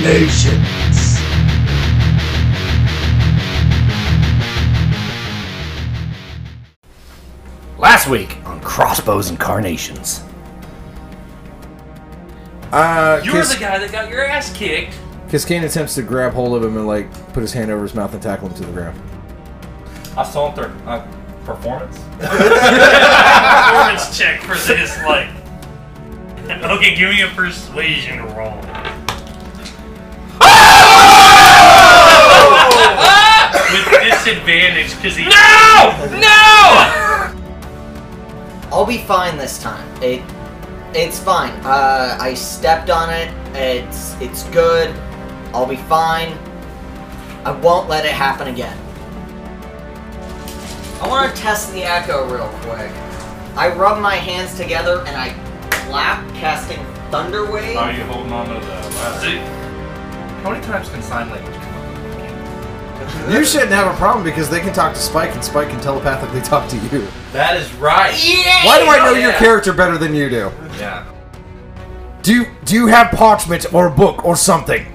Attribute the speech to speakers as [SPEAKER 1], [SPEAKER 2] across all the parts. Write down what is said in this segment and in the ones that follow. [SPEAKER 1] Nations.
[SPEAKER 2] Last week on Crossbows and Carnations.
[SPEAKER 3] Uh,
[SPEAKER 4] You were the guy that got your ass kicked.
[SPEAKER 3] Kiskane attempts to grab hold of him and like put his hand over his mouth and tackle him to the ground.
[SPEAKER 5] I saw their uh, performance.
[SPEAKER 4] Performance check for this, like. Okay, give me a persuasion roll.
[SPEAKER 5] Oh,
[SPEAKER 4] With disadvantage, because he. No! No!
[SPEAKER 6] I'll be fine this time. It, it's fine. Uh, I stepped on it. It's it's good. I'll be fine. I won't let it happen again. I want to test the echo real quick. I rub my hands together and I clap, casting thunder wave.
[SPEAKER 5] Are you holding on to the ladder? How many times can sign language come up?
[SPEAKER 3] You shouldn't have a problem because they can talk to Spike and Spike can telepathically talk to you.
[SPEAKER 5] That is right.
[SPEAKER 6] Yeah!
[SPEAKER 3] Why do I know
[SPEAKER 5] yeah.
[SPEAKER 3] your character better than you do?
[SPEAKER 5] Yeah.
[SPEAKER 3] Do you, do you have parchment or a book or something?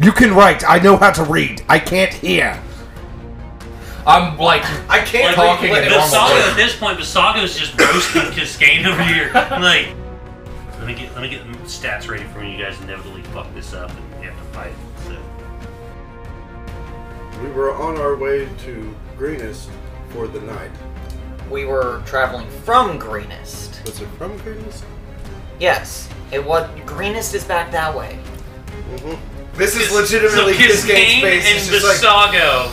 [SPEAKER 3] You can write. I know how to read. I can't hear.
[SPEAKER 5] I'm like I
[SPEAKER 4] Like,
[SPEAKER 5] can't talking in normal.
[SPEAKER 4] Basago
[SPEAKER 5] way.
[SPEAKER 4] at this point, Basago's just roasting Cascade over here. I'm like, let me get let me get the stats ready for when you guys inevitably fuck this up and we have to fight. So.
[SPEAKER 7] We were on our way to Greenest for the night.
[SPEAKER 6] We were traveling from Greenest.
[SPEAKER 7] Was it from Greenest?
[SPEAKER 6] Yes, it was. Greenest is back that way.
[SPEAKER 8] This is legitimately
[SPEAKER 4] so
[SPEAKER 8] his
[SPEAKER 4] Cascade
[SPEAKER 8] game space. It's
[SPEAKER 4] and
[SPEAKER 8] just like
[SPEAKER 4] Basago.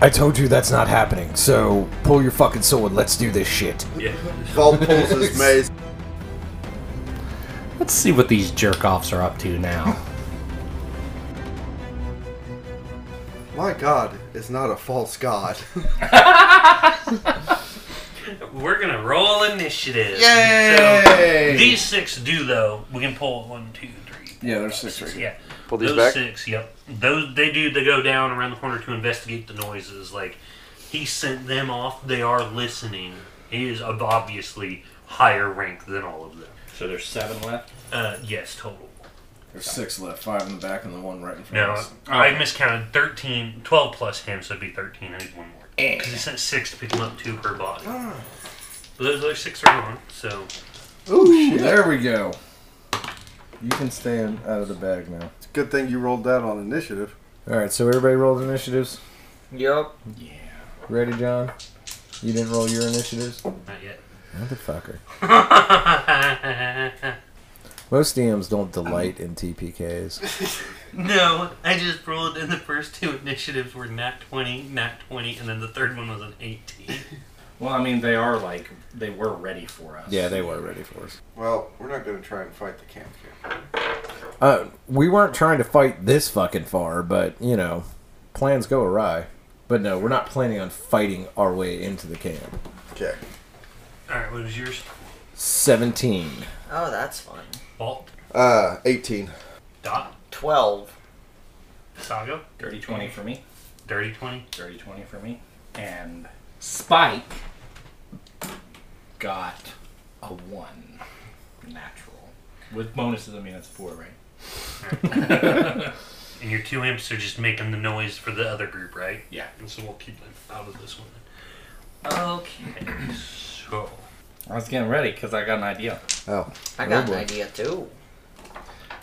[SPEAKER 3] I told you that's not happening. So pull your fucking sword. Let's do this shit.
[SPEAKER 7] Vault pulls his maze.
[SPEAKER 2] Let's see what these jerk offs are up to now.
[SPEAKER 7] My god is not a false god.
[SPEAKER 4] We're gonna roll initiative. So these six do though. We can pull one, two, three.
[SPEAKER 3] Yeah, there's six right
[SPEAKER 4] Yeah.
[SPEAKER 8] Pull these
[SPEAKER 4] Those
[SPEAKER 8] back?
[SPEAKER 4] six, yep. Those they do. They go down around the corner to investigate the noises. Like he sent them off. They are listening. He is ob- obviously higher rank than all of them.
[SPEAKER 5] So there's seven left.
[SPEAKER 4] Uh, yes, total.
[SPEAKER 3] There's six left. Five in the back and the one right in front
[SPEAKER 4] No, I miscounted 13, 12 plus him, so it'd be 13. I need one more. Because he sent six to pick him up, two per body. But those other six are gone, so.
[SPEAKER 3] Ooh, there we go. You can stand out of the bag now.
[SPEAKER 7] It's a good thing you rolled that on initiative.
[SPEAKER 3] All right, so everybody rolled initiatives.
[SPEAKER 6] Yep.
[SPEAKER 3] Ready, John? You didn't roll your initiatives?
[SPEAKER 4] Not yet.
[SPEAKER 3] Motherfucker. Most DMs don't delight in TPKs.
[SPEAKER 4] no, I just rolled, and the first two initiatives were nat 20, nat 20, and then the third one was an 18.
[SPEAKER 5] Well, I mean they are like they were ready for us.
[SPEAKER 3] Yeah, they were ready for us.
[SPEAKER 7] Well, we're not going to try and fight the camp camp.
[SPEAKER 3] Uh, we weren't trying to fight this fucking far, but, you know, plans go awry. But no, we're not planning on fighting our way into the camp.
[SPEAKER 7] Okay.
[SPEAKER 4] Alright, what was yours?
[SPEAKER 3] 17.
[SPEAKER 6] Oh, that's fun.
[SPEAKER 4] Vault,
[SPEAKER 7] Uh, 18.
[SPEAKER 4] Dot,
[SPEAKER 6] Twelve.
[SPEAKER 4] Sago,
[SPEAKER 5] Dirty twenty for me.
[SPEAKER 4] Dirty 20.
[SPEAKER 5] Dirty twenty for me. And Spike got a one natural with bonuses. I mean that's four, right?
[SPEAKER 4] And your two imps are just making the noise for the other group, right?
[SPEAKER 5] Yeah.
[SPEAKER 4] And so we'll keep them out of this one. Okay, so.
[SPEAKER 5] I was getting ready because I got an idea.
[SPEAKER 7] Oh.
[SPEAKER 6] I got
[SPEAKER 3] boy.
[SPEAKER 6] an idea too.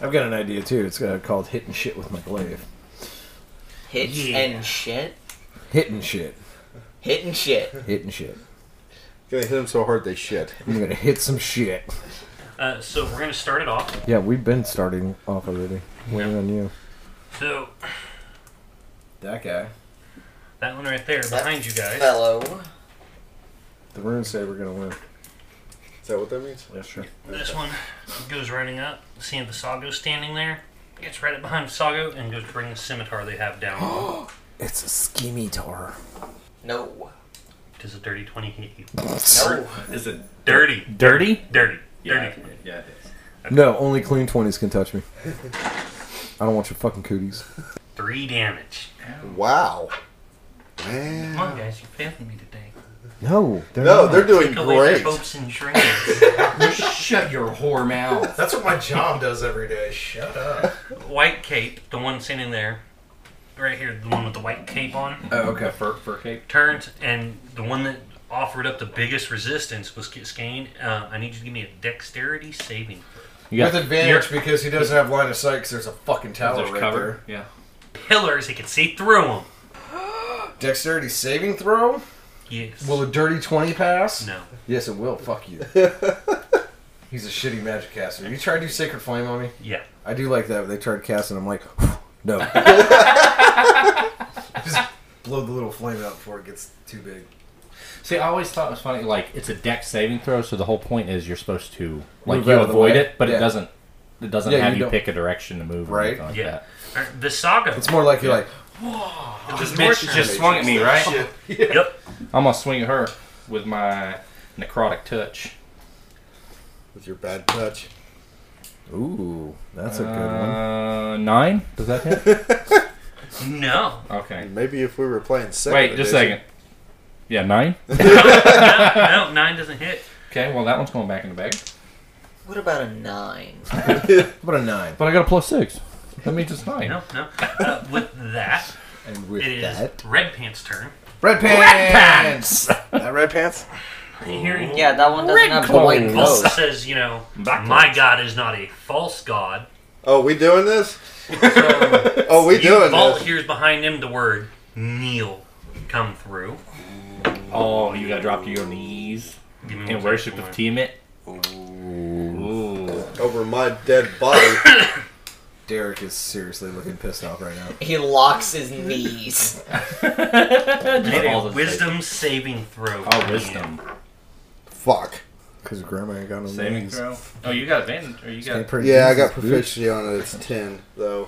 [SPEAKER 3] I've got an idea, too. It's uh, called Hitting Shit with my glaive.
[SPEAKER 6] Hits
[SPEAKER 4] Yeah.
[SPEAKER 6] and shit.
[SPEAKER 3] Hitting shit.
[SPEAKER 6] Hitting shit.
[SPEAKER 3] Hitting shit.
[SPEAKER 7] Gonna hit him so hard they shit.
[SPEAKER 3] I'm gonna hit some shit.
[SPEAKER 4] Uh, so we're gonna start it off.
[SPEAKER 3] Yeah, we've been starting off already. Waiting on you.
[SPEAKER 4] So
[SPEAKER 3] That guy.
[SPEAKER 4] that one right there behind you guys.
[SPEAKER 6] Fellow.
[SPEAKER 3] The runes say we're gonna win.
[SPEAKER 7] Is that what that means?
[SPEAKER 3] Yeah, sure.
[SPEAKER 4] This one goes running up, seeing Visago standing there. Gets right up behind Visago and goes to bring the scimitar they have down.
[SPEAKER 3] It's a skimitar.
[SPEAKER 6] No.
[SPEAKER 4] Does a dirty twenty hit you?
[SPEAKER 6] No.
[SPEAKER 5] Is it
[SPEAKER 4] Dirty,
[SPEAKER 5] dirty?
[SPEAKER 4] dirty,
[SPEAKER 5] Yeah,
[SPEAKER 4] dirty.
[SPEAKER 5] yeah, it is.
[SPEAKER 3] No, only clean twenties can touch me. I don't want your fucking cooties.
[SPEAKER 4] Three damage.
[SPEAKER 7] Wow.
[SPEAKER 4] Come on,
[SPEAKER 7] Man.
[SPEAKER 4] guys, you're failing me today.
[SPEAKER 3] No, they're
[SPEAKER 8] No,
[SPEAKER 3] not.
[SPEAKER 8] they're doing
[SPEAKER 4] Take away their
[SPEAKER 8] great.
[SPEAKER 4] hopes and dreams.
[SPEAKER 9] Shut your whore mouth.
[SPEAKER 10] That's what my job does every day. Shut up.
[SPEAKER 4] white cape, the one sitting there, right here, the one with the white cape on,
[SPEAKER 9] Oh, okay. Fur, fur cape.
[SPEAKER 4] turns, and the one that offered up the biggest resistance was Skane. Uh, I need you to give me a dexterity saving.
[SPEAKER 3] You got-
[SPEAKER 10] With advantage because he doesn't have line of sight because there's a fucking
[SPEAKER 3] Oh,
[SPEAKER 10] tower
[SPEAKER 9] There's
[SPEAKER 10] right
[SPEAKER 9] cover. Yeah.
[SPEAKER 4] Pillars, he can see through them.
[SPEAKER 10] there. Dexterity saving throw?
[SPEAKER 4] Yes.
[SPEAKER 10] Will a dirty 20 pass?
[SPEAKER 4] no.
[SPEAKER 10] Yes, it will. Fuck you. He's a shitty magic caster. You try to do Sacred Flame on me?
[SPEAKER 4] Yeah.
[SPEAKER 3] I do like that. They tried casting. I'm like, no.
[SPEAKER 10] Just blow the little flame out before it gets too big.
[SPEAKER 9] See, I always thought it was funny. Like it's a deck saving throw, so the whole point is you're supposed to like
[SPEAKER 3] Move
[SPEAKER 9] you
[SPEAKER 3] out of the
[SPEAKER 9] avoid
[SPEAKER 3] way.
[SPEAKER 9] it, but
[SPEAKER 3] Yeah.
[SPEAKER 9] it doesn't. It doesn't
[SPEAKER 3] Yeah,
[SPEAKER 9] have
[SPEAKER 3] you
[SPEAKER 9] you,
[SPEAKER 3] don't-
[SPEAKER 9] pick a direction to move. Or
[SPEAKER 3] Right?
[SPEAKER 9] anything like
[SPEAKER 4] Yeah.
[SPEAKER 9] that.
[SPEAKER 4] All right, The saga.
[SPEAKER 10] It's more like you're like,
[SPEAKER 4] just
[SPEAKER 9] Mitch
[SPEAKER 4] more
[SPEAKER 9] just swung at me, right?
[SPEAKER 4] Yep.
[SPEAKER 9] I'm gonna swing at her with my necrotic touch.
[SPEAKER 8] With your bad touch.
[SPEAKER 3] Ooh, that's a good one.
[SPEAKER 9] Uh, nine? Does that hit?
[SPEAKER 4] No.
[SPEAKER 9] okay.
[SPEAKER 8] Maybe if we were playing second.
[SPEAKER 9] Wait, just a second. Yeah, nine.
[SPEAKER 4] No, nine doesn't hit.
[SPEAKER 9] Okay, well that one's going back in the bag.
[SPEAKER 6] What about a nine?
[SPEAKER 3] What a nine.
[SPEAKER 9] But I got a plus six. That means it's nine.
[SPEAKER 4] No, no. Uh, with that,
[SPEAKER 3] And with
[SPEAKER 4] it is
[SPEAKER 3] that,
[SPEAKER 4] Red Pants' turn.
[SPEAKER 10] red pants!
[SPEAKER 8] That red pants?
[SPEAKER 9] Oh.
[SPEAKER 4] Hearing
[SPEAKER 6] Yeah, that one doesn't have the white
[SPEAKER 4] Paul
[SPEAKER 6] nose.
[SPEAKER 4] says, you know,
[SPEAKER 9] Backwards.
[SPEAKER 4] my God is not a false God.
[SPEAKER 8] Oh, we doing this? oh, we doing
[SPEAKER 4] Vault
[SPEAKER 8] this.
[SPEAKER 4] hears behind him the word kneel come through.
[SPEAKER 9] Oh, you gotta drop to your knees
[SPEAKER 4] Give me
[SPEAKER 9] and
[SPEAKER 4] one
[SPEAKER 9] worship the
[SPEAKER 4] second.
[SPEAKER 9] team it.
[SPEAKER 8] Over my dead body.
[SPEAKER 3] Derek is seriously looking pissed off right now.
[SPEAKER 6] He locks his knees.
[SPEAKER 4] Made a
[SPEAKER 9] All the-
[SPEAKER 4] wisdom saving throw.
[SPEAKER 9] Oh, wisdom.
[SPEAKER 8] Fuck.
[SPEAKER 3] Because grandma ain't got no
[SPEAKER 9] Saving
[SPEAKER 3] knees.
[SPEAKER 9] throw. Oh, you got advantage. Or you got.
[SPEAKER 3] Ain't pretty
[SPEAKER 8] Yeah, I got
[SPEAKER 3] Jesus, bitch.
[SPEAKER 8] proficiency on it. It's 10, though.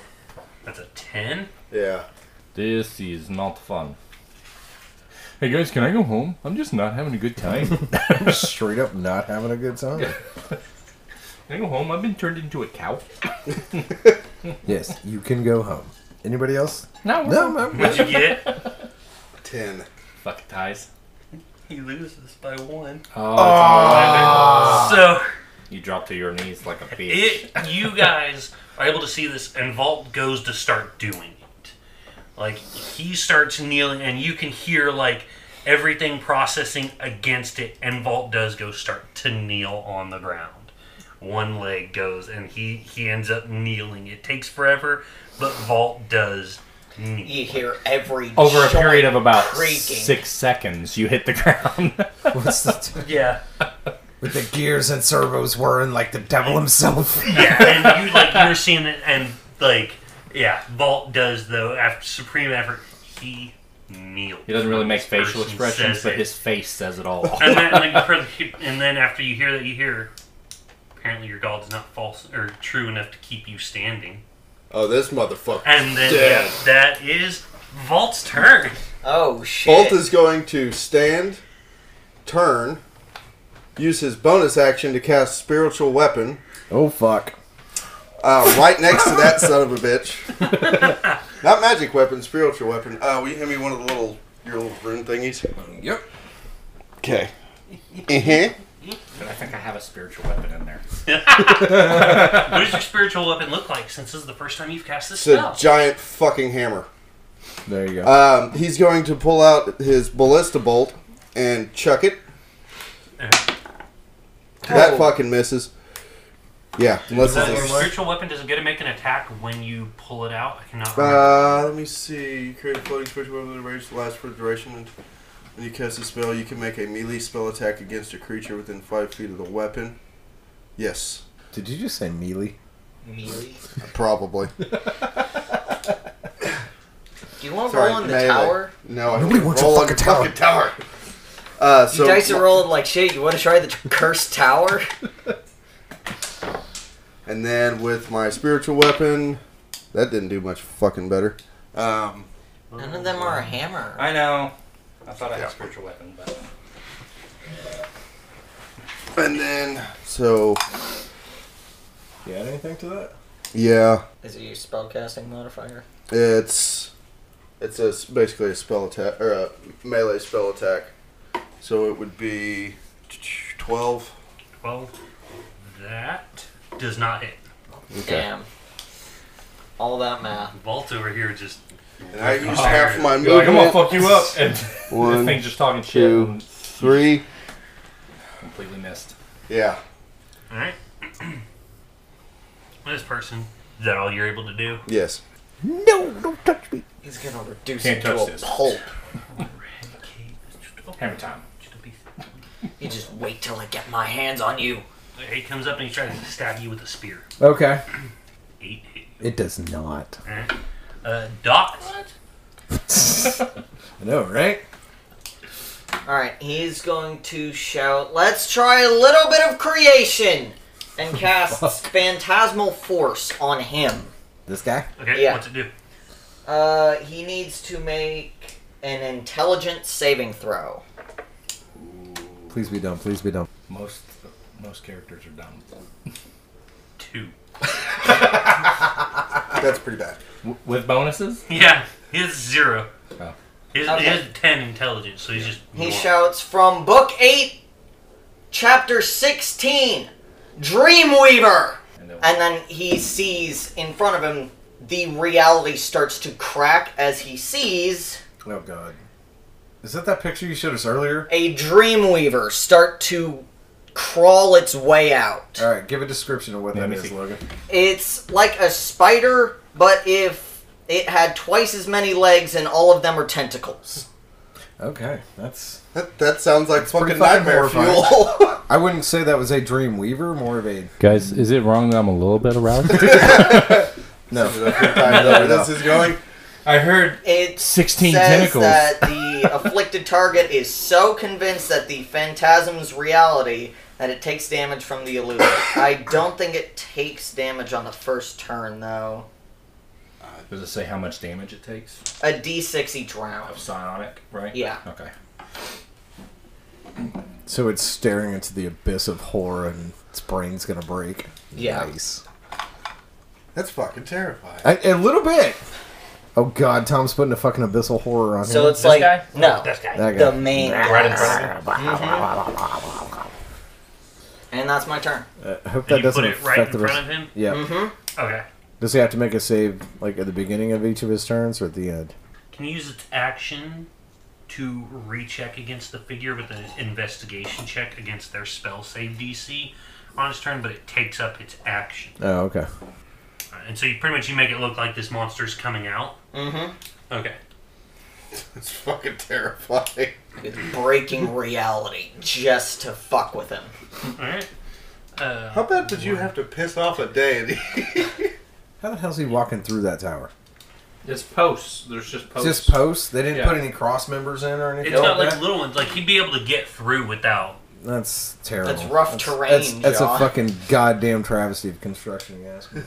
[SPEAKER 4] That's a 10.
[SPEAKER 8] Yeah.
[SPEAKER 9] This is not fun. Hey guys, can I go home? I'm just not having a good time. can
[SPEAKER 3] Straight up not having a good time.
[SPEAKER 9] I go home? I've been turned into a cow.
[SPEAKER 3] yes, you can go home. Anybody else?
[SPEAKER 9] No,
[SPEAKER 3] No, man.
[SPEAKER 4] What'd you get?
[SPEAKER 8] 10.
[SPEAKER 9] Fuck ties.
[SPEAKER 4] he loses by one.
[SPEAKER 9] Oh, it's all eleven.
[SPEAKER 4] So,
[SPEAKER 9] You drop to your knees like a bitch.
[SPEAKER 4] it, you guys are able to see this, and Vault goes to start doing it. Like, he starts kneeling, and you can hear, like, everything processing against it, and Vault does go start to kneel on the ground. One leg goes, and he, he ends up kneeling. It takes forever, but Vault does kneel.
[SPEAKER 6] You hear every
[SPEAKER 9] Over a
[SPEAKER 6] joint
[SPEAKER 9] period of about
[SPEAKER 6] creaking.
[SPEAKER 9] six seconds, you hit the ground.
[SPEAKER 3] What's the,
[SPEAKER 4] Yeah.
[SPEAKER 3] with the gears and servos whirring like the devil himself.
[SPEAKER 4] Yeah, and you like you're seeing it, and like yeah, Vault does though. After supreme effort, he kneels.
[SPEAKER 9] he doesn't really make
[SPEAKER 4] This
[SPEAKER 9] facial
[SPEAKER 4] person
[SPEAKER 9] expressions,
[SPEAKER 4] says
[SPEAKER 9] but
[SPEAKER 4] it.
[SPEAKER 9] his face says it all.
[SPEAKER 4] And then, like, for- and then after you hear that, you hear apparently your god's not false or true enough to keep you standing.
[SPEAKER 8] Oh, this motherfucker.
[SPEAKER 4] And then
[SPEAKER 8] Dead.
[SPEAKER 4] yeah, that is Vault's turn.
[SPEAKER 6] Oh shit!
[SPEAKER 8] Bolt is going to stand, turn, use his bonus action to cast Spiritual Weapon
[SPEAKER 3] Oh fuck.
[SPEAKER 8] uh, right next to that son of a bitch. Not magic weapon, spiritual weapon. Uh, will you hand me one of the little your little rune thingies?
[SPEAKER 10] Yep.
[SPEAKER 8] Okay. Uh-huh.
[SPEAKER 9] But I think I have a spiritual weapon in there.
[SPEAKER 4] What does your spiritual weapon look like? Since this is the first time you've cast this
[SPEAKER 8] It's a
[SPEAKER 4] spell.
[SPEAKER 8] giant fucking hammer.
[SPEAKER 3] There you go.
[SPEAKER 8] Um, he's going to pull out his ballista bolt and chuck it.
[SPEAKER 3] Uh-huh.
[SPEAKER 8] That fucking misses. Yeah, unless
[SPEAKER 4] Does
[SPEAKER 8] it's
[SPEAKER 4] your
[SPEAKER 8] a-
[SPEAKER 4] spiritual weapon does it get to make an attack when you pull it out? I cannot. remember.
[SPEAKER 8] Uh, let me see. You create a floating spiritual weapon that range that lasts for the duration. And when you cast a spell, you can make a melee spell attack against a creature within five feet of the weapon. Yes,
[SPEAKER 3] Did you just say mealy?
[SPEAKER 6] Mealy.
[SPEAKER 8] probably.
[SPEAKER 6] Do you want to
[SPEAKER 8] Sorry,
[SPEAKER 6] roll on the
[SPEAKER 8] melee.
[SPEAKER 6] tower?
[SPEAKER 8] No, I
[SPEAKER 3] Nobody
[SPEAKER 8] don't
[SPEAKER 3] wants a
[SPEAKER 8] roll on
[SPEAKER 3] fucking
[SPEAKER 8] the
[SPEAKER 3] tower.
[SPEAKER 8] fucking tower. Uh, so
[SPEAKER 6] you dice are rolling like shit. You want to try the cursed tower?
[SPEAKER 8] and then with my spiritual weapon, that didn't do much fucking better. Um,
[SPEAKER 6] None of them are a hammer.
[SPEAKER 9] I know. I thought I had a spiritual weapon, but
[SPEAKER 8] and then so
[SPEAKER 3] You add anything to that?
[SPEAKER 8] yeah,
[SPEAKER 6] Is it your spellcasting modifier?
[SPEAKER 8] it's it's a s- basically a spell attack or a melee spell attack So it would be 12.
[SPEAKER 4] Well, that does not hit.
[SPEAKER 6] Damn. All that math.
[SPEAKER 4] Vault over here just.
[SPEAKER 8] And I used half my
[SPEAKER 5] You're like, I'm gonna
[SPEAKER 8] movement.
[SPEAKER 5] fuck you up, and
[SPEAKER 8] One,
[SPEAKER 5] this thing's just talking shit.
[SPEAKER 8] Two,
[SPEAKER 5] and
[SPEAKER 8] three.
[SPEAKER 5] completely missed.
[SPEAKER 8] Yeah.
[SPEAKER 4] Alright. this person, is that all you're able to do?
[SPEAKER 8] Yes.
[SPEAKER 6] He's gonna reduce
[SPEAKER 5] Can't
[SPEAKER 6] it
[SPEAKER 5] touch
[SPEAKER 6] to a
[SPEAKER 5] this.
[SPEAKER 6] pulp.
[SPEAKER 5] Hammer time.
[SPEAKER 4] Just a piece.
[SPEAKER 6] You just wait till I get my hands on you.
[SPEAKER 4] He comes up and he tries to stab you with a spear.
[SPEAKER 3] Okay.
[SPEAKER 4] Eight hit.
[SPEAKER 3] It does not.
[SPEAKER 4] Alright. Uh, Doc.
[SPEAKER 3] I know, right?
[SPEAKER 6] Alright, he's going to shout, let's try a little bit of creation! And casts Phantasmal Force on him.
[SPEAKER 3] This guy?
[SPEAKER 4] Okay,
[SPEAKER 6] Yeah.
[SPEAKER 4] what's it do?
[SPEAKER 6] Uh, he needs to make an intelligence saving throw.
[SPEAKER 3] Please be done. Please be done.
[SPEAKER 5] Most most characters are dumb.
[SPEAKER 4] Two.
[SPEAKER 8] That's pretty bad.
[SPEAKER 5] W- with bonuses?
[SPEAKER 4] Yeah, his zero.
[SPEAKER 5] Oh.
[SPEAKER 4] His,
[SPEAKER 6] Okay.
[SPEAKER 4] his ten intelligence, so he's just.
[SPEAKER 6] He
[SPEAKER 4] normal.
[SPEAKER 6] shouts from Book 8, Chapter 16, Dreamweaver!
[SPEAKER 5] And then
[SPEAKER 6] And then he sees in front of him the reality starts to crack as he sees
[SPEAKER 1] Oh god. Is that that picture you showed us earlier?
[SPEAKER 6] a Dreamweaver start to crawl its way out.
[SPEAKER 1] All right, give a description of what
[SPEAKER 5] Let
[SPEAKER 1] that
[SPEAKER 5] me
[SPEAKER 1] is,
[SPEAKER 5] see.
[SPEAKER 1] Logan.
[SPEAKER 6] It's like a spider, but if it had twice as many legs and all of them are tentacles.
[SPEAKER 3] Okay. That's.
[SPEAKER 8] That, that sounds like
[SPEAKER 3] pretty
[SPEAKER 8] fucking
[SPEAKER 3] fucking
[SPEAKER 8] nightmare
[SPEAKER 3] horrifying.
[SPEAKER 8] fuel.
[SPEAKER 3] I wouldn't say that was a dream weaver, more of a.
[SPEAKER 5] Guys, is it wrong that I'm a little bit aroused?
[SPEAKER 3] No.
[SPEAKER 8] Where this is going.
[SPEAKER 5] I heard
[SPEAKER 6] It
[SPEAKER 5] 16
[SPEAKER 6] says
[SPEAKER 5] tentacles.
[SPEAKER 6] that the afflicted target is so convinced that the phantasm's reality that it takes damage from the illusion. I don't think it takes damage on the first turn though.
[SPEAKER 5] Does it say how much damage it takes?
[SPEAKER 6] A d6 each round.
[SPEAKER 5] Of psionic, right?
[SPEAKER 6] Yeah.
[SPEAKER 5] Okay.
[SPEAKER 3] So it's staring into the abyss of horror and its brain's gonna break.
[SPEAKER 6] Yeah.
[SPEAKER 3] Nice.
[SPEAKER 8] That's fucking terrifying.
[SPEAKER 3] A, a little bit. Oh god, Tom's putting a fucking abyssal horror on
[SPEAKER 6] So
[SPEAKER 3] him.
[SPEAKER 6] it's like
[SPEAKER 5] guy?
[SPEAKER 6] no,
[SPEAKER 4] This guy.
[SPEAKER 3] That
[SPEAKER 6] the
[SPEAKER 3] guy.
[SPEAKER 6] main Mm-hmm.
[SPEAKER 4] Right in front of him.
[SPEAKER 6] and that's my turn. Mm-hmm.
[SPEAKER 3] Uh, I hope
[SPEAKER 4] And
[SPEAKER 3] that
[SPEAKER 4] you
[SPEAKER 3] doesn't
[SPEAKER 4] put it
[SPEAKER 3] affect
[SPEAKER 4] right in
[SPEAKER 3] the
[SPEAKER 4] front Hmm?
[SPEAKER 3] rest.
[SPEAKER 4] of him?
[SPEAKER 3] yeah.
[SPEAKER 4] Okay.
[SPEAKER 3] Does he have to make a save like at the beginning of each of his turns or at the end?
[SPEAKER 4] Can you use its action to recheck against the figure with an investigation check against their spell save DC on its turn, but it takes up its action.
[SPEAKER 3] Oh, okay.
[SPEAKER 4] Alright, And so you pretty much you make it look like this monster's coming out.
[SPEAKER 6] Mm-hmm.
[SPEAKER 4] Okay.
[SPEAKER 8] It's fucking terrifying.
[SPEAKER 6] It's breaking reality just to fuck with him.
[SPEAKER 4] All right. Uh,
[SPEAKER 8] How bad did you have to piss off a deity?
[SPEAKER 3] How the hell's he walking through that tower?
[SPEAKER 5] It's posts. There's just posts.
[SPEAKER 3] Just posts? They didn't
[SPEAKER 5] Yeah.
[SPEAKER 3] put any cross members in or anything?
[SPEAKER 4] it's not
[SPEAKER 3] like
[SPEAKER 4] like
[SPEAKER 3] that?
[SPEAKER 4] little ones. Like he'd be able to get through without.
[SPEAKER 3] That's terrible.
[SPEAKER 6] That's rough terrain,
[SPEAKER 3] That's, that's a
[SPEAKER 6] John.
[SPEAKER 3] fucking goddamn travesty of construction, you ask me.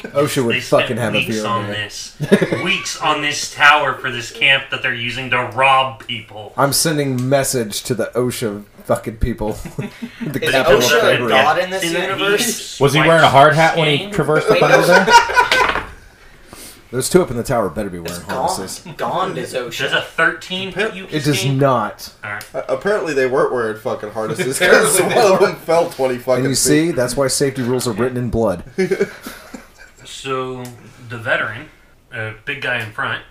[SPEAKER 3] OSHA
[SPEAKER 4] They
[SPEAKER 3] would fucking
[SPEAKER 4] spent
[SPEAKER 3] have a
[SPEAKER 4] weeks
[SPEAKER 3] field
[SPEAKER 4] on
[SPEAKER 3] day.
[SPEAKER 4] this, weeks on this tower for this camp that they're using to rob people.
[SPEAKER 3] I'm sending message to the OSHA fucking people. the
[SPEAKER 6] Is
[SPEAKER 3] capital of
[SPEAKER 6] OSHA a
[SPEAKER 3] February.
[SPEAKER 6] god? in this
[SPEAKER 4] And then he
[SPEAKER 6] universe?
[SPEAKER 5] Was he
[SPEAKER 4] swipes
[SPEAKER 5] wearing a hard hat
[SPEAKER 4] his
[SPEAKER 5] when he
[SPEAKER 4] hand.
[SPEAKER 5] traversed the
[SPEAKER 6] Wait,
[SPEAKER 5] puddle there?
[SPEAKER 3] Those two up in the tower better be wearing
[SPEAKER 6] Gone,
[SPEAKER 3] harnesses.
[SPEAKER 6] gone is
[SPEAKER 4] Does
[SPEAKER 6] ocean.
[SPEAKER 4] a thirteen hit you?
[SPEAKER 3] It does not.
[SPEAKER 8] Apparently they weren't wearing fucking harnesses because
[SPEAKER 3] Apparently
[SPEAKER 8] one
[SPEAKER 3] they
[SPEAKER 8] of them fell 20 fucking
[SPEAKER 3] And you
[SPEAKER 8] feet.
[SPEAKER 3] see, that's why safety rules are written in blood.
[SPEAKER 4] So the veteran, uh, big guy in front,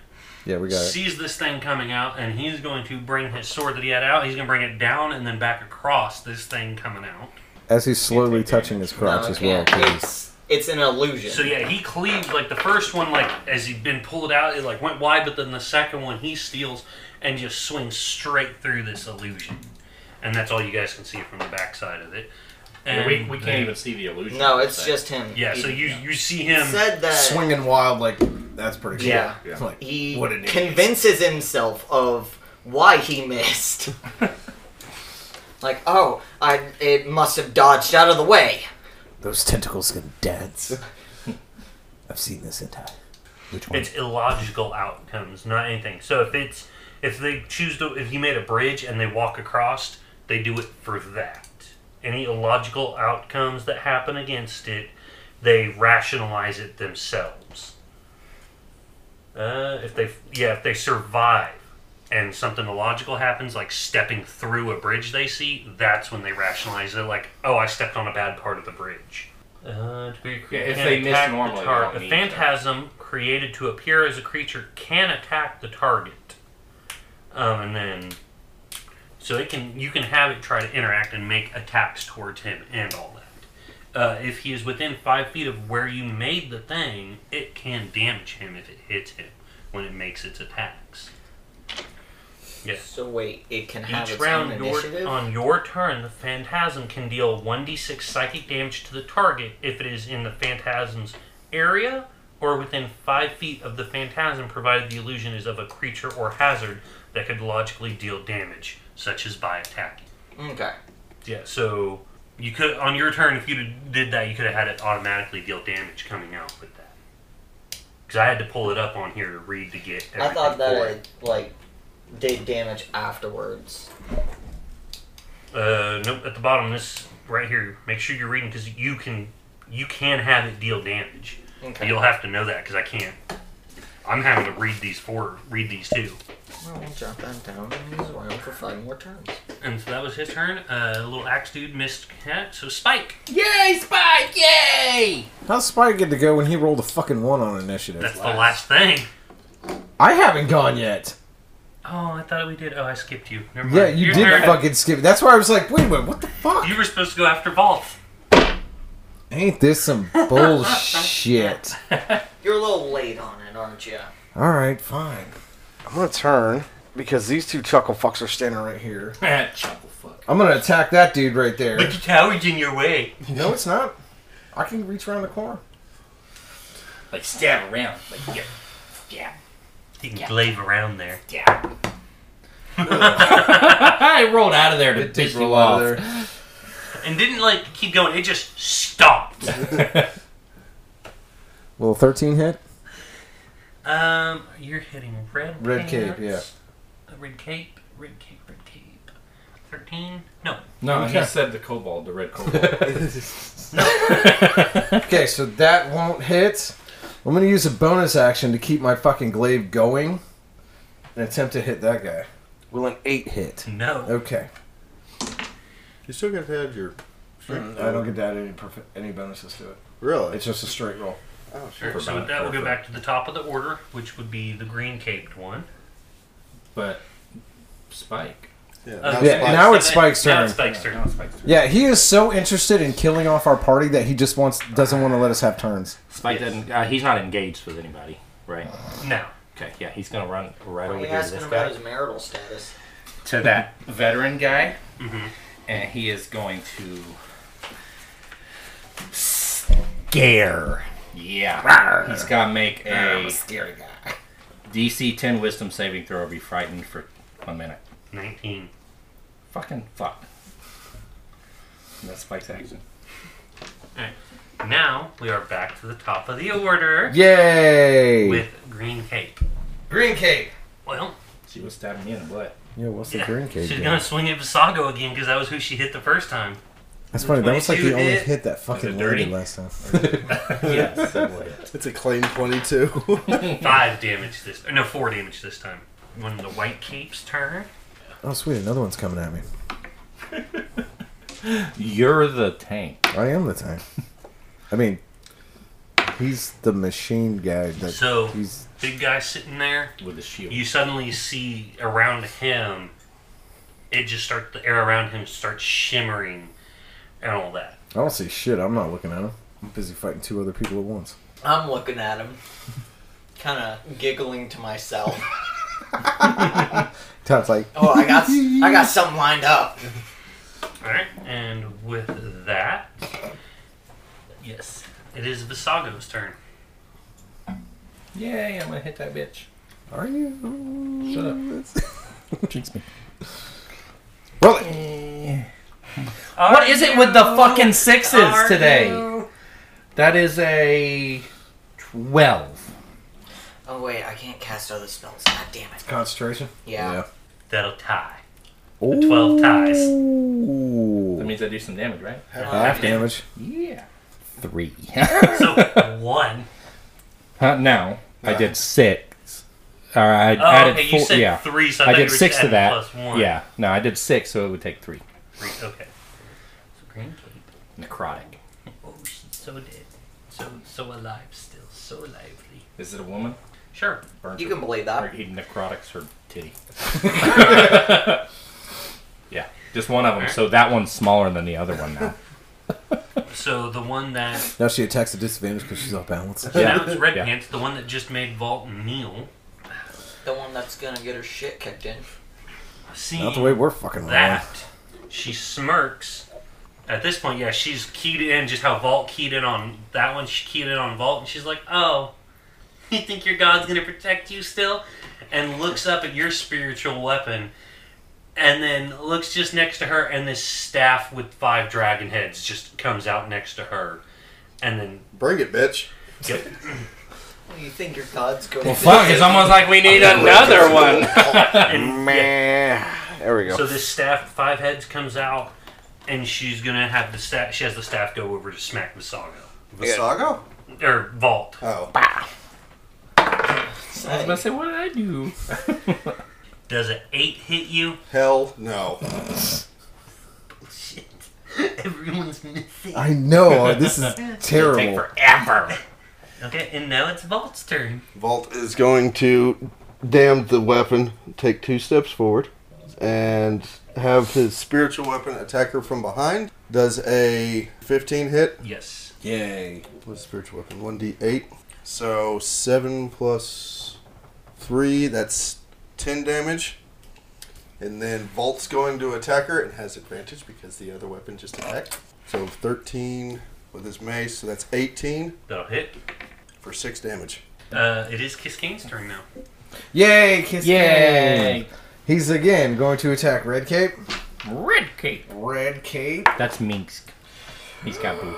[SPEAKER 3] Yeah, we got it.
[SPEAKER 4] sees this thing coming out, and he's going to bring his sword that he had out. He's going to bring it down and then back across this thing coming out.
[SPEAKER 3] As he's slowly touching his crotch
[SPEAKER 6] No,
[SPEAKER 3] as
[SPEAKER 6] it
[SPEAKER 3] well.
[SPEAKER 6] can't.
[SPEAKER 3] 'cause he's-
[SPEAKER 6] It's it's an illusion.
[SPEAKER 4] So yeah, he cleaves like the first one, like as he'd been pulled out, it like went wide, but then the second one he steals and just swings straight through this illusion, and that's all you guys can see from the backside of it. And
[SPEAKER 5] we, we can't even see the illusion.
[SPEAKER 6] No, it's just him.
[SPEAKER 4] yeah,
[SPEAKER 6] He
[SPEAKER 4] so you you see him
[SPEAKER 6] said that
[SPEAKER 3] Swinging wild, like, that's pretty cool.
[SPEAKER 6] Yeah.
[SPEAKER 3] Like,
[SPEAKER 6] he
[SPEAKER 3] what an idiot.
[SPEAKER 6] convinces himself of why he missed. like, oh, I it must have dodged out of the way.
[SPEAKER 3] Those tentacles can dance. I've seen this in time. Which one?
[SPEAKER 4] it's illogical outcomes, not anything. So if it's if they choose to if you made a bridge and they walk across, they do it for that. Any illogical outcomes that happen against it, they rationalize it themselves. Uh, if they yeah, if they survive and something illogical happens, like stepping through a bridge they see, that's when they rationalize it. Like, oh, I stepped on a bad part of the bridge. Uh, to be-
[SPEAKER 9] Yeah, if
[SPEAKER 4] can
[SPEAKER 9] they miss
[SPEAKER 4] attack the
[SPEAKER 9] normally, they
[SPEAKER 4] tar-
[SPEAKER 9] don't
[SPEAKER 4] a
[SPEAKER 9] need to.
[SPEAKER 4] phantasm created to appear as a creature can attack the target, um, and then so it can you can have it try to interact and make attacks towards him and all that. Uh, if he is within five feet of where you made the thing, it can damage him if it hits him when it makes its attacks. Yes.
[SPEAKER 6] So wait, it can have
[SPEAKER 4] Each
[SPEAKER 6] its
[SPEAKER 4] round
[SPEAKER 6] own
[SPEAKER 4] your-
[SPEAKER 6] initiative.
[SPEAKER 4] on your turn, the phantasm can deal 1d6 psychic damage to the target if it is in the phantasm's area or within 5 feet of the phantasm, provided the illusion is of a creature or hazard that could logically deal damage, such as by attacking.
[SPEAKER 6] Okay.
[SPEAKER 4] Yeah, so you could, on your turn, if you did that, you could have had it automatically deal damage coming out with that. Because I had to pull it up on here to read to get everything.
[SPEAKER 6] I thought that
[SPEAKER 4] for it.
[SPEAKER 6] it like did damage afterwards.
[SPEAKER 4] Uh, nope. At the bottom, this right here. Make sure you're reading because you can you can have it deal damage.
[SPEAKER 6] Okay.
[SPEAKER 4] You'll have to know that because I can't. I'm having to read these four, read these two.
[SPEAKER 6] Well, we'll jump that down and use around for five more turns.
[SPEAKER 4] And so that was his turn. Uh, little axe dude missed cat. So Spike.
[SPEAKER 2] Yay, Spike! Yay!
[SPEAKER 3] How's Spike get to go when he rolled a fucking one on initiative?
[SPEAKER 4] That's the last thing.
[SPEAKER 3] I haven't gone yet.
[SPEAKER 4] Oh, I thought we did. Oh, I skipped you. Never mind.
[SPEAKER 3] Yeah, you
[SPEAKER 4] Your
[SPEAKER 3] did
[SPEAKER 4] turn.
[SPEAKER 3] fucking skip. That's why I was like, wait a minute, what the fuck?
[SPEAKER 4] You were supposed to go after Volth.
[SPEAKER 3] Ain't this some bullshit?
[SPEAKER 6] You're a little late on it, aren't you?
[SPEAKER 3] All right, fine. I'm gonna turn because these two chuckle fucks are standing right here.
[SPEAKER 9] Ah, Chuckle fuck.
[SPEAKER 3] I'm gonna attack that dude right there.
[SPEAKER 4] But the tower's in your way.
[SPEAKER 3] No, it's not. I can reach around the corner.
[SPEAKER 9] Like stab around. Like yeah, yeah,
[SPEAKER 4] He can glaive around there.
[SPEAKER 9] yeah. I rolled out of there to
[SPEAKER 7] It did
[SPEAKER 9] piss you
[SPEAKER 7] roll out
[SPEAKER 9] off.
[SPEAKER 7] of there.
[SPEAKER 4] And didn't like keep going. It just stopped.
[SPEAKER 3] Little 13 hit.
[SPEAKER 4] Um, you're hitting red.
[SPEAKER 3] Red cape,
[SPEAKER 4] pants, uh, Red cape, red cape, red cape. Thirteen? No.
[SPEAKER 5] No,
[SPEAKER 3] Okay.
[SPEAKER 5] he said the cobalt, the red cobalt.
[SPEAKER 3] Okay, so that won't hit. I'm gonna use a bonus action to keep my fucking glaive going and attempt to hit that guy. Will an 8 hit?
[SPEAKER 4] No.
[SPEAKER 3] Okay.
[SPEAKER 8] You still gotta have your. Mm-hmm.
[SPEAKER 3] I don't get to add any, perf- any bonuses to it.
[SPEAKER 8] Mm, Really?
[SPEAKER 3] It's just a straight roll.
[SPEAKER 8] oh, sure.
[SPEAKER 4] Sure. So with that, we'll go back to the top of the order, which would be the green caped one.
[SPEAKER 5] but Spike.
[SPEAKER 8] Yeah.
[SPEAKER 4] Uh,
[SPEAKER 8] now
[SPEAKER 3] Yeah, now it's
[SPEAKER 4] so
[SPEAKER 8] Spike's-
[SPEAKER 4] then-
[SPEAKER 3] Spike's
[SPEAKER 4] Now
[SPEAKER 3] turn.
[SPEAKER 4] it's Spike's turn.
[SPEAKER 9] Spike's turn.
[SPEAKER 3] Yeah, he is so interested in killing off our party that he just wants doesn't want to let us have turns.
[SPEAKER 9] Spike
[SPEAKER 4] Yes.
[SPEAKER 9] doesn't. Uh, he's not engaged with anybody, right?
[SPEAKER 5] Uh.
[SPEAKER 4] Now,
[SPEAKER 9] Okay. Yeah, he's gonna run right
[SPEAKER 6] Are
[SPEAKER 9] over
[SPEAKER 6] you
[SPEAKER 9] here to
[SPEAKER 6] asking
[SPEAKER 9] this
[SPEAKER 6] about
[SPEAKER 9] guy
[SPEAKER 6] his marital status?
[SPEAKER 9] to that veteran guy,
[SPEAKER 4] Mhm.
[SPEAKER 9] and he is going to scare. Yeah, he's gonna make a
[SPEAKER 2] scary guy.
[SPEAKER 9] DC 10 Wisdom saving throw. Be frightened for one minute.
[SPEAKER 4] nineteen.
[SPEAKER 9] Fucking fuck. And That's Spike's action.
[SPEAKER 4] Now we are back to the top of the order
[SPEAKER 3] Yay!
[SPEAKER 4] with green cape.
[SPEAKER 1] Green cape.
[SPEAKER 4] Well,
[SPEAKER 9] She was stabbing you in the butt.
[SPEAKER 3] yeah, what's the
[SPEAKER 4] yeah,
[SPEAKER 3] green cage?
[SPEAKER 4] she's
[SPEAKER 3] doing?
[SPEAKER 4] gonna swing at Visago again because that was who she hit the first time.
[SPEAKER 3] That's funny. That was like the
[SPEAKER 1] 22
[SPEAKER 3] only
[SPEAKER 1] hit.
[SPEAKER 3] hit that fucking
[SPEAKER 9] it dirty?
[SPEAKER 3] landed last time.
[SPEAKER 9] yes, that was.
[SPEAKER 8] It's a claim 22.
[SPEAKER 4] Five damage this. No, four damage this time. When the white cape's turn.
[SPEAKER 3] oh sweet, another one's coming at me.
[SPEAKER 5] You're the tank.
[SPEAKER 3] I am the tank. I mean, he's the machine guy. That
[SPEAKER 4] So-
[SPEAKER 3] he's
[SPEAKER 4] Big guy sitting there.
[SPEAKER 5] with the shield.
[SPEAKER 4] you suddenly see around him it just start the air around him starts shimmering and all that
[SPEAKER 3] I don't see shit. I'm not looking at him. I'm busy fighting two other people at once.
[SPEAKER 6] I'm looking at him, kind of giggling to myself.
[SPEAKER 3] Todd's like,
[SPEAKER 6] Oh, I got I got something lined up.
[SPEAKER 4] all right and with that yes it is visago's turn
[SPEAKER 9] Yay, I'm gonna hit that bitch.
[SPEAKER 3] "Are you?"
[SPEAKER 9] Shut
[SPEAKER 3] up.
[SPEAKER 9] Jinx me.
[SPEAKER 3] Roll it.
[SPEAKER 9] What is it with the fucking sixes
[SPEAKER 4] Are
[SPEAKER 9] today?
[SPEAKER 4] you-
[SPEAKER 9] That is a 12.
[SPEAKER 6] Oh wait, I can't cast other spells. God damn it.
[SPEAKER 3] Concentration.
[SPEAKER 6] Yeah.
[SPEAKER 4] that'll tie
[SPEAKER 3] Ooh.
[SPEAKER 4] 12 ties. Uh,
[SPEAKER 9] That
[SPEAKER 3] Ooh.
[SPEAKER 9] means I do some damage, right?
[SPEAKER 3] Half damage.
[SPEAKER 9] Yeah. Three.
[SPEAKER 4] so one
[SPEAKER 5] Uh,
[SPEAKER 9] Huh, now, I did six.
[SPEAKER 5] Or I
[SPEAKER 4] Oh,
[SPEAKER 5] added
[SPEAKER 4] okay,
[SPEAKER 5] four.
[SPEAKER 4] you said
[SPEAKER 5] yeah,
[SPEAKER 4] three, so I
[SPEAKER 5] I
[SPEAKER 4] thought you
[SPEAKER 5] did
[SPEAKER 4] were
[SPEAKER 5] six to
[SPEAKER 4] adding
[SPEAKER 5] that.
[SPEAKER 4] plus one.
[SPEAKER 5] Yeah, no, I did six, so it would take three.
[SPEAKER 4] Green- Okay. So green cape.
[SPEAKER 9] Necrotic.
[SPEAKER 4] Oh, she's so dead. So so alive still. So lively.
[SPEAKER 9] Is it a woman?
[SPEAKER 4] Sure.
[SPEAKER 9] Burnt
[SPEAKER 6] You
[SPEAKER 9] her-
[SPEAKER 6] can believe
[SPEAKER 9] or
[SPEAKER 6] that.
[SPEAKER 9] he necrotics her titty. yeah, just one of them. So that one's smaller than the other one now.
[SPEAKER 4] So the one that
[SPEAKER 3] Now she attacks at disadvantage because she's off balance.
[SPEAKER 4] so now it's red
[SPEAKER 9] Yeah.
[SPEAKER 4] pants, the one that just made Vault kneel.
[SPEAKER 6] The one that's gonna get her shit kicked in.
[SPEAKER 4] See
[SPEAKER 3] Not the way we're fucking rolling.
[SPEAKER 9] Ah.
[SPEAKER 4] that she smirks. At this point, yeah, she's keyed in just how Vault keyed in on that one. She keyed in on Vault, and she's like, "Oh, you think your God's gonna protect you still?" And looks up at your spiritual weapon, and then looks just next to her, and this staff with five dragon heads just comes out next to her, and then
[SPEAKER 8] Bring it, bitch.
[SPEAKER 4] yep,
[SPEAKER 6] You think your god's going
[SPEAKER 9] Well, fuck, it's almost like we need another one.
[SPEAKER 4] and yeah,
[SPEAKER 2] There we
[SPEAKER 4] So this staff, with five heads, comes out, and she's gonna have the staff. She has the staff go over to smack Visago
[SPEAKER 8] Visago?
[SPEAKER 4] or Vault.
[SPEAKER 8] Oh.
[SPEAKER 9] I was gonna say, what did I do?
[SPEAKER 4] Does an eight hit you?
[SPEAKER 8] Hell no.
[SPEAKER 4] Shit. Everyone's missing.
[SPEAKER 3] I know uh, this is
[SPEAKER 9] Take
[SPEAKER 3] terrible.
[SPEAKER 9] forever.
[SPEAKER 4] Okay, and now it's Vault's turn.
[SPEAKER 8] Vault is going to damn the weapon, take two steps forward, and have his spiritual weapon attack her from behind. Does a 15 hit?
[SPEAKER 4] Yes.
[SPEAKER 3] Yay!
[SPEAKER 8] What's spiritual weapon? 1d8. So 7 plus 3, that's 10 damage. And then Vault's going to attack her and has advantage because the other weapon just attacked. So 13 with his mace, so that's 18
[SPEAKER 4] That'll hit.
[SPEAKER 8] for 6 damage.
[SPEAKER 4] Uh, it is Kiss King's turn now.
[SPEAKER 3] Yay! Kiss
[SPEAKER 9] Yay!
[SPEAKER 3] He's again going to attack Red Cape.
[SPEAKER 9] Red cape.
[SPEAKER 3] Red Cape.
[SPEAKER 9] That's Minsk. He's got boo.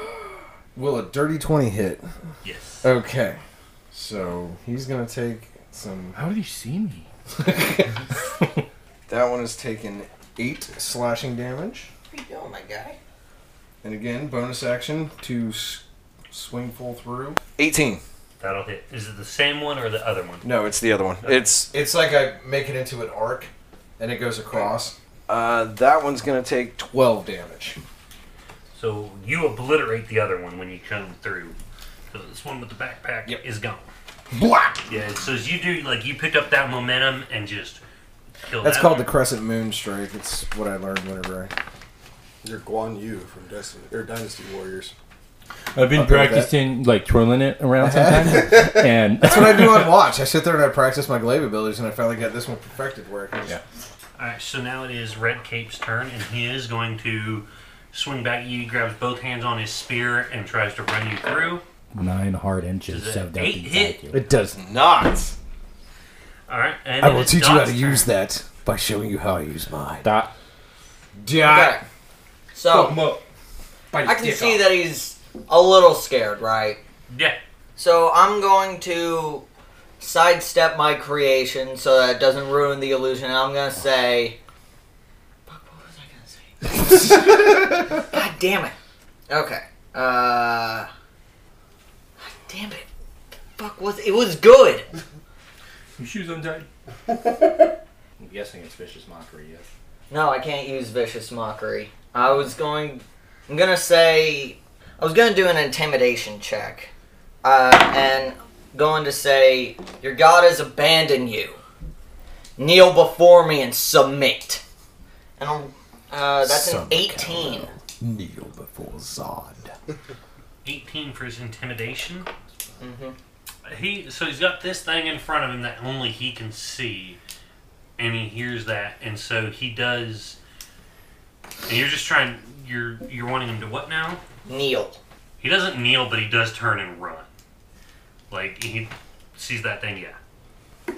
[SPEAKER 3] Will a dirty twenty hit?
[SPEAKER 4] Yes.
[SPEAKER 3] Okay. So he's gonna take some.
[SPEAKER 5] How did he see me?
[SPEAKER 3] That one is taking eight slashing damage,
[SPEAKER 6] What you doing, my guy?
[SPEAKER 3] and again bonus action to s- swing full through. Eighteen.
[SPEAKER 4] That'll hit. Is it the same one or the other one?
[SPEAKER 3] No, it's the other one. It's it's like I make it into an arc, and it goes across. Uh, that one's gonna take twelve damage.
[SPEAKER 4] So you obliterate the other one when you come through. So this one with the backpack
[SPEAKER 3] Yep.
[SPEAKER 4] is gone.
[SPEAKER 3] Black.
[SPEAKER 4] Yeah. So as you do, like you pick up that momentum and just kill.
[SPEAKER 3] That's
[SPEAKER 4] that
[SPEAKER 3] called the
[SPEAKER 4] one.
[SPEAKER 3] crescent moon strike. It's what I learned whenever. I...
[SPEAKER 8] You're Guan Yu from Destiny, or Dynasty Warriors.
[SPEAKER 5] I've been
[SPEAKER 3] go with that.
[SPEAKER 5] practicing, like twirling it around sometimes, and
[SPEAKER 3] That's what I do on watch. I sit there and I practice my glaive abilities, and I finally got this one perfected where I can just
[SPEAKER 4] All right. So now it is Red Cape's turn, and he is going to swing back. at you. He grabs both hands on his spear and tries to run you through.
[SPEAKER 5] nine hard
[SPEAKER 4] Does
[SPEAKER 5] inches
[SPEAKER 4] it
[SPEAKER 5] shoved up
[SPEAKER 4] eight hit?
[SPEAKER 5] inside you.
[SPEAKER 3] It does not.
[SPEAKER 4] All right. And
[SPEAKER 3] I
[SPEAKER 4] it
[SPEAKER 3] will
[SPEAKER 4] is
[SPEAKER 3] teach you how
[SPEAKER 4] Dot's
[SPEAKER 3] to
[SPEAKER 4] turn.
[SPEAKER 3] use that by showing you how I use mine.
[SPEAKER 5] Dot.
[SPEAKER 3] Yeah.
[SPEAKER 6] Okay. So I can see that he's a little scared, right?
[SPEAKER 4] Yeah.
[SPEAKER 6] So I'm going to sidestep my creation so that it doesn't ruin the illusion. and I'm gonna say, fuck, what was I gonna say? God damn it. Okay. Uh. God damn it. Fuck was it was good.
[SPEAKER 5] Your shoes untied.
[SPEAKER 9] I'm guessing it's vicious mockery. Yes.
[SPEAKER 6] No, I can't use vicious mockery. I was going. I'm gonna say. I was gonna do an intimidation check, uh, and going to say your god has abandoned you. Kneel before me and submit. And I'm. Uh, that's an
[SPEAKER 3] Submit.
[SPEAKER 6] 18.
[SPEAKER 3] Kneel before Zod.
[SPEAKER 4] 18 for his intimidation.
[SPEAKER 6] Mhm.
[SPEAKER 4] He so he's got this thing in front of him that only he can see, and he hears that, and so he does. And you're just trying. You're you're wanting him to what now?
[SPEAKER 6] Kneel.
[SPEAKER 4] He doesn't kneel, but he does turn and run. Like he sees that thing. Yeah.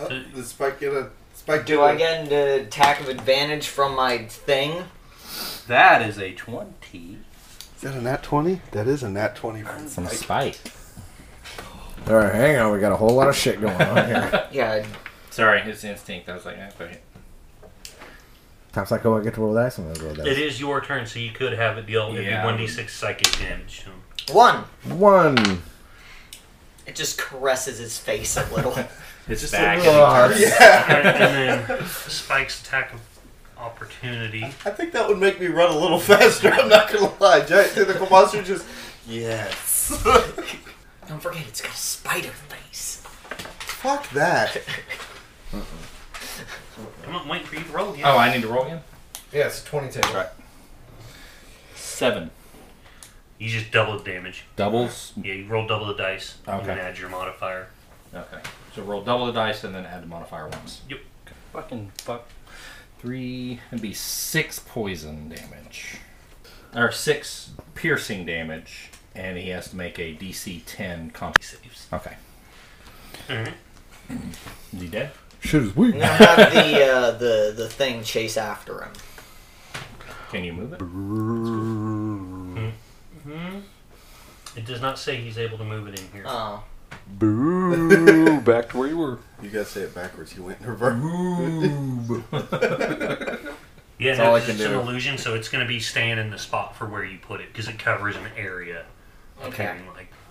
[SPEAKER 8] Oh, did Spike get a Spike?
[SPEAKER 6] Do I get an attack of advantage from my thing?
[SPEAKER 9] That is a twenty.
[SPEAKER 8] Is that a nat twenty? That is a nat twenty.
[SPEAKER 5] From spite.
[SPEAKER 3] All right, hang on. We got a whole lot of shit going on here.
[SPEAKER 6] Yeah.
[SPEAKER 9] Sorry, his instinct. I was like, eh, go ahead.
[SPEAKER 3] Times like, oh, I get to roll dice. I'm gonna roll
[SPEAKER 4] It
[SPEAKER 3] dice.
[SPEAKER 4] is your turn, so you could have it deal. It'd
[SPEAKER 9] Yeah.
[SPEAKER 4] be one d six psychic damage. So
[SPEAKER 6] One.
[SPEAKER 3] One.
[SPEAKER 6] It just caresses his face a little.
[SPEAKER 9] It's
[SPEAKER 4] Just
[SPEAKER 9] back.
[SPEAKER 4] a
[SPEAKER 9] and he
[SPEAKER 1] Ah,
[SPEAKER 4] and, and then Spike's attack of opportunity.
[SPEAKER 8] I think that would make me run a little faster. I'm not gonna lie. Giant tentacle monster just yes.
[SPEAKER 6] Don't forget, it's got a spider face.
[SPEAKER 8] Fuck that.
[SPEAKER 4] I'm not waiting for you to roll yet.
[SPEAKER 9] Oh, I need to roll again?
[SPEAKER 1] yeah, it's a 20 table.
[SPEAKER 9] Right. Seven.
[SPEAKER 4] You just double the damage.
[SPEAKER 9] Doubles?
[SPEAKER 4] Yeah, you roll double the dice and then
[SPEAKER 9] Okay.
[SPEAKER 4] add your modifier.
[SPEAKER 9] Okay. So roll double the dice and then add the modifier once.
[SPEAKER 4] Yep.
[SPEAKER 9] Fucking fuck. Three. It'd be six poison damage. Or six piercing damage. And he has to make a DC 10 con saves. Okay.
[SPEAKER 4] Alright.
[SPEAKER 9] Is he dead?
[SPEAKER 3] Shit is weird.
[SPEAKER 6] Now have the uh, the the thing chase after him.
[SPEAKER 9] Can you move it?
[SPEAKER 4] It does not say he's able to move it in here.
[SPEAKER 3] Uh,
[SPEAKER 6] Oh,
[SPEAKER 5] Boo! Back to where you were.
[SPEAKER 8] You gotta say it backwards. You went in reverse.
[SPEAKER 4] yeah,
[SPEAKER 3] all
[SPEAKER 4] no,
[SPEAKER 3] I
[SPEAKER 4] 'cause
[SPEAKER 3] can
[SPEAKER 4] it's an
[SPEAKER 3] do.
[SPEAKER 4] illusion, so it's going to be staying in the spot for where you put it because it covers an area.
[SPEAKER 6] Oh,
[SPEAKER 9] Okay.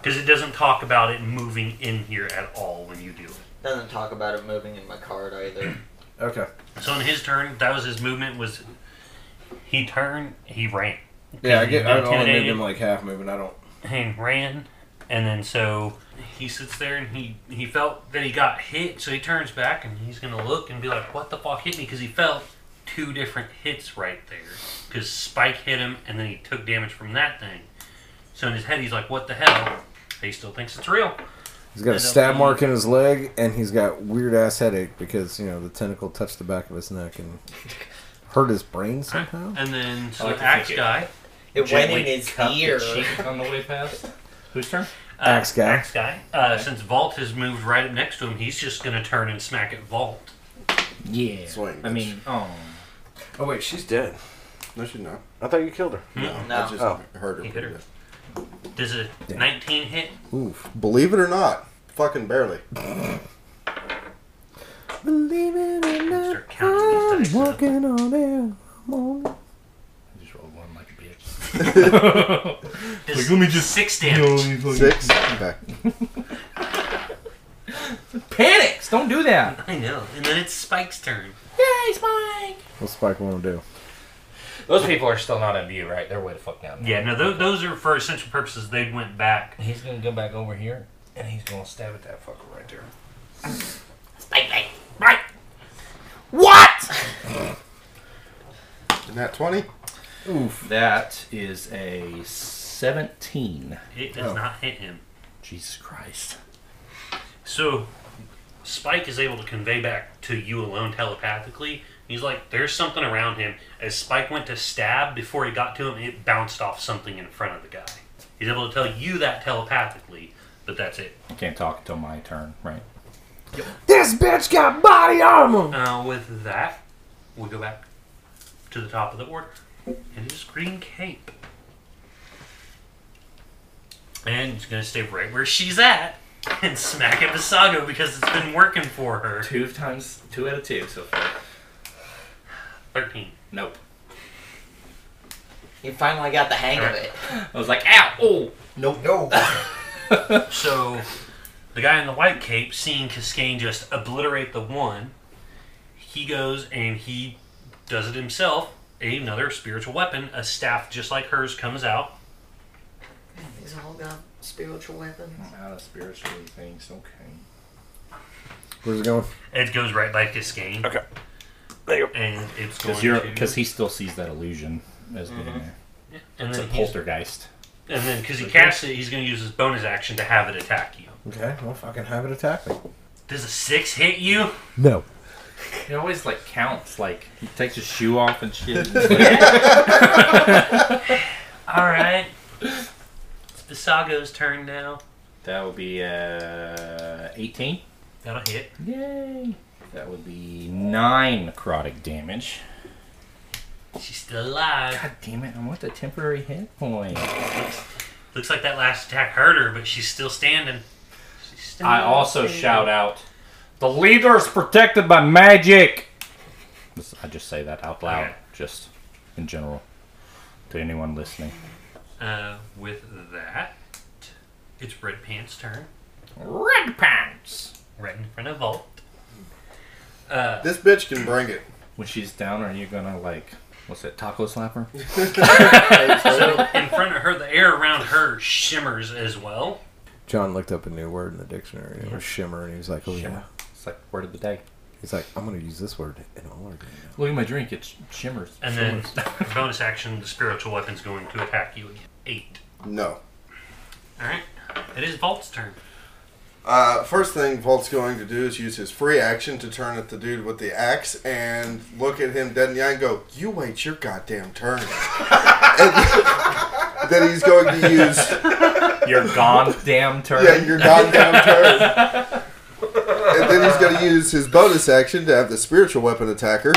[SPEAKER 4] Because it doesn't talk about it moving in here at all when you do it.
[SPEAKER 6] doesn't talk about it moving in my card either.
[SPEAKER 3] Okay.
[SPEAKER 4] So on his turn, that was his movement. Was he turned? He ran.
[SPEAKER 3] Yeah, I get. I only
[SPEAKER 4] Intimidated.
[SPEAKER 3] moved him like half moving. I don't.
[SPEAKER 4] and ran and then so he sits there and he he felt that he got hit so he turns back and he's gonna look and be like what the fuck hit me because he felt two different hits right there because spike hit him and then he took damage from that thing so in his head he's like what the hell he still thinks it's real
[SPEAKER 3] He's got
[SPEAKER 4] I
[SPEAKER 3] a
[SPEAKER 4] don't
[SPEAKER 3] stab
[SPEAKER 4] know.
[SPEAKER 3] mark in his leg, and he's got weird ass headache because you know the tentacle touched the back of his neck and hurt his brain somehow.
[SPEAKER 4] and then
[SPEAKER 9] I
[SPEAKER 4] so
[SPEAKER 9] like
[SPEAKER 4] the
[SPEAKER 9] to think
[SPEAKER 4] axe
[SPEAKER 9] it-
[SPEAKER 4] guy
[SPEAKER 6] It went in his
[SPEAKER 9] Cup the
[SPEAKER 6] ear.
[SPEAKER 9] cheek on the way past. Whose turn?
[SPEAKER 4] uh,
[SPEAKER 3] Axe guy.
[SPEAKER 4] axe guy uh, since vault has moved right up next to him he's just gonna turn and smack at vault
[SPEAKER 9] Yeah.
[SPEAKER 8] Swing,
[SPEAKER 9] I
[SPEAKER 8] bitch.
[SPEAKER 9] mean, oh.
[SPEAKER 7] Oh wait, she's dead.
[SPEAKER 8] No, she's not.
[SPEAKER 7] I thought you killed her.
[SPEAKER 8] No,
[SPEAKER 6] No.
[SPEAKER 8] I just
[SPEAKER 7] Oh.
[SPEAKER 8] heard her.
[SPEAKER 4] Hmm. He hit
[SPEAKER 8] pretty
[SPEAKER 4] her.
[SPEAKER 8] good.
[SPEAKER 4] does a 19 hit
[SPEAKER 3] Oof.
[SPEAKER 8] Believe it or not, fucking barely.
[SPEAKER 3] Believe it or not,
[SPEAKER 4] start counting these
[SPEAKER 3] I'm
[SPEAKER 4] dice
[SPEAKER 3] walking on air. I'm on-
[SPEAKER 9] I just rolled one like a bitch.
[SPEAKER 4] Does
[SPEAKER 5] Like, let me just-
[SPEAKER 4] six damage
[SPEAKER 8] Six. Okay.
[SPEAKER 9] Panics! Don't do that!
[SPEAKER 4] I know. And then it's Spike's turn.
[SPEAKER 9] Yay, Spike!
[SPEAKER 3] What's Spike want to do?
[SPEAKER 9] Those people are still not in view, right? They're way the fuck down there.
[SPEAKER 4] Yeah, no, those, those are for essential purposes. They went back.
[SPEAKER 9] He's gonna go back over here and he's gonna stab at that fucker right there.
[SPEAKER 6] Spike bite.
[SPEAKER 4] Right!
[SPEAKER 9] What?
[SPEAKER 8] Isn't that twenty?
[SPEAKER 9] That is a 17.
[SPEAKER 4] It
[SPEAKER 5] Oh.
[SPEAKER 4] does not hit him.
[SPEAKER 9] Jesus Christ.
[SPEAKER 4] So, Spike is able to convey back to you alone telepathically. He's like, there's something around him. As Spike went to stab, before he got to him, it bounced off something in front of the guy. He's able to tell you that telepathically, but that's it.
[SPEAKER 9] I can't talk until my turn, right?
[SPEAKER 3] This bitch got body armor.
[SPEAKER 4] Uh, with that, we'll go back to the top of the order. It is Green Cape. And it's going to stay right where she's at and smack at Visago because it's been working for her.
[SPEAKER 9] Two times, two out of two so far.
[SPEAKER 4] 13.
[SPEAKER 9] Nope.
[SPEAKER 6] You finally got the hang of it.
[SPEAKER 9] I was like, ow! Oh! Nope.
[SPEAKER 1] No.
[SPEAKER 4] So, the guy in the white cape, seeing Cascane just obliterate the one, he goes and he does it himself. Another spiritual weapon, a staff just like hers, comes out.
[SPEAKER 6] He's all got spiritual weapons.
[SPEAKER 9] Out of spiritually things, okay.
[SPEAKER 3] Where's it going?
[SPEAKER 4] It goes right by Cascane.
[SPEAKER 5] Okay. There you go.
[SPEAKER 4] And it's going
[SPEAKER 9] Because you're
[SPEAKER 4] to-
[SPEAKER 9] because he still sees that illusion as being there.
[SPEAKER 4] And
[SPEAKER 9] It's a
[SPEAKER 4] then, he's,
[SPEAKER 9] poltergeist.
[SPEAKER 4] and then because he casts it, he's going to use his bonus action to have it attack you.
[SPEAKER 3] Okay, well, fucking have it attack me.
[SPEAKER 4] Does a six hit you?
[SPEAKER 3] No.
[SPEAKER 9] He always like counts, like he takes his shoe off and shit.
[SPEAKER 4] All right. it's Visago's turn now.
[SPEAKER 9] that would be uh, eighteen.
[SPEAKER 4] That'll hit.
[SPEAKER 9] Yay! That would be nine necrotic damage.
[SPEAKER 4] She's still alive.
[SPEAKER 9] God damn it! I'm with a temporary hit point.
[SPEAKER 4] Looks like that last attack hurt her, but she's still standing. She's still
[SPEAKER 9] I also shout out, the leader is protected by magic. This- I just say that out loud,
[SPEAKER 4] Okay.
[SPEAKER 9] just in general, to anyone listening.
[SPEAKER 4] Uh, with that, it's Red Pants' turn.
[SPEAKER 9] Red pants.
[SPEAKER 4] right in front of Vault.
[SPEAKER 8] This bitch can bring it.
[SPEAKER 9] When she's down, are you gonna like what's that taco slapper?
[SPEAKER 4] So in front of her, the air around her shimmers as well.
[SPEAKER 3] John looked up a new word in the dictionary. and It was shimmer, and he was like, "Oh yeah."
[SPEAKER 9] It's like word of the day.
[SPEAKER 3] He's like, "I'm gonna use this word in all our games."
[SPEAKER 9] Look at my drink; it sh- shimmers.
[SPEAKER 4] And then bonus action, the spiritual weapon's going to attack you again. Eight.
[SPEAKER 8] No.
[SPEAKER 4] All right. It is Vault's turn.
[SPEAKER 8] Uh, first thing Volt's going to do is use his free action to turn at the dude with the axe and look at him dead in the eye and go, "You wait your goddamn turn." and then he's going to use,
[SPEAKER 9] You're gone, damn turd.
[SPEAKER 8] yeah, your goddamn turn. And then he's going to use his bonus action to have the spiritual weapon attacker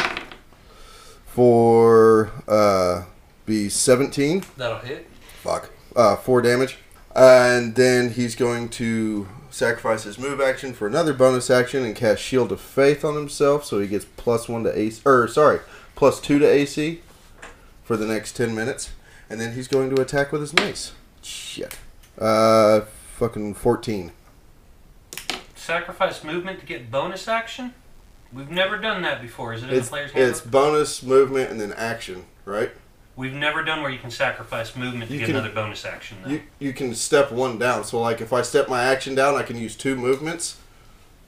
[SPEAKER 8] for uh, be seventeen.
[SPEAKER 1] That'll hit.
[SPEAKER 8] Fuck. Uh, four damage. And then he's going to sacrifice his move action for another bonus action and cast Shield of Faith on himself, so he gets plus one to AC. Or, sorry, plus two to AC for the next 10 minutes. And then he's going to attack with his mace. Shit. Uh, fucking 14.
[SPEAKER 4] Sacrifice movement to get bonus action? We've never done that before. Is it in the
[SPEAKER 8] It's,
[SPEAKER 4] player's
[SPEAKER 8] it's
[SPEAKER 4] handbook?
[SPEAKER 8] bonus movement and then action, right?
[SPEAKER 4] We've never done where you can sacrifice movement to
[SPEAKER 8] You
[SPEAKER 4] get
[SPEAKER 8] can-
[SPEAKER 4] another bonus action, though.
[SPEAKER 8] You, you can step one down. So, like, if I step my action down, I can use two movements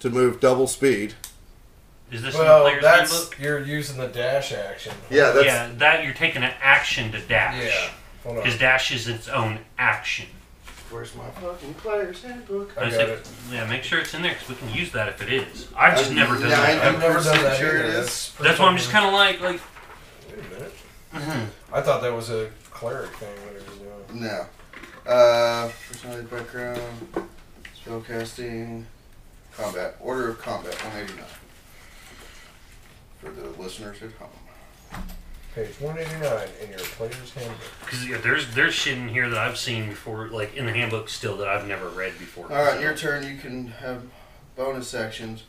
[SPEAKER 8] to move double speed.
[SPEAKER 4] is this
[SPEAKER 1] Well,
[SPEAKER 4] in the player's
[SPEAKER 1] that's
[SPEAKER 4] handbook?
[SPEAKER 1] you're using the dash action.
[SPEAKER 8] Yeah, that's.
[SPEAKER 4] yeah, that you're taking an action to dash.
[SPEAKER 1] Yeah. Hold on.
[SPEAKER 4] Because dash is its own action.
[SPEAKER 8] Where's my fucking player's handbook?
[SPEAKER 1] I
[SPEAKER 4] Is
[SPEAKER 1] got
[SPEAKER 4] it-
[SPEAKER 1] it.
[SPEAKER 4] Yeah, make sure it's in there because we can use that if it is. I've just never done that.
[SPEAKER 1] I've never done
[SPEAKER 8] 100%
[SPEAKER 1] that.
[SPEAKER 8] sure
[SPEAKER 1] either.
[SPEAKER 8] it is.
[SPEAKER 1] That's pretty
[SPEAKER 4] That's why I'm just
[SPEAKER 1] fucking-
[SPEAKER 4] kind of like, like,
[SPEAKER 1] Wait a minute. I thought that was a cleric thing. What he was doing.
[SPEAKER 8] No. Uh, personality background, spellcasting, combat, order of combat, 189. For the listeners at home.
[SPEAKER 1] Page 189 in your player's handbook.
[SPEAKER 4] because there's there's shit in here that I've seen before, like in the handbook still that I've never read before.
[SPEAKER 8] All right,
[SPEAKER 4] So,
[SPEAKER 8] your turn. You can have bonus actions.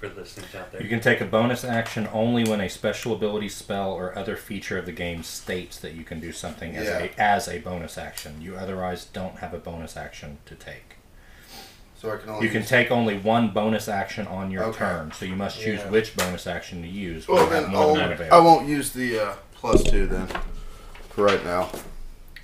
[SPEAKER 4] for the listeners out there.
[SPEAKER 9] You can take a bonus action only when a special ability spell or other feature of the game states that you can do something as
[SPEAKER 8] Yeah.
[SPEAKER 9] a as a bonus action. You otherwise don't have a bonus action to take.
[SPEAKER 8] So I can only.
[SPEAKER 9] You can take only one bonus action on your
[SPEAKER 8] Okay.
[SPEAKER 9] turn, so you must choose
[SPEAKER 1] Yeah.
[SPEAKER 9] which bonus action to use.
[SPEAKER 8] Well,
[SPEAKER 9] when you have
[SPEAKER 8] then
[SPEAKER 9] more than
[SPEAKER 8] I'll,
[SPEAKER 9] one
[SPEAKER 8] I
[SPEAKER 9] available.
[SPEAKER 8] won't use the uh, plus two then. For right now.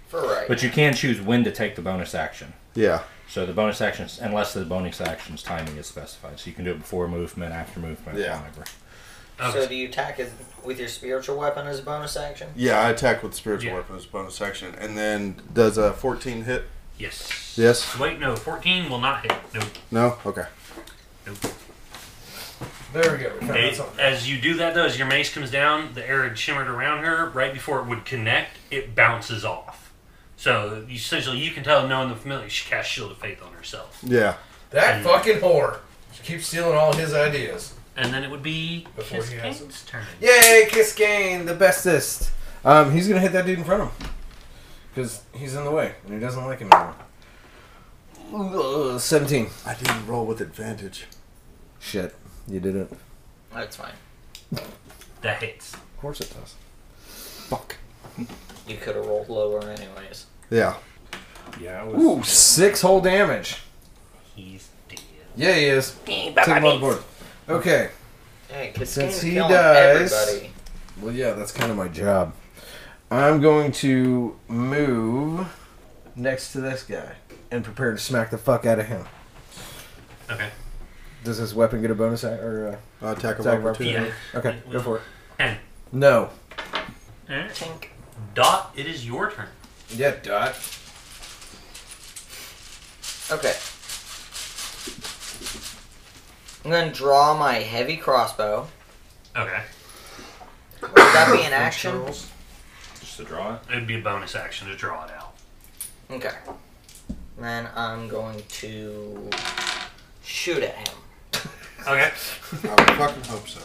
[SPEAKER 8] For right.
[SPEAKER 9] But you can choose when to take the bonus action.
[SPEAKER 8] Yeah.
[SPEAKER 9] So the bonus actions, unless the bonus action's timing is specified, so you can do it before movement, after movement,
[SPEAKER 8] Yeah.
[SPEAKER 9] whatever.
[SPEAKER 4] Okay.
[SPEAKER 6] So do you attack as, with your spiritual weapon as a bonus action?
[SPEAKER 8] Yeah, I attack with spiritual
[SPEAKER 4] Yeah.
[SPEAKER 8] weapon as bonus action, and then does a fourteen hit?
[SPEAKER 4] yes.
[SPEAKER 8] Yes.
[SPEAKER 4] Wait, no. Fourteen will not hit. No.
[SPEAKER 8] No. Okay.
[SPEAKER 1] There we go. We found
[SPEAKER 4] It-
[SPEAKER 1] something.
[SPEAKER 4] as you do that, though, as your mace comes down, the air had shimmered around her. Right before it would connect, it bounces off. So essentially, you can tell, knowing the familiar, she cast Shield of Faith on herself,
[SPEAKER 8] Yeah.
[SPEAKER 1] That fucking whore. She keeps stealing all his ideas.
[SPEAKER 4] and then it would be
[SPEAKER 1] Before
[SPEAKER 4] his
[SPEAKER 1] he has
[SPEAKER 4] king's turn.
[SPEAKER 3] Yay, Kiss Gain, the bestest. Um, he's gonna hit that dude in front of him because he's in the way and he doesn't like him anymore. Ugh, Seventeen.
[SPEAKER 8] I didn't roll with advantage.
[SPEAKER 3] Shit, you didn't.
[SPEAKER 6] That's fine.
[SPEAKER 4] That hits.
[SPEAKER 3] Of course it does.
[SPEAKER 8] Fuck.
[SPEAKER 6] You could have rolled lower anyways.
[SPEAKER 8] Yeah.
[SPEAKER 5] Yeah, it
[SPEAKER 3] Ooh, six whole damage.
[SPEAKER 4] He's dead.
[SPEAKER 3] Yeah, he is. Take him off the board. Okay.
[SPEAKER 6] Hey, 'cause
[SPEAKER 3] Since
[SPEAKER 6] Kane's
[SPEAKER 3] he
[SPEAKER 6] killing
[SPEAKER 3] dies-
[SPEAKER 6] everybody.
[SPEAKER 3] Well, yeah, that's kind of my job. I'm going to move next to this guy and prepare to smack the fuck out of him.
[SPEAKER 4] Okay.
[SPEAKER 3] Does this weapon get a bonus act or? Uh,
[SPEAKER 8] Uh, attack of
[SPEAKER 3] Attack of
[SPEAKER 8] opportunity.
[SPEAKER 4] Yeah.
[SPEAKER 3] Okay, go for it.
[SPEAKER 4] Ten.
[SPEAKER 3] No.
[SPEAKER 4] All right.
[SPEAKER 6] Tink.
[SPEAKER 4] Dot. It is your turn.
[SPEAKER 3] Yeah, dot.
[SPEAKER 6] Okay. I'm gonna draw my heavy crossbow.
[SPEAKER 4] Okay.
[SPEAKER 6] Would that be an action?
[SPEAKER 9] Just to draw it.
[SPEAKER 4] It'd be a bonus action to draw it out.
[SPEAKER 6] Okay. Then I'm going to shoot at him.
[SPEAKER 4] Okay.
[SPEAKER 8] I would fucking hope so.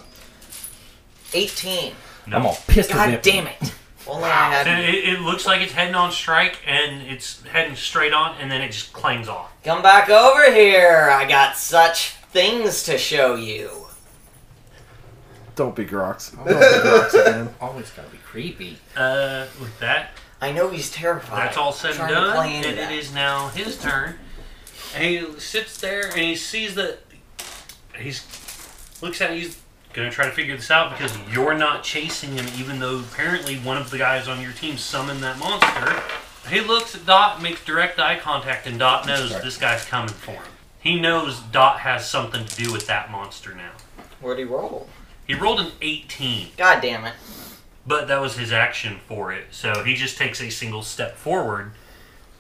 [SPEAKER 6] 18.
[SPEAKER 9] I'm all pissed
[SPEAKER 6] God
[SPEAKER 9] at
[SPEAKER 6] damn it. Only I
[SPEAKER 4] So
[SPEAKER 6] had.
[SPEAKER 4] it, it looks like it's heading on strike, and it's heading straight on, and then it just clangs off.
[SPEAKER 6] Come back over here. I got such things to show you.
[SPEAKER 3] Don't be Grox. Don't be Grox, man.
[SPEAKER 9] Always gotta be creepy.
[SPEAKER 4] Uh, with that,
[SPEAKER 6] I know he's terrified.
[SPEAKER 4] that's all said and
[SPEAKER 6] Trying to
[SPEAKER 4] done,
[SPEAKER 6] play
[SPEAKER 4] and
[SPEAKER 6] into
[SPEAKER 4] it
[SPEAKER 6] that.
[SPEAKER 4] is now his turn. And he sits there, and he sees that he's looks at it, he's gonna try to figure this out because you're not chasing him, even though apparently one of the guys on your team summoned that monster. He looks at Dot, makes direct eye contact, and Dot knows this guy's coming for him. He knows Dot has something to do with that monster now.
[SPEAKER 6] Where'd he roll?
[SPEAKER 4] He rolled an 18,
[SPEAKER 6] God damn it.
[SPEAKER 4] but that was his action for it. So he just takes a single step forward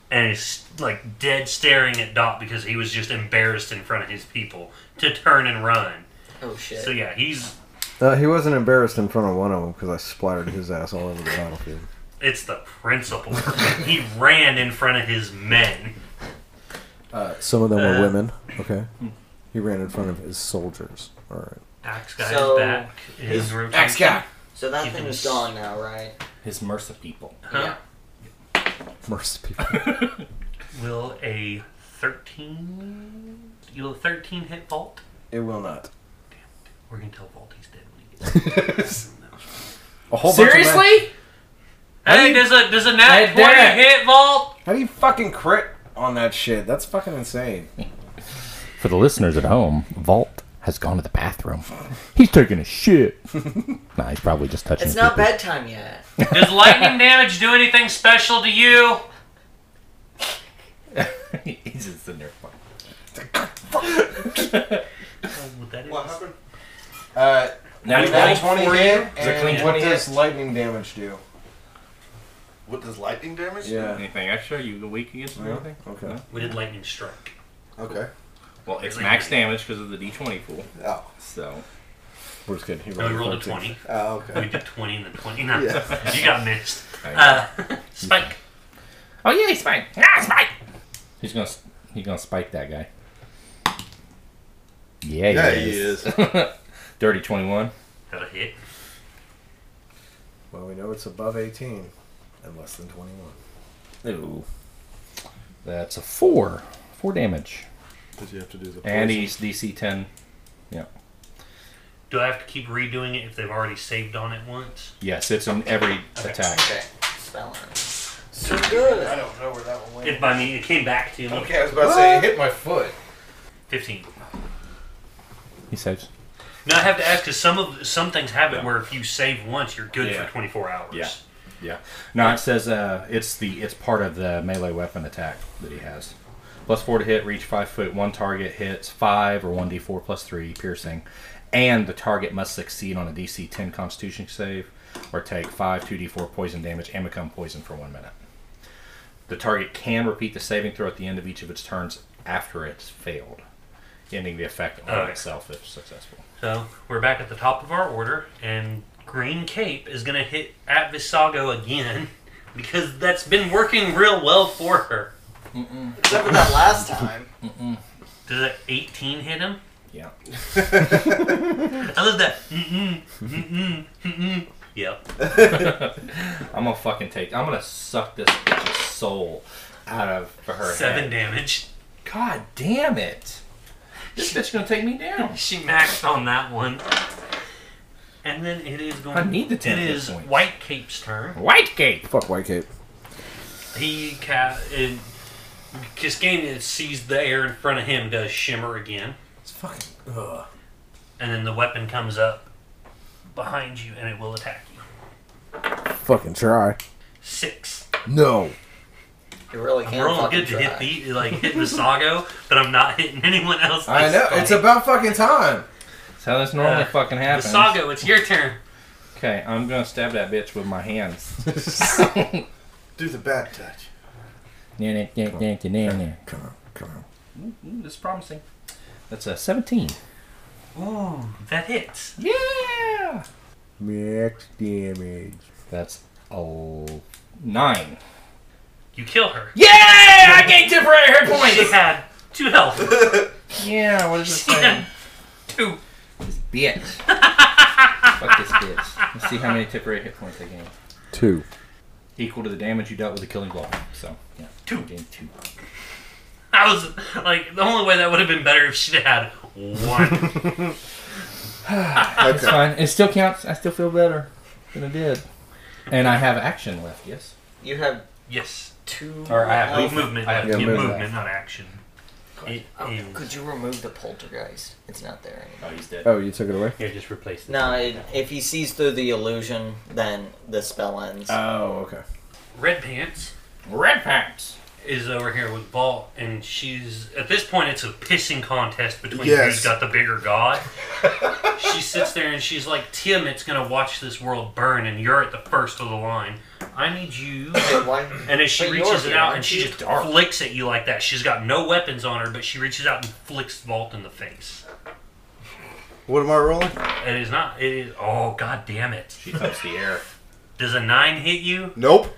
[SPEAKER 4] and is like dead staring at Dot because he was just embarrassed in front of his people to turn and run.
[SPEAKER 6] Oh shit.
[SPEAKER 4] So yeah, he's
[SPEAKER 3] Uh, he wasn't embarrassed in front of one of them because I splattered his ass all over the battlefield.
[SPEAKER 4] it's the principle. he ran in front of his men.
[SPEAKER 3] Some of them
[SPEAKER 4] Uh.
[SPEAKER 3] were women. Okay. He ran in front of his soldiers. All right.
[SPEAKER 4] Axe guy
[SPEAKER 6] So-
[SPEAKER 4] is back. His rotation.
[SPEAKER 1] Axe guy.
[SPEAKER 6] So that
[SPEAKER 4] Keep
[SPEAKER 6] thing
[SPEAKER 4] him
[SPEAKER 6] is
[SPEAKER 4] s-
[SPEAKER 6] gone now, right?
[SPEAKER 9] His MRSA people.
[SPEAKER 4] Huh?
[SPEAKER 3] Mercy people.
[SPEAKER 4] Will a thirteen? You will a thirteen hit Vault?
[SPEAKER 3] It will not.
[SPEAKER 4] We're gonna tell Vault he's dead when he gets.
[SPEAKER 3] A whole Bunch of
[SPEAKER 9] Seriously?
[SPEAKER 4] hey, does a does a nat
[SPEAKER 9] Hey, Derek.
[SPEAKER 4] twenty hit Vault?
[SPEAKER 3] ma- How do you fucking crit on that shit? That's fucking insane.
[SPEAKER 9] For the listeners at home, Vault has gone to the bathroom. He's taking a shit. nah, he's probably just touching.
[SPEAKER 6] It's
[SPEAKER 9] his
[SPEAKER 6] not
[SPEAKER 9] people.
[SPEAKER 6] bedtime yet.
[SPEAKER 4] Does lightning damage do anything special to you?
[SPEAKER 9] he's just in there.
[SPEAKER 8] What happened?
[SPEAKER 3] Uh,
[SPEAKER 9] Now he's
[SPEAKER 4] Nat
[SPEAKER 9] like,
[SPEAKER 4] 20 hit,
[SPEAKER 9] Is it clean?
[SPEAKER 3] what does lightning damage do?
[SPEAKER 8] What does lightning damage?
[SPEAKER 3] Yeah.
[SPEAKER 9] anything extra? You the weak against
[SPEAKER 3] Yeah.
[SPEAKER 9] anything?
[SPEAKER 3] Okay.
[SPEAKER 4] We did lightning strike.
[SPEAKER 8] Okay.
[SPEAKER 9] Well, it's max damage because of the D20 pool.
[SPEAKER 8] Oh.
[SPEAKER 9] So
[SPEAKER 3] We're just kidding. He
[SPEAKER 4] No, Oh, we rolled a
[SPEAKER 3] 13.
[SPEAKER 4] 20.
[SPEAKER 8] Oh,
[SPEAKER 4] We
[SPEAKER 8] okay.
[SPEAKER 4] did 20 and then 29.
[SPEAKER 8] Yeah.
[SPEAKER 4] You got missed.
[SPEAKER 9] I-
[SPEAKER 4] Uh, Spike.
[SPEAKER 9] Oh yeah, he's fine. Ah, spike. He's gonna he's gonna spike that guy. Yeah, he
[SPEAKER 8] Yeah, he
[SPEAKER 9] is.
[SPEAKER 8] is.
[SPEAKER 9] Dirty twenty-one.
[SPEAKER 4] Got a hit.
[SPEAKER 3] Well, we know it's above 18 and less than 21.
[SPEAKER 9] Ooh, that's a four. Four damage.
[SPEAKER 8] Did you have to do the
[SPEAKER 9] And he's DC ten.
[SPEAKER 4] Do I have to keep redoing it if they've already saved on it once?
[SPEAKER 9] Yes, it's on every attack.
[SPEAKER 6] Okay. Spell it.
[SPEAKER 1] So good. I don't know where that one went.
[SPEAKER 4] If by me, it came back to me.
[SPEAKER 1] Okay, I was about to say it hit my foot.
[SPEAKER 4] 15.
[SPEAKER 9] He saves.
[SPEAKER 4] Now I have to ask because some of some things have it where if you save once, you're good
[SPEAKER 9] Yeah.
[SPEAKER 4] for 24 hours.
[SPEAKER 9] Yeah. Yeah. No, it says uh, it's the it's part of the melee weapon attack that he has. Plus four to hit, reach five foot, one target hits five or one d four plus three piercing, and the target must succeed on a DC ten Constitution save or take five two d four poison damage and become poisoned for one minute. The target can repeat the saving throw at the end of each of its turns after it's failed, ending the effect on
[SPEAKER 4] Okay.
[SPEAKER 9] itself if successful.
[SPEAKER 4] So we're back at the top of our order, and Green Cape is going to hit at Visago again because that's been working real well for her.
[SPEAKER 6] Except for that last time.
[SPEAKER 4] Does that 18 hit him?
[SPEAKER 9] Yeah.
[SPEAKER 4] I love that. Mm-mm, mm-mm, mm-mm. Yep.
[SPEAKER 9] I'm gonna fucking take. I'm gonna suck this bitch's soul out of her
[SPEAKER 4] Seven
[SPEAKER 9] head.
[SPEAKER 4] damage.
[SPEAKER 9] God damn it! This bitch gonna take me down.
[SPEAKER 4] She maxed on that one. And then it is going.
[SPEAKER 9] I need the ten
[SPEAKER 4] It
[SPEAKER 9] hit
[SPEAKER 4] is
[SPEAKER 9] points.
[SPEAKER 4] White Cape's turn.
[SPEAKER 9] White Gate.
[SPEAKER 3] Fuck White Cape.
[SPEAKER 4] He ca- and Cascade sees the air in front of him does shimmer again.
[SPEAKER 3] It's fucking. Ugh.
[SPEAKER 4] and then the weapon comes up behind you and it will attack you.
[SPEAKER 3] Fucking try.
[SPEAKER 4] Six.
[SPEAKER 3] No.
[SPEAKER 6] You really
[SPEAKER 4] I'm
[SPEAKER 6] can't
[SPEAKER 4] rolling
[SPEAKER 6] fucking
[SPEAKER 4] good to
[SPEAKER 6] try.
[SPEAKER 4] hit the like hit Visago, but I'm not hitting anyone else.
[SPEAKER 3] I
[SPEAKER 4] this
[SPEAKER 3] know.
[SPEAKER 4] fight.
[SPEAKER 3] It's about fucking time.
[SPEAKER 9] That's how this normally
[SPEAKER 4] Uh,
[SPEAKER 9] fucking happens.
[SPEAKER 4] Visago, it's your turn.
[SPEAKER 9] Okay, I'm gonna stab that bitch with my hands.
[SPEAKER 8] Do the bad touch.
[SPEAKER 9] Ooh,
[SPEAKER 3] Come on. Come on.
[SPEAKER 9] ooh, Mm, This is promising. That's a 17.
[SPEAKER 4] Ooh, that hits.
[SPEAKER 9] Yeah.
[SPEAKER 3] Max damage.
[SPEAKER 9] That's a nine.
[SPEAKER 4] You kill her.
[SPEAKER 9] Yeah! I gained temporary hit
[SPEAKER 4] She
[SPEAKER 9] points.
[SPEAKER 4] had two health.
[SPEAKER 9] Yeah. What is this
[SPEAKER 4] She
[SPEAKER 9] thing?
[SPEAKER 4] had two.
[SPEAKER 9] Bitch. Fuck this bitch. Let's see how many temporary hit points I gain.
[SPEAKER 3] Two.
[SPEAKER 9] Equal to the damage you dealt with the killing blow. So, yeah.
[SPEAKER 4] Two.
[SPEAKER 9] I gained two.
[SPEAKER 4] I was like the only way that would have been better if she'd had one.
[SPEAKER 9] That's fine. It still counts. I still feel better than I did. And I have action left, yes?
[SPEAKER 6] You have
[SPEAKER 4] yes.
[SPEAKER 6] two.
[SPEAKER 9] Or I have
[SPEAKER 6] health.
[SPEAKER 4] Move movement.
[SPEAKER 9] I have
[SPEAKER 4] yeah,
[SPEAKER 3] movement.
[SPEAKER 4] movement, not action. It is-
[SPEAKER 6] oh, Could you remove the poltergeist? It's not there anymore.
[SPEAKER 9] Oh, he's dead.
[SPEAKER 3] Oh, you took it away?
[SPEAKER 9] Here, just replace this.
[SPEAKER 6] No, it, if he sees through the illusion, then the spell ends.
[SPEAKER 3] Oh, okay.
[SPEAKER 4] Red Pants
[SPEAKER 9] Red pants.
[SPEAKER 4] is over here with Balt, and she's at this point it's a pissing contest between
[SPEAKER 8] Yes.
[SPEAKER 4] who's got the bigger god. she sits there and she's like, "Tim, it's gonna watch this world burn, and you're at the first of the line. I need you." And as she
[SPEAKER 6] But you're
[SPEAKER 4] reaches it
[SPEAKER 6] here,
[SPEAKER 4] out
[SPEAKER 6] aren't
[SPEAKER 4] and she
[SPEAKER 6] you?
[SPEAKER 4] just flicks at you like that, she's got no weapons on her, but she reaches out and flicks Vault in the face.
[SPEAKER 8] What am I rolling?
[SPEAKER 4] It is not. It is. Oh god damn it!
[SPEAKER 9] She touched the air.
[SPEAKER 4] Does a nine hit you?
[SPEAKER 8] Nope.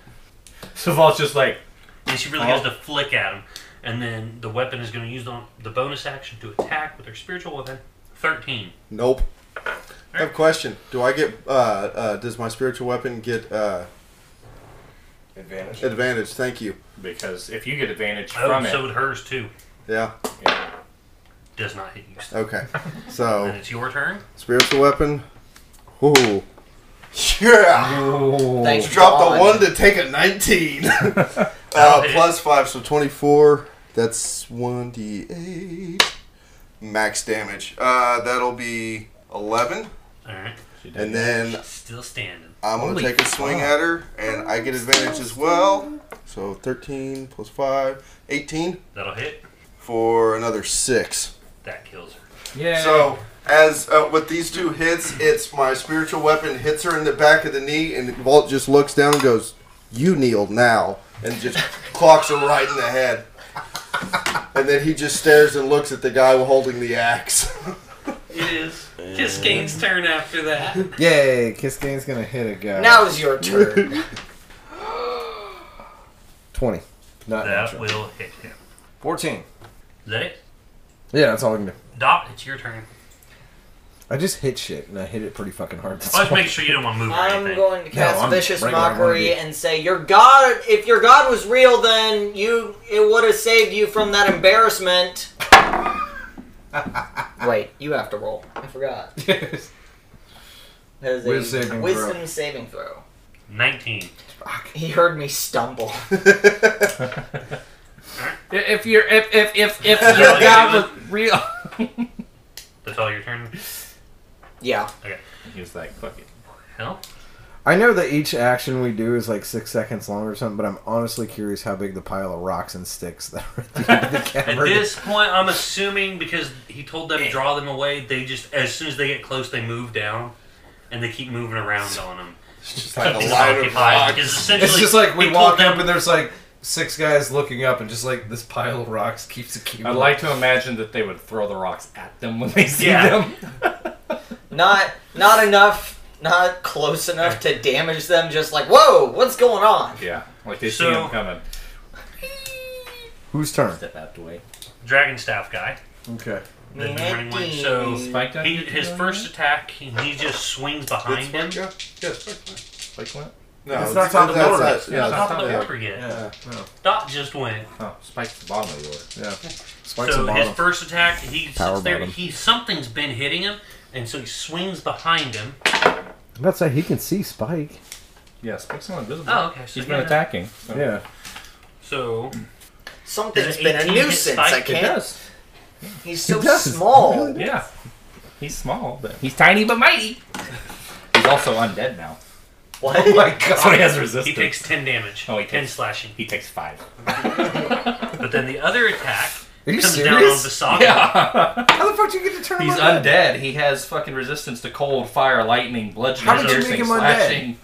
[SPEAKER 9] So Vault's just like,
[SPEAKER 4] And she
[SPEAKER 9] Oh.
[SPEAKER 4] really has to flick at him. And then the weapon is going to use on the bonus action to attack with her spiritual weapon. 13.
[SPEAKER 8] Nope. I have a question. Do I get? Uh, uh, does my spiritual weapon get uh,
[SPEAKER 1] Advantage.
[SPEAKER 8] advantage? Thank you.
[SPEAKER 9] because if you get advantage
[SPEAKER 4] Oh,
[SPEAKER 9] from
[SPEAKER 4] so
[SPEAKER 9] it,
[SPEAKER 4] would hers too.
[SPEAKER 8] Yeah.
[SPEAKER 4] Does not hit you.
[SPEAKER 1] Oh.
[SPEAKER 8] Okay.
[SPEAKER 4] And
[SPEAKER 8] So
[SPEAKER 4] it's your turn.
[SPEAKER 8] spiritual weapon. Ooh. Yeah.
[SPEAKER 3] Oh.
[SPEAKER 6] Thanks,
[SPEAKER 8] Drop
[SPEAKER 6] God.
[SPEAKER 8] the one to take a nineteen. uh, plus five, so twenty-four. That's one d eight. Max damage. Uh, that'll be eleven,
[SPEAKER 4] Alright.
[SPEAKER 8] and then
[SPEAKER 4] Still standing.
[SPEAKER 8] I'm gonna take a swing at her, and I get advantage as well. So 13 plus 5, 18
[SPEAKER 4] That'll hit.
[SPEAKER 8] for another six.
[SPEAKER 4] That kills her.
[SPEAKER 9] yeah.
[SPEAKER 8] So as uh, with these two hits, it's my spiritual weapon hits her in the back of the knee, and Vault just looks down and goes, "You kneel now," and just clocks her right in the head. And then he just stares and looks at the guy holding the axe.
[SPEAKER 4] It is. Kiss Kane's turn after that.
[SPEAKER 3] Yay, Kiss Game's gonna hit a guy.
[SPEAKER 6] Now is your turn.
[SPEAKER 3] 20. Not
[SPEAKER 4] That
[SPEAKER 3] natural.
[SPEAKER 4] will hit him.
[SPEAKER 3] 14.
[SPEAKER 4] Is that it?
[SPEAKER 3] Yeah, that's all I can do.
[SPEAKER 4] Dot, it's your turn.
[SPEAKER 3] I just hit shit, and I hit it pretty fucking hard. That's
[SPEAKER 4] Well, let's
[SPEAKER 3] all.
[SPEAKER 4] make sure you don't want to move or
[SPEAKER 6] I'm
[SPEAKER 4] anything.
[SPEAKER 6] going to cast
[SPEAKER 3] I'm
[SPEAKER 6] vicious
[SPEAKER 3] right where I wanna be.
[SPEAKER 6] mockery and say, "Your God, if your God was real, then you it would have saved you from that embarrassment." Wait, you have to roll. I forgot. That is a
[SPEAKER 3] Wisdom saving
[SPEAKER 6] wisdom
[SPEAKER 3] throw.
[SPEAKER 6] saving throw.
[SPEAKER 4] 19.
[SPEAKER 6] He heard me stumble.
[SPEAKER 9] if you're if if if if
[SPEAKER 4] all
[SPEAKER 9] your
[SPEAKER 4] you
[SPEAKER 9] god
[SPEAKER 4] do
[SPEAKER 9] was real,
[SPEAKER 4] That's all your turn.
[SPEAKER 6] yeah.
[SPEAKER 9] he was like, fuck it.
[SPEAKER 4] Hell.
[SPEAKER 3] I know that each action we do is like six seconds long or something, but I'm honestly curious how big the pile of rocks and sticks that are at the end of the
[SPEAKER 4] At
[SPEAKER 3] cavern.
[SPEAKER 4] this point, I'm assuming because he told them to draw them away, they just as soon as they get close, they move down, and they keep moving around on them.
[SPEAKER 8] Just like
[SPEAKER 4] Keep them occupied because essentially
[SPEAKER 1] It's just like we
[SPEAKER 4] he
[SPEAKER 1] walk
[SPEAKER 4] told them,
[SPEAKER 1] up and there's like six guys looking up and just like this pile of rocks keeps
[SPEAKER 5] I'd
[SPEAKER 1] accumulating.
[SPEAKER 5] like to imagine that they would throw the rocks at them when they see
[SPEAKER 4] Yeah.
[SPEAKER 5] them.
[SPEAKER 6] Not not enough. Not close enough to damage them. Just like, whoa, what's going on?
[SPEAKER 5] Yeah, like they
[SPEAKER 4] So-
[SPEAKER 5] see them coming.
[SPEAKER 3] Whose turn?
[SPEAKER 9] Step out the way.
[SPEAKER 4] dragon staff guy.
[SPEAKER 3] Okay.
[SPEAKER 4] The running one. So
[SPEAKER 9] Spike up.
[SPEAKER 4] he, his first attack, he he just swings behind him.
[SPEAKER 8] Yeah, it's fine.
[SPEAKER 9] Spike went.
[SPEAKER 8] No,
[SPEAKER 3] It's not top of the order.
[SPEAKER 8] outside.
[SPEAKER 3] It's
[SPEAKER 8] Yeah,
[SPEAKER 4] It's not
[SPEAKER 8] it's-
[SPEAKER 4] the
[SPEAKER 8] yeah.
[SPEAKER 4] order yet.
[SPEAKER 3] Yeah. No.
[SPEAKER 4] Dot just went.
[SPEAKER 9] Oh, spiked the bottom of the order.
[SPEAKER 3] Yeah. Spikes
[SPEAKER 4] so
[SPEAKER 3] and
[SPEAKER 4] his
[SPEAKER 3] bottom.
[SPEAKER 4] first attack, he
[SPEAKER 3] Power
[SPEAKER 4] sits there.
[SPEAKER 3] bottom.
[SPEAKER 4] He something's been hitting him, and so he swings behind him.
[SPEAKER 3] I'm about to say he can see Spike.
[SPEAKER 5] Yeah, Spike's not invisible.
[SPEAKER 4] Oh, okay. So
[SPEAKER 5] He's
[SPEAKER 4] yeah.
[SPEAKER 5] been attacking. So.
[SPEAKER 3] Yeah.
[SPEAKER 4] So
[SPEAKER 6] Something's
[SPEAKER 4] Does an
[SPEAKER 6] been a
[SPEAKER 4] 18 hit
[SPEAKER 6] nuisance.
[SPEAKER 4] spike?
[SPEAKER 6] I
[SPEAKER 4] It
[SPEAKER 9] It
[SPEAKER 6] can't.
[SPEAKER 9] does.
[SPEAKER 6] He's so
[SPEAKER 3] It does. Oh
[SPEAKER 6] small.
[SPEAKER 5] Yeah. He's small, but
[SPEAKER 9] He's tiny but mighty. He's also undead now.
[SPEAKER 6] What?
[SPEAKER 5] my god. So he has resistance.
[SPEAKER 4] he takes ten damage.
[SPEAKER 9] Oh, he
[SPEAKER 4] ten
[SPEAKER 9] takes-
[SPEAKER 4] slashing.
[SPEAKER 9] He takes five.
[SPEAKER 4] But then the other attack
[SPEAKER 3] Are you
[SPEAKER 4] comes down on
[SPEAKER 3] serious?
[SPEAKER 4] Basaga.
[SPEAKER 9] Yeah.
[SPEAKER 3] How the fuck do you get to turn him
[SPEAKER 9] He's
[SPEAKER 3] on
[SPEAKER 9] undead. He has fucking resistance to cold, fire, lightning, bludgeoning,
[SPEAKER 3] How did you
[SPEAKER 9] piercing,
[SPEAKER 3] make him undead?
[SPEAKER 9] slashing.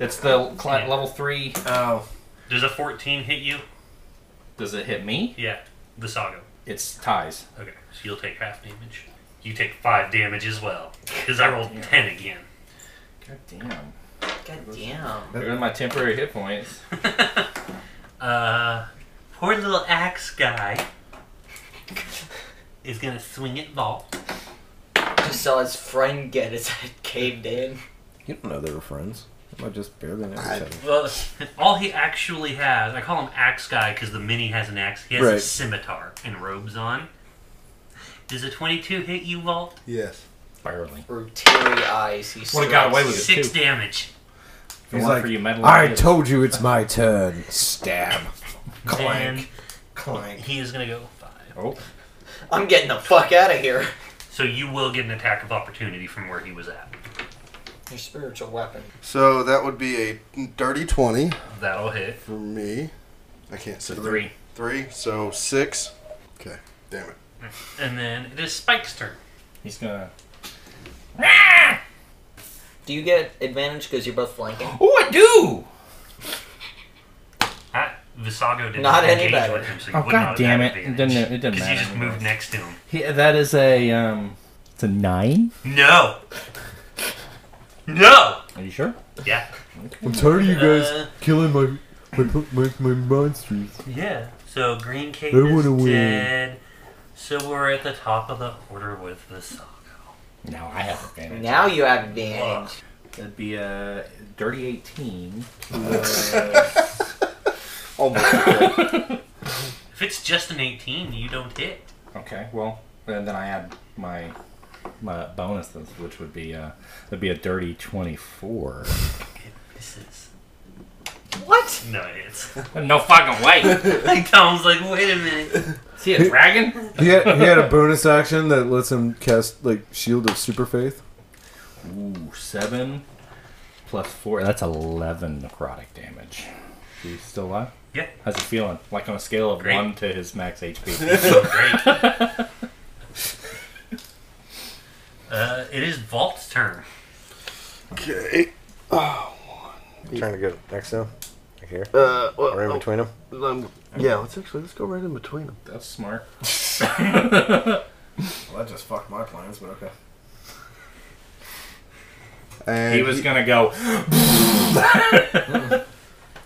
[SPEAKER 9] It's the cl- level three.
[SPEAKER 3] Oh.
[SPEAKER 4] Does a 14 hit you?
[SPEAKER 9] Does it hit me?
[SPEAKER 4] Yeah, the Sago.
[SPEAKER 9] It's ties.
[SPEAKER 4] Okay, so you'll take half damage. You take five damage as well, because I rolled 10 again.
[SPEAKER 9] God damn.
[SPEAKER 6] God damn.
[SPEAKER 9] They're in my temporary hit points.
[SPEAKER 4] Uh, poor little axe guy is gonna swing at Vol.
[SPEAKER 6] Just saw his friend get his head caved in.
[SPEAKER 3] You don't know they were friends. I just barely know each
[SPEAKER 8] I-
[SPEAKER 3] other.
[SPEAKER 4] Well, all he actually has, I call him axe guy because the mini has an axe. He has a
[SPEAKER 3] Right.
[SPEAKER 4] scimitar and robes on. Does a 22 hit you, Vault?
[SPEAKER 8] Yes.
[SPEAKER 9] Barely.
[SPEAKER 6] Through teary eyes, he
[SPEAKER 9] Would've got
[SPEAKER 6] strikes
[SPEAKER 9] away with
[SPEAKER 6] you.
[SPEAKER 4] Six damage.
[SPEAKER 9] The one for you meddling
[SPEAKER 3] I
[SPEAKER 9] kids."
[SPEAKER 3] told you it's my turn. Stab.
[SPEAKER 4] Clank.
[SPEAKER 3] Clank.
[SPEAKER 4] And he is gonna go five.
[SPEAKER 5] Oh,
[SPEAKER 6] I'm getting the fuck out of here.
[SPEAKER 4] So you will get an attack of opportunity from where he was at.
[SPEAKER 6] Your spiritual weapon.
[SPEAKER 8] So that would be a dirty 20
[SPEAKER 4] That'll hit.
[SPEAKER 8] for me. I can't say
[SPEAKER 4] So three.
[SPEAKER 8] Three, so six. Okay, damn it.
[SPEAKER 4] And then it is Spike's turn.
[SPEAKER 9] He's gonna.
[SPEAKER 6] Do you get advantage because you're both flanking?
[SPEAKER 9] Oh, I do.
[SPEAKER 4] Ah, Visago did
[SPEAKER 6] Not
[SPEAKER 4] not
[SPEAKER 6] any
[SPEAKER 4] engage
[SPEAKER 6] better.
[SPEAKER 4] with him, so you
[SPEAKER 9] Oh,
[SPEAKER 4] would
[SPEAKER 9] God
[SPEAKER 4] not
[SPEAKER 9] damn
[SPEAKER 4] have
[SPEAKER 9] it. It didn't- it didn't
[SPEAKER 4] Because you
[SPEAKER 9] matter
[SPEAKER 4] just
[SPEAKER 9] anyway.
[SPEAKER 4] moved next to him.
[SPEAKER 9] He, that is a um. It's a nine.
[SPEAKER 4] No! No!
[SPEAKER 9] Are you sure?
[SPEAKER 4] Yeah.
[SPEAKER 3] I'm tired of you guys
[SPEAKER 4] Uh.
[SPEAKER 3] killing my my, my my monsters.
[SPEAKER 4] Yeah. So Green Cake
[SPEAKER 3] They
[SPEAKER 4] is
[SPEAKER 3] wanna win.
[SPEAKER 4] dead. So we're at the top of the order with Visago.
[SPEAKER 9] No, I have advantage.
[SPEAKER 6] Now you have advantage.
[SPEAKER 9] That'd be a dirty eighteen.
[SPEAKER 8] Oh my god.
[SPEAKER 4] If it's just an 18, you don't hit.
[SPEAKER 9] Okay, well, and then I add my my bonuses, which would be uh, that'd be a dirty twenty-four.
[SPEAKER 4] This is.
[SPEAKER 6] What?
[SPEAKER 4] No, it is.
[SPEAKER 9] no fucking way.
[SPEAKER 4] like, Tom's like, wait a minute.
[SPEAKER 9] See a dragon?
[SPEAKER 3] He had, he had a bonus action that lets him cast like Shield of Super Faith.
[SPEAKER 9] Ooh, seven plus four. That's eleven necrotic damage. You still alive?
[SPEAKER 4] Yeah.
[SPEAKER 9] How's it feeling? Like on a scale of
[SPEAKER 4] Great.
[SPEAKER 9] one to his max HP.
[SPEAKER 4] Great. Uh, it is Vault's turn.
[SPEAKER 8] Okay. Oh,
[SPEAKER 7] trying to go next to him. Right here.
[SPEAKER 8] Uh, well,
[SPEAKER 7] Or in between them.
[SPEAKER 8] oh, um, yeah, let's actually let's go right in between them.
[SPEAKER 9] That's smart.
[SPEAKER 1] Well, that just fucked my plans, but okay.
[SPEAKER 8] And
[SPEAKER 9] He was gonna go.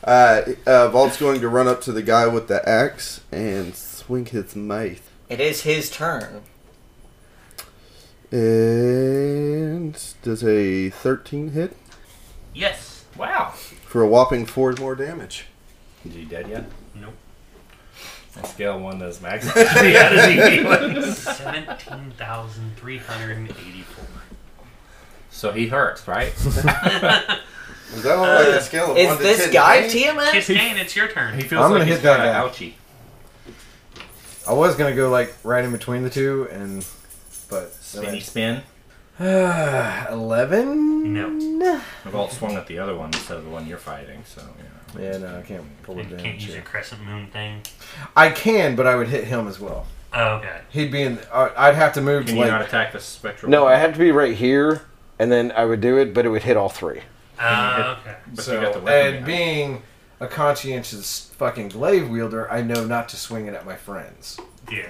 [SPEAKER 8] Uh, uh, Vault's going to run up to the guy with the axe and swing his mace.
[SPEAKER 6] It is his turn.
[SPEAKER 8] And does a 13 hit
[SPEAKER 4] Yes.
[SPEAKER 9] Wow.
[SPEAKER 8] for a whopping four more damage.
[SPEAKER 9] Is he dead yet?
[SPEAKER 4] Nope.
[SPEAKER 9] On scale of one to his max HP. How does he feel?
[SPEAKER 4] 17,384.
[SPEAKER 9] So he hurts, right?
[SPEAKER 8] Is that on like a scale of
[SPEAKER 6] Is
[SPEAKER 8] one to
[SPEAKER 6] this
[SPEAKER 8] 10,
[SPEAKER 6] guy
[SPEAKER 8] right?
[SPEAKER 6] Tiamat?
[SPEAKER 4] Kistane, it's your turn.
[SPEAKER 9] He feels
[SPEAKER 3] I'm
[SPEAKER 9] like
[SPEAKER 3] gonna
[SPEAKER 9] he's
[SPEAKER 3] hit that
[SPEAKER 9] kinda
[SPEAKER 3] guy.
[SPEAKER 9] ouchy.
[SPEAKER 3] I was gonna go like right in between the two, and but
[SPEAKER 9] Spinny spin.
[SPEAKER 3] eleven.
[SPEAKER 4] No.
[SPEAKER 9] We've all swung at the other one instead of the one you're fighting, so yeah.
[SPEAKER 3] Yeah, no, I can't pull it
[SPEAKER 4] You can't
[SPEAKER 3] down.
[SPEAKER 4] use your crescent moon thing.
[SPEAKER 3] I can, but I would hit him as well.
[SPEAKER 4] Oh, okay.
[SPEAKER 3] He'd be in. Uh, I'd have to move.
[SPEAKER 9] Can
[SPEAKER 3] like,
[SPEAKER 9] you not attack the spectral?
[SPEAKER 11] No, I had to be right here, and then I would do it, but it would hit all three.
[SPEAKER 4] Uh, okay.
[SPEAKER 9] But
[SPEAKER 3] So,
[SPEAKER 9] you got the weapon.
[SPEAKER 3] and
[SPEAKER 9] behind.
[SPEAKER 3] being a conscientious fucking glaive wielder, I know not to swing it at my friends.
[SPEAKER 4] Yeah.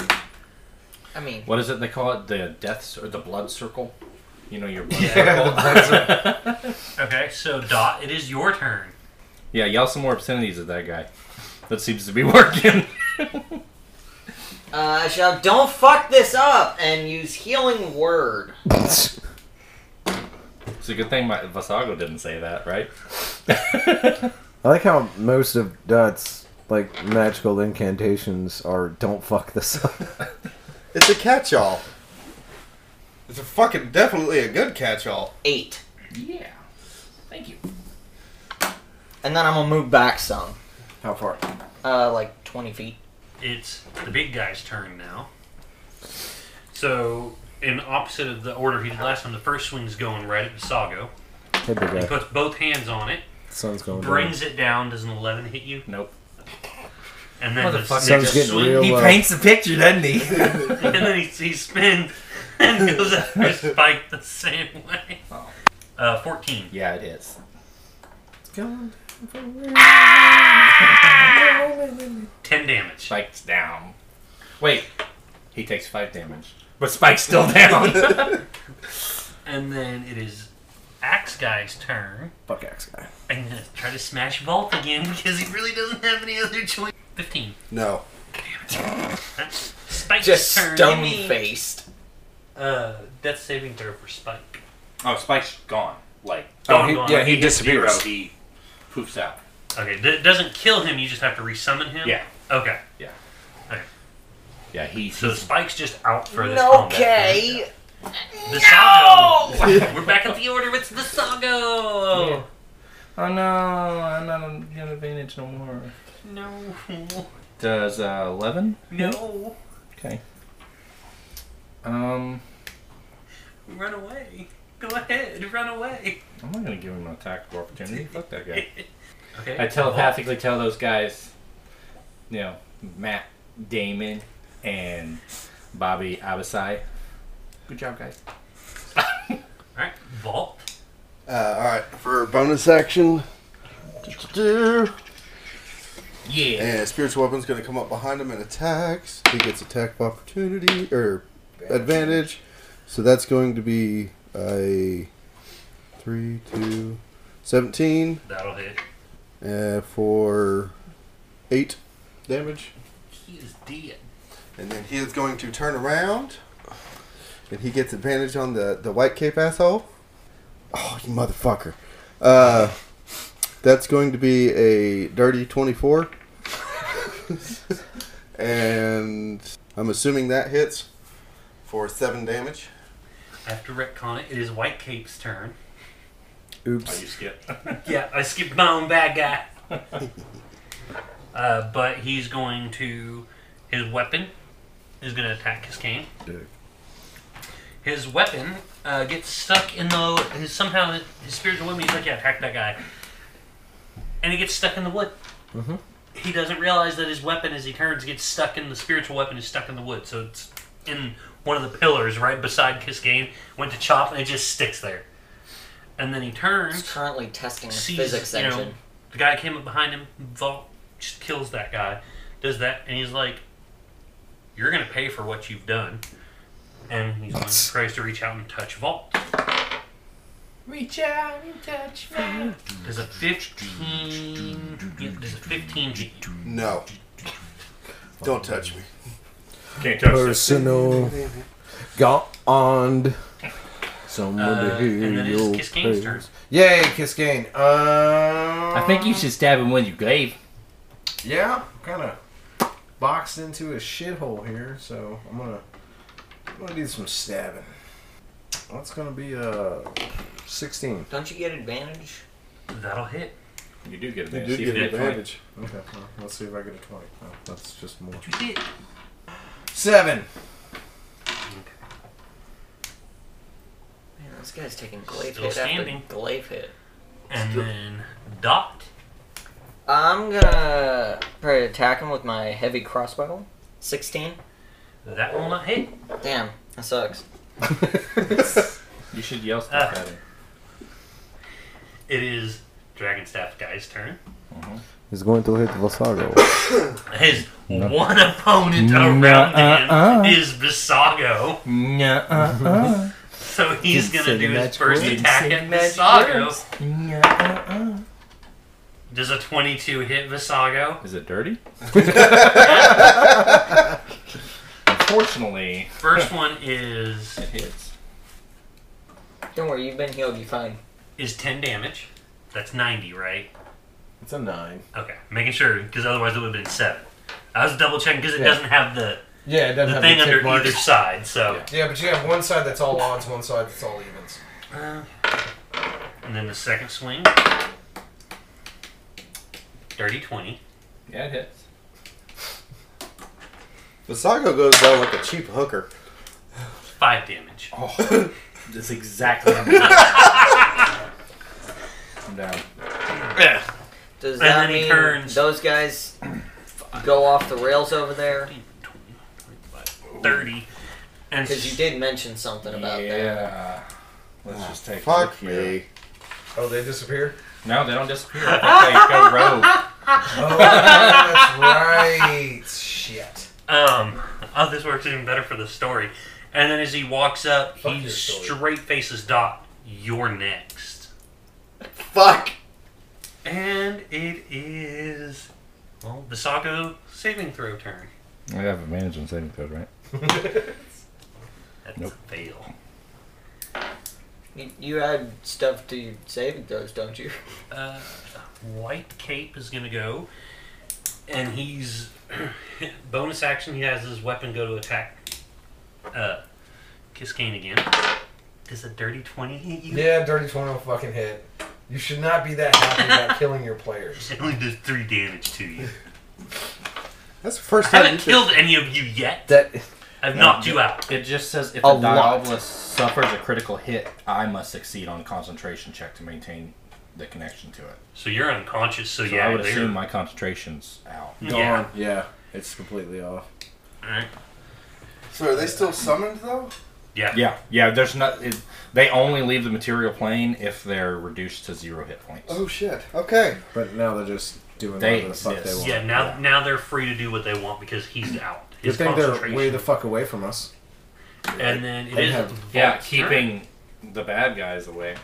[SPEAKER 6] I mean,
[SPEAKER 9] what is it they call it? The death c- or the blood circle? You know your blood
[SPEAKER 3] the
[SPEAKER 9] circle.
[SPEAKER 3] blood circle.
[SPEAKER 4] Okay, so Dot, it is your turn.
[SPEAKER 9] yeah, yell some more obscenities at that guy. That seems to be working.
[SPEAKER 6] uh, I shall don't fuck this up and use healing word.
[SPEAKER 9] it's a good thing my Vasago didn't say that, right?
[SPEAKER 3] I like how most of Dot's like magical incantations are "Don't fuck this up."
[SPEAKER 8] It's a catch-all. It's a fucking definitely a good catch-all.
[SPEAKER 6] Eight.
[SPEAKER 9] Yeah. Thank you.
[SPEAKER 6] And then I'm gonna move back some.
[SPEAKER 3] How far?
[SPEAKER 6] Uh, like 20 feet.
[SPEAKER 4] It's the big guy's turn now. So, in opposite of the order he did last time, the first swing's going right at Visago.
[SPEAKER 3] Hey, big
[SPEAKER 4] He
[SPEAKER 3] guy.
[SPEAKER 4] puts both hands on it,
[SPEAKER 3] Sun's going.
[SPEAKER 4] brings it down. Does an 11 hit you?
[SPEAKER 9] Nope.
[SPEAKER 4] And then the
[SPEAKER 9] Motherfucker.
[SPEAKER 4] next
[SPEAKER 3] Sun's getting
[SPEAKER 4] swing,
[SPEAKER 3] real
[SPEAKER 11] uh,
[SPEAKER 3] low.
[SPEAKER 9] the picture, doesn't he?
[SPEAKER 4] and then he, he spins and goes after Spike the same way.
[SPEAKER 9] Oh.
[SPEAKER 4] Uh, 14.
[SPEAKER 9] yeah, it is.
[SPEAKER 3] Going-
[SPEAKER 4] 10 damage.
[SPEAKER 9] Spike's down. Wait, he takes five damage, but Spike's still down.
[SPEAKER 4] And then it is Axe Guy's turn.
[SPEAKER 3] Fuck axe guy.
[SPEAKER 4] I'm gonna try to smash Vault again because he really doesn't have any other choice. 15.
[SPEAKER 8] No.
[SPEAKER 4] That's Spike's
[SPEAKER 6] Just
[SPEAKER 4] turn.
[SPEAKER 6] stone
[SPEAKER 4] Give me,
[SPEAKER 6] faced.
[SPEAKER 4] Uh, death saving throw for Spike.
[SPEAKER 9] oh, Spike's gone. Like,
[SPEAKER 4] Gone,
[SPEAKER 11] Oh, he-
[SPEAKER 4] gone.
[SPEAKER 11] yeah, he
[SPEAKER 9] hits
[SPEAKER 11] disappears.
[SPEAKER 9] zero, he poofs out.
[SPEAKER 4] Okay, th- it doesn't kill him, you just have to resummon him?
[SPEAKER 9] Yeah.
[SPEAKER 4] Okay,
[SPEAKER 9] Yeah, he's,
[SPEAKER 4] so Spike's just out for this combat.
[SPEAKER 6] Okay.
[SPEAKER 4] The Sago! We're back at the order, it's the Sago!
[SPEAKER 9] Oh no, I'm not on the advantage no more.
[SPEAKER 4] No.
[SPEAKER 9] Does uh, eleven?
[SPEAKER 4] No.
[SPEAKER 9] Okay. Um,
[SPEAKER 4] Run away. Go ahead, run away.
[SPEAKER 9] I'm not gonna give him an attack of opportunity. Fuck that guy.
[SPEAKER 4] Okay.
[SPEAKER 9] I telepathically tell those guys, you know, Matt Damon and Bobby Abasai. Good job, guys.
[SPEAKER 4] Alright, Vault.
[SPEAKER 8] Uh, all right, for bonus action.
[SPEAKER 9] Yeah.
[SPEAKER 8] And spiritual weapon's going to come up behind him and attacks. He gets attack of opportunity or advantage. So that's going to be a 3, 2, 17.
[SPEAKER 4] That'll hit.
[SPEAKER 8] Uh, for 8 damage.
[SPEAKER 4] He is dead.
[SPEAKER 8] And then he is going to turn around. And he gets advantage on the, the white cape asshole. Oh, you motherfucker. Uh, that's going to be a dirty 24. and I'm assuming that hits for 7 damage.
[SPEAKER 4] I have to retcon it. It is White Cape's turn.
[SPEAKER 8] Oops.
[SPEAKER 9] Oh, skip.
[SPEAKER 4] yeah, I skipped my own bad guy. uh, but he's going to. His weapon is going to attack his cane. His weapon uh, gets stuck in the. His, somehow his spiritual weapon, he's like, yeah, attack that guy. And he gets stuck in the wood.
[SPEAKER 3] Mhm.
[SPEAKER 4] He doesn't realize that his weapon, as he turns, gets stuck in the spiritual weapon, is stuck in the wood. So it's in one of the pillars right beside Kiskane. Went to chop, and it just sticks there. And then he turns
[SPEAKER 6] He's currently testing the
[SPEAKER 4] sees,
[SPEAKER 6] physics
[SPEAKER 4] you know,
[SPEAKER 6] engine.
[SPEAKER 4] the guy came up behind him, vault, just kills that guy, does that, and he's like, "You're gonna pay for what you've done." And he's going, tries to reach out and touch Vault.
[SPEAKER 9] Reach out and touch me.
[SPEAKER 4] Does a fifteen? yeah, Does a fifteen? hit you?
[SPEAKER 8] No. Don't touch me.
[SPEAKER 9] Can't touch this.
[SPEAKER 3] Personal. Gone. Somebody
[SPEAKER 4] Uh,
[SPEAKER 3] hear
[SPEAKER 4] and then it's
[SPEAKER 3] your
[SPEAKER 4] Kiskane's turn.
[SPEAKER 3] prayers. Yay, Kiskane. Um,
[SPEAKER 9] I think you should stab him when you gave.
[SPEAKER 3] Yeah, kind of boxed into a shithole here, so I'm gonna I'm gonna do some stabbing. That's gonna be uh, a 16.
[SPEAKER 6] Don't you get advantage?
[SPEAKER 4] That'll hit.
[SPEAKER 9] You do get
[SPEAKER 8] You
[SPEAKER 9] advantage.
[SPEAKER 8] do
[SPEAKER 9] See if
[SPEAKER 8] get
[SPEAKER 9] you hit
[SPEAKER 8] advantage.
[SPEAKER 3] Okay, well, let's see if I get a 20. Oh, that's just more.
[SPEAKER 4] You did.
[SPEAKER 3] Seven.
[SPEAKER 6] Man, this guy's taking glaive
[SPEAKER 4] Still
[SPEAKER 6] hit
[SPEAKER 4] standing.
[SPEAKER 6] after glaive hit.
[SPEAKER 4] And then Dot.
[SPEAKER 6] I'm gonna try to attack him with my heavy crossbow. 16.
[SPEAKER 4] That will not hit.
[SPEAKER 6] Damn, that sucks.
[SPEAKER 9] You should yell stuff
[SPEAKER 4] Ah.
[SPEAKER 9] at him.
[SPEAKER 4] It is Dragonstaff guy's turn.
[SPEAKER 3] He's going to hit Vasago.
[SPEAKER 4] His one opponent around him
[SPEAKER 3] uh-uh.
[SPEAKER 4] is Visago.
[SPEAKER 9] Nuh-uh-uh.
[SPEAKER 4] So he's
[SPEAKER 9] Didn't
[SPEAKER 4] gonna
[SPEAKER 9] say
[SPEAKER 4] do
[SPEAKER 9] the
[SPEAKER 4] his
[SPEAKER 9] magic
[SPEAKER 4] first
[SPEAKER 9] words.
[SPEAKER 4] attack
[SPEAKER 9] Didn't
[SPEAKER 4] at
[SPEAKER 9] say the magic
[SPEAKER 4] Visago.
[SPEAKER 9] words. Nuh-uh-uh.
[SPEAKER 4] Does a 22 hit Visago?
[SPEAKER 9] Is it dirty? Unfortunately,
[SPEAKER 4] First one is
[SPEAKER 9] it hits.
[SPEAKER 6] Don't worry, you've been healed, you're fine.
[SPEAKER 4] is 10 damage. That's 90, right?
[SPEAKER 3] It's a nine.
[SPEAKER 4] Okay, making sure because otherwise it would have been seven. I was double checking because it
[SPEAKER 3] Yeah.
[SPEAKER 4] doesn't have the,
[SPEAKER 3] Yeah, it doesn't
[SPEAKER 4] the
[SPEAKER 3] have
[SPEAKER 4] thing
[SPEAKER 3] the tick
[SPEAKER 4] under
[SPEAKER 3] marks.
[SPEAKER 4] either side. So
[SPEAKER 3] Yeah, but you have one side that's all odds, one side that's all evens.
[SPEAKER 4] and then the second swing, dirty 20.
[SPEAKER 9] Yeah, it hits.
[SPEAKER 8] Visago goes down like a cheap hooker.
[SPEAKER 4] Five damage.
[SPEAKER 9] That's exactly how I'm down.
[SPEAKER 4] Yeah.
[SPEAKER 6] Does
[SPEAKER 4] And
[SPEAKER 6] that
[SPEAKER 4] then he
[SPEAKER 6] mean
[SPEAKER 4] turns.
[SPEAKER 6] those guys go off the rails over there?
[SPEAKER 4] 30. And
[SPEAKER 6] Because you did mention something about that.
[SPEAKER 9] Yeah. Let's just take a look
[SPEAKER 8] Fuck
[SPEAKER 9] here.
[SPEAKER 8] me.
[SPEAKER 3] Oh, they disappear?
[SPEAKER 9] No, they don't disappear. I
[SPEAKER 3] Oh, that's right. Shit.
[SPEAKER 4] Um, oh, this works even better for the story. And then as he walks up,
[SPEAKER 3] Fuck
[SPEAKER 4] he
[SPEAKER 3] your story.
[SPEAKER 4] straight faces Dot. You're next.
[SPEAKER 6] Fuck!
[SPEAKER 4] And it is, well, Visago saving throw turn.
[SPEAKER 5] I have advantage on saving throws, right?
[SPEAKER 4] That's
[SPEAKER 5] Nope.
[SPEAKER 4] a fail.
[SPEAKER 6] You, you add stuff to your saving throws, don't you?
[SPEAKER 4] Uh, White Cape is going to go. And he's, bonus action, he has his weapon go to attack uh, Kiskane again. Does a dirty 20 hit you?
[SPEAKER 3] Yeah, Dirty 20 will fucking hit. You should not be that happy about killing your players.
[SPEAKER 4] It only does three damage to you.
[SPEAKER 7] That's the first
[SPEAKER 4] I
[SPEAKER 7] time
[SPEAKER 4] haven't
[SPEAKER 7] you
[SPEAKER 4] killed any of you yet.
[SPEAKER 1] That
[SPEAKER 4] I've knocked you out.
[SPEAKER 9] It just says if
[SPEAKER 4] A
[SPEAKER 9] a the
[SPEAKER 4] lot.
[SPEAKER 9] Diabolus suffers a critical hit, I must succeed on a concentration check to maintain the connection to it.
[SPEAKER 4] So you're unconscious. So,
[SPEAKER 9] So
[SPEAKER 4] yeah,
[SPEAKER 9] I would
[SPEAKER 4] they're-
[SPEAKER 9] assume my concentration's out.
[SPEAKER 4] Gone. Yeah.
[SPEAKER 3] Yeah, it's completely off.
[SPEAKER 4] Alright.
[SPEAKER 8] So are they still summoned though?
[SPEAKER 4] Yeah.
[SPEAKER 9] Yeah. Yeah. There's not. It, they only leave the material plane if they're reduced to zero hit points.
[SPEAKER 8] Oh shit. Okay.
[SPEAKER 3] But now they're just doing
[SPEAKER 9] They
[SPEAKER 3] whatever the fuck they
[SPEAKER 9] exist.
[SPEAKER 3] want.
[SPEAKER 4] Yeah, now now they're free to do what they want because he's out.
[SPEAKER 3] Good
[SPEAKER 4] His
[SPEAKER 3] thing they're
[SPEAKER 4] concentration.
[SPEAKER 3] way the fuck away from us.
[SPEAKER 4] And then it
[SPEAKER 3] They
[SPEAKER 4] is
[SPEAKER 3] have-
[SPEAKER 4] Vault's
[SPEAKER 9] Yeah.
[SPEAKER 4] turn.
[SPEAKER 9] Keeping the bad guys away.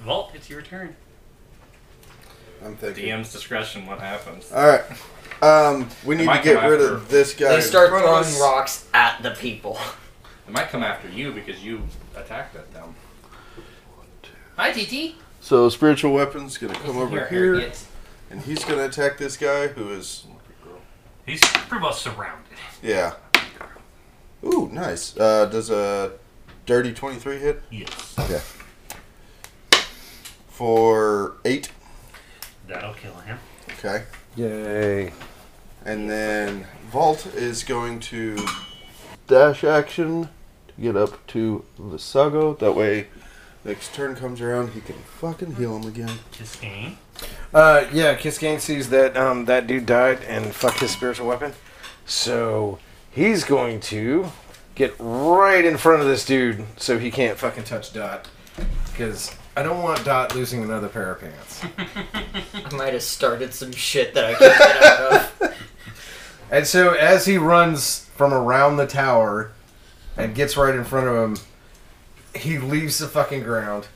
[SPEAKER 4] Vault, it's your turn.
[SPEAKER 8] I'm thinking.
[SPEAKER 9] DM's discretion. What happens?
[SPEAKER 8] All right. Um, we need
[SPEAKER 9] Might
[SPEAKER 8] to get
[SPEAKER 9] come
[SPEAKER 8] rid
[SPEAKER 9] after.
[SPEAKER 8] of this guy.
[SPEAKER 6] They
[SPEAKER 8] in
[SPEAKER 6] start
[SPEAKER 8] front of
[SPEAKER 6] throwing
[SPEAKER 8] us.
[SPEAKER 6] rocks at the people.
[SPEAKER 9] It might come after you because you attacked at them. Hi, TT.
[SPEAKER 8] So spiritual weapon's gonna come over
[SPEAKER 9] Here,
[SPEAKER 8] here,
[SPEAKER 9] Harriet.
[SPEAKER 8] and he's gonna attack this guy who is.
[SPEAKER 4] He's pretty much surrounded.
[SPEAKER 8] Yeah. Ooh, nice. Uh, does a dirty twenty-three hit?
[SPEAKER 4] Yes.
[SPEAKER 8] Okay. For eight.
[SPEAKER 4] That'll kill him.
[SPEAKER 8] Okay.
[SPEAKER 11] Yay.
[SPEAKER 8] And then Vault is going to dash action to get up to Visago. That way, next turn comes around, he can fucking heal him again.
[SPEAKER 4] Kiskane.
[SPEAKER 3] Uh, yeah, Kiskane sees that um, that dude died and fucked his spiritual weapon. So he's going to get right in front of this dude so he can't fucking touch Dot. Because I don't want Dot losing another pair of pants.
[SPEAKER 6] I might have started some shit that I couldn't get out of.
[SPEAKER 3] And so as he runs from around the tower and gets right in front of him, he leaves the fucking ground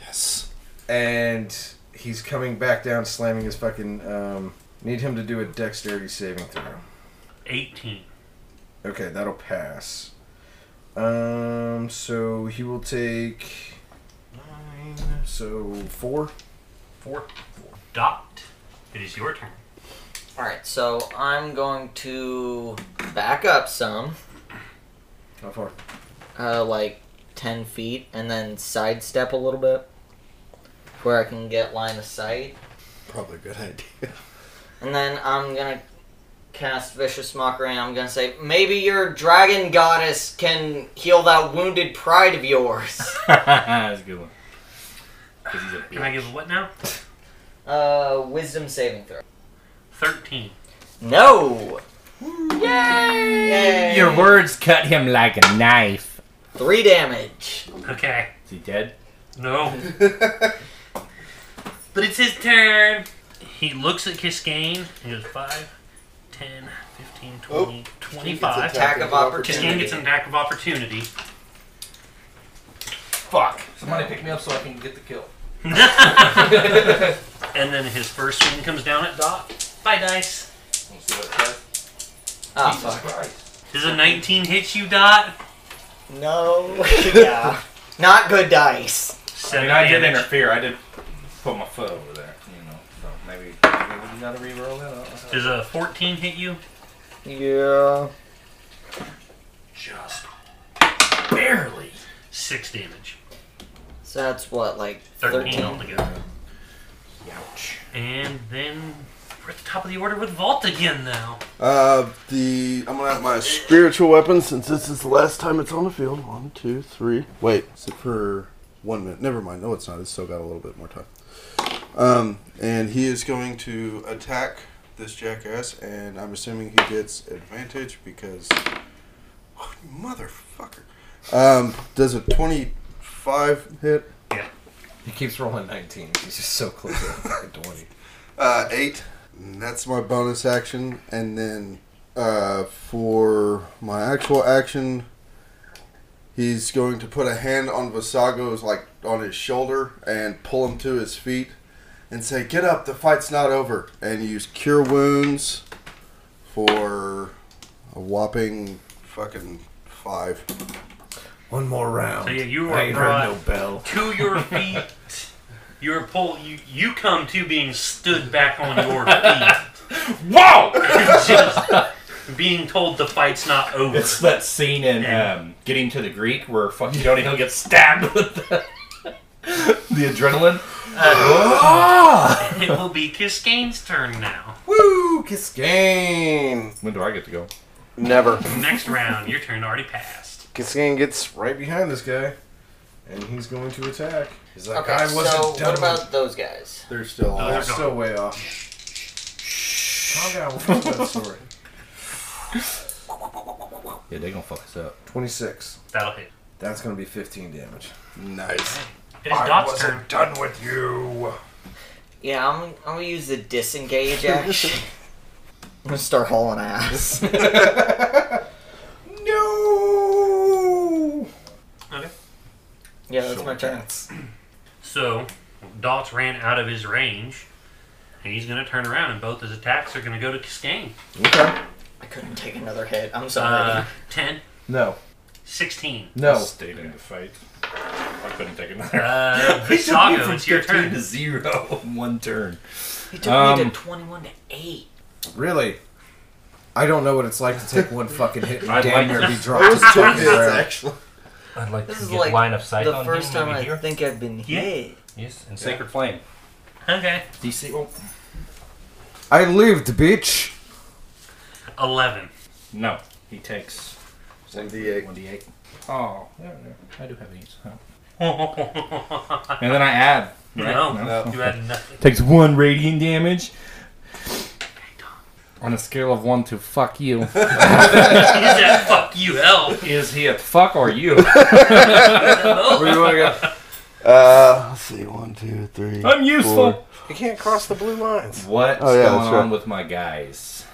[SPEAKER 8] Yes.
[SPEAKER 3] and he's coming back down slamming his fucking. Um, need him to do a dexterity saving throw.
[SPEAKER 4] 18.
[SPEAKER 3] Okay, that'll pass. Um, so he will take nine. So four.
[SPEAKER 4] 4. Dot. It is your turn.
[SPEAKER 6] Alright, so I'm going to back up some,
[SPEAKER 3] How far?
[SPEAKER 6] uh, like 10 feet, and then sidestep a little bit where I can get line of sight.
[SPEAKER 8] Probably a good idea.
[SPEAKER 6] And then I'm gonna cast Vicious Mockery, and I'm gonna say, maybe your dragon goddess can heal that wounded pride of yours.
[SPEAKER 9] That's a good one. 'Cause he's a
[SPEAKER 4] Can I
[SPEAKER 9] bitch.
[SPEAKER 4] give a what now?
[SPEAKER 6] uh, wisdom saving throw.
[SPEAKER 4] 13.
[SPEAKER 6] No! Yay! Yay!
[SPEAKER 9] Your words cut him like a knife.
[SPEAKER 6] Three damage.
[SPEAKER 4] Okay.
[SPEAKER 9] Is he dead?
[SPEAKER 4] No. but it's his turn. He looks at Kiskane. He goes 5, 10, 15, 20,
[SPEAKER 8] He
[SPEAKER 4] 25.
[SPEAKER 8] gets attacked
[SPEAKER 6] Attack of
[SPEAKER 8] with
[SPEAKER 4] Kiskane gets an attack of opportunity.
[SPEAKER 9] Fuck. Somebody pick me up so I can get the kill.
[SPEAKER 4] And then his first swing comes down at Dot. Bye, dice.
[SPEAKER 6] Ah, fuck.
[SPEAKER 4] Does a 19 hit you, Dot?
[SPEAKER 6] No. yeah. Not good dice.
[SPEAKER 9] I
[SPEAKER 4] Seven
[SPEAKER 9] mean, I did
[SPEAKER 4] damage.
[SPEAKER 9] interfere. I did put my foot over there. You know, so maybe, maybe you gotta reroll that. I don't know.
[SPEAKER 4] Does a 14 hit you?
[SPEAKER 6] Yeah.
[SPEAKER 4] Just barely. Six damage.
[SPEAKER 6] So that's what, like
[SPEAKER 4] 13,
[SPEAKER 6] 13?
[SPEAKER 4] altogether.
[SPEAKER 9] Ouch.
[SPEAKER 4] And then we're at the top of the order with Vault again now.
[SPEAKER 8] Uh, the I'm gonna have my spiritual weapon since this is the last time it's on the field. One, two, three. Wait, is it for one minute? Never mind. No, it's not. It's still got a little bit more time. Um, and he is going to attack this jackass, and I'm assuming he gets advantage because oh, motherfucker. Um, does a 25 hit?
[SPEAKER 3] He keeps rolling nineteen. He's just so close to the fucking twenty.
[SPEAKER 8] Uh, eight. And That's my bonus action, and then uh, for my actual action, he's going to put a hand on Visago's like on his shoulder and pull him to his feet, and say, "Get up! The fight's not over!" And use Cure Wounds for a whopping fucking five.
[SPEAKER 3] One more round.
[SPEAKER 4] So yeah, you
[SPEAKER 3] I
[SPEAKER 4] are
[SPEAKER 3] ain't
[SPEAKER 4] brought
[SPEAKER 3] heard no bell.
[SPEAKER 4] to your feet. You're pull. You you come to being stood back on your feet,
[SPEAKER 9] Whoa!
[SPEAKER 4] just being told the fight's not over.
[SPEAKER 9] It's that scene in um, Getting to the Greek where fucking Jonah Hill gets stabbed with the, the adrenaline.
[SPEAKER 4] Uh, it will be Kiskane's turn now.
[SPEAKER 12] Woo, Kiskane!
[SPEAKER 9] When do I get to go?
[SPEAKER 12] Never.
[SPEAKER 4] Next round, your turn already passed.
[SPEAKER 12] Kiskane gets right behind this guy, and he's going to attack. He's like,
[SPEAKER 6] Okay,
[SPEAKER 12] I wasn't
[SPEAKER 6] so
[SPEAKER 12] done
[SPEAKER 6] what about those guys?
[SPEAKER 3] They're still
[SPEAKER 4] Oh,
[SPEAKER 3] off.
[SPEAKER 4] they're
[SPEAKER 12] They're still
[SPEAKER 4] gone.
[SPEAKER 12] way off.
[SPEAKER 13] Calm down. We'll tell that story.
[SPEAKER 14] Yeah, they gonna fuck us up.
[SPEAKER 3] 26.
[SPEAKER 4] That'll hit.
[SPEAKER 3] That's going to be 15 damage.
[SPEAKER 8] Nice.
[SPEAKER 4] It is Dot's
[SPEAKER 12] wasn't
[SPEAKER 4] turn.
[SPEAKER 12] done with you.
[SPEAKER 6] Yeah, I'm, I'm gonna use the disengage action. I'm gonna start hauling ass.
[SPEAKER 12] No!
[SPEAKER 4] Okay.
[SPEAKER 6] yeah, that's my turn.
[SPEAKER 4] So, Dot's ran out of his range, and he's going to turn around, and both his attacks are going to go to Kiskane.
[SPEAKER 3] Okay.
[SPEAKER 6] I couldn't take another hit. I'm sorry.
[SPEAKER 4] Uh, 10,
[SPEAKER 3] No.
[SPEAKER 4] 16.
[SPEAKER 3] No.
[SPEAKER 9] Stayed in the fight. I couldn't take another.
[SPEAKER 4] Uh,
[SPEAKER 14] They took me
[SPEAKER 4] Visago,
[SPEAKER 14] from
[SPEAKER 4] it's your
[SPEAKER 14] 15
[SPEAKER 4] turn.
[SPEAKER 14] to zero in one turn.
[SPEAKER 6] he took me to
[SPEAKER 9] um,
[SPEAKER 6] 21 to 8.
[SPEAKER 3] Really? I don't know what it's like to take one fucking hit and
[SPEAKER 9] I'd
[SPEAKER 3] damn
[SPEAKER 9] like
[SPEAKER 3] near
[SPEAKER 9] to-
[SPEAKER 3] be dropped. to the ground.
[SPEAKER 8] actually.
[SPEAKER 14] I'd like
[SPEAKER 6] This is like the first time I think I've been
[SPEAKER 4] Yeah.
[SPEAKER 6] hit.
[SPEAKER 14] Yes, and Sacred Flame.
[SPEAKER 4] Okay.
[SPEAKER 14] DC. Oh.
[SPEAKER 3] I lived, bitch.
[SPEAKER 4] 11.
[SPEAKER 14] No, he takes
[SPEAKER 8] 1d8.
[SPEAKER 14] 1d8. Oh, there, there. I do have these. Huh. And then I add. Right?
[SPEAKER 4] No, you had nothing.
[SPEAKER 9] Takes one radiant damage. On a scale of one to fuck you,
[SPEAKER 4] He's that fuck you hell.
[SPEAKER 9] is he a fuck or you?
[SPEAKER 12] Where do you want to
[SPEAKER 8] Uh, let's see. One, two, three.
[SPEAKER 9] I'm useful.
[SPEAKER 8] four.
[SPEAKER 12] go? You can't cross the blue lines.
[SPEAKER 9] What's
[SPEAKER 8] Oh, yeah,
[SPEAKER 9] going
[SPEAKER 8] that's
[SPEAKER 9] on
[SPEAKER 8] right.
[SPEAKER 9] with my guys?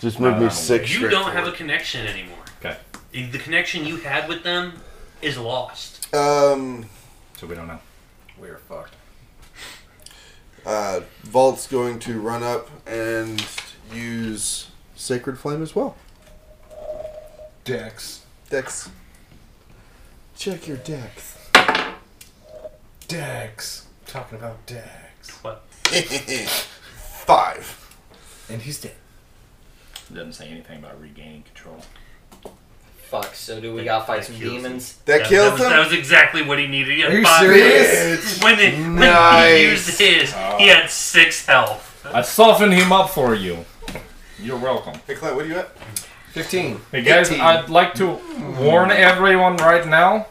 [SPEAKER 8] Just moved me
[SPEAKER 9] Um,
[SPEAKER 8] six.
[SPEAKER 4] You
[SPEAKER 8] straight
[SPEAKER 4] don't have a
[SPEAKER 8] forward.
[SPEAKER 4] connection anymore.
[SPEAKER 9] Okay.
[SPEAKER 4] The connection you had with them is lost.
[SPEAKER 8] Um,
[SPEAKER 9] So we don't know.
[SPEAKER 3] We are fucked.
[SPEAKER 8] uh, Vault's going to run up and use Sacred Flame as well.
[SPEAKER 3] Dex.
[SPEAKER 8] Dex. Check your dex.
[SPEAKER 3] Dex. Talking about Dex.
[SPEAKER 4] What?
[SPEAKER 8] Five.
[SPEAKER 3] And he's dead.
[SPEAKER 14] It doesn't say anything about regaining control.
[SPEAKER 6] Fuck, so do we gotta fight some
[SPEAKER 4] kills him.
[SPEAKER 6] demons?
[SPEAKER 8] That
[SPEAKER 4] That, that
[SPEAKER 8] killed
[SPEAKER 4] was, that
[SPEAKER 8] him.
[SPEAKER 4] was exactly what he needed. He had
[SPEAKER 3] Are you
[SPEAKER 4] five
[SPEAKER 3] serious?
[SPEAKER 4] When, it, when
[SPEAKER 8] Nice.
[SPEAKER 4] he used his, he had six health.
[SPEAKER 9] I softened him up for you. You're welcome.
[SPEAKER 8] Hey Clint, what are you at?
[SPEAKER 3] 15.
[SPEAKER 9] Hey guys, I'd like to warn everyone right now.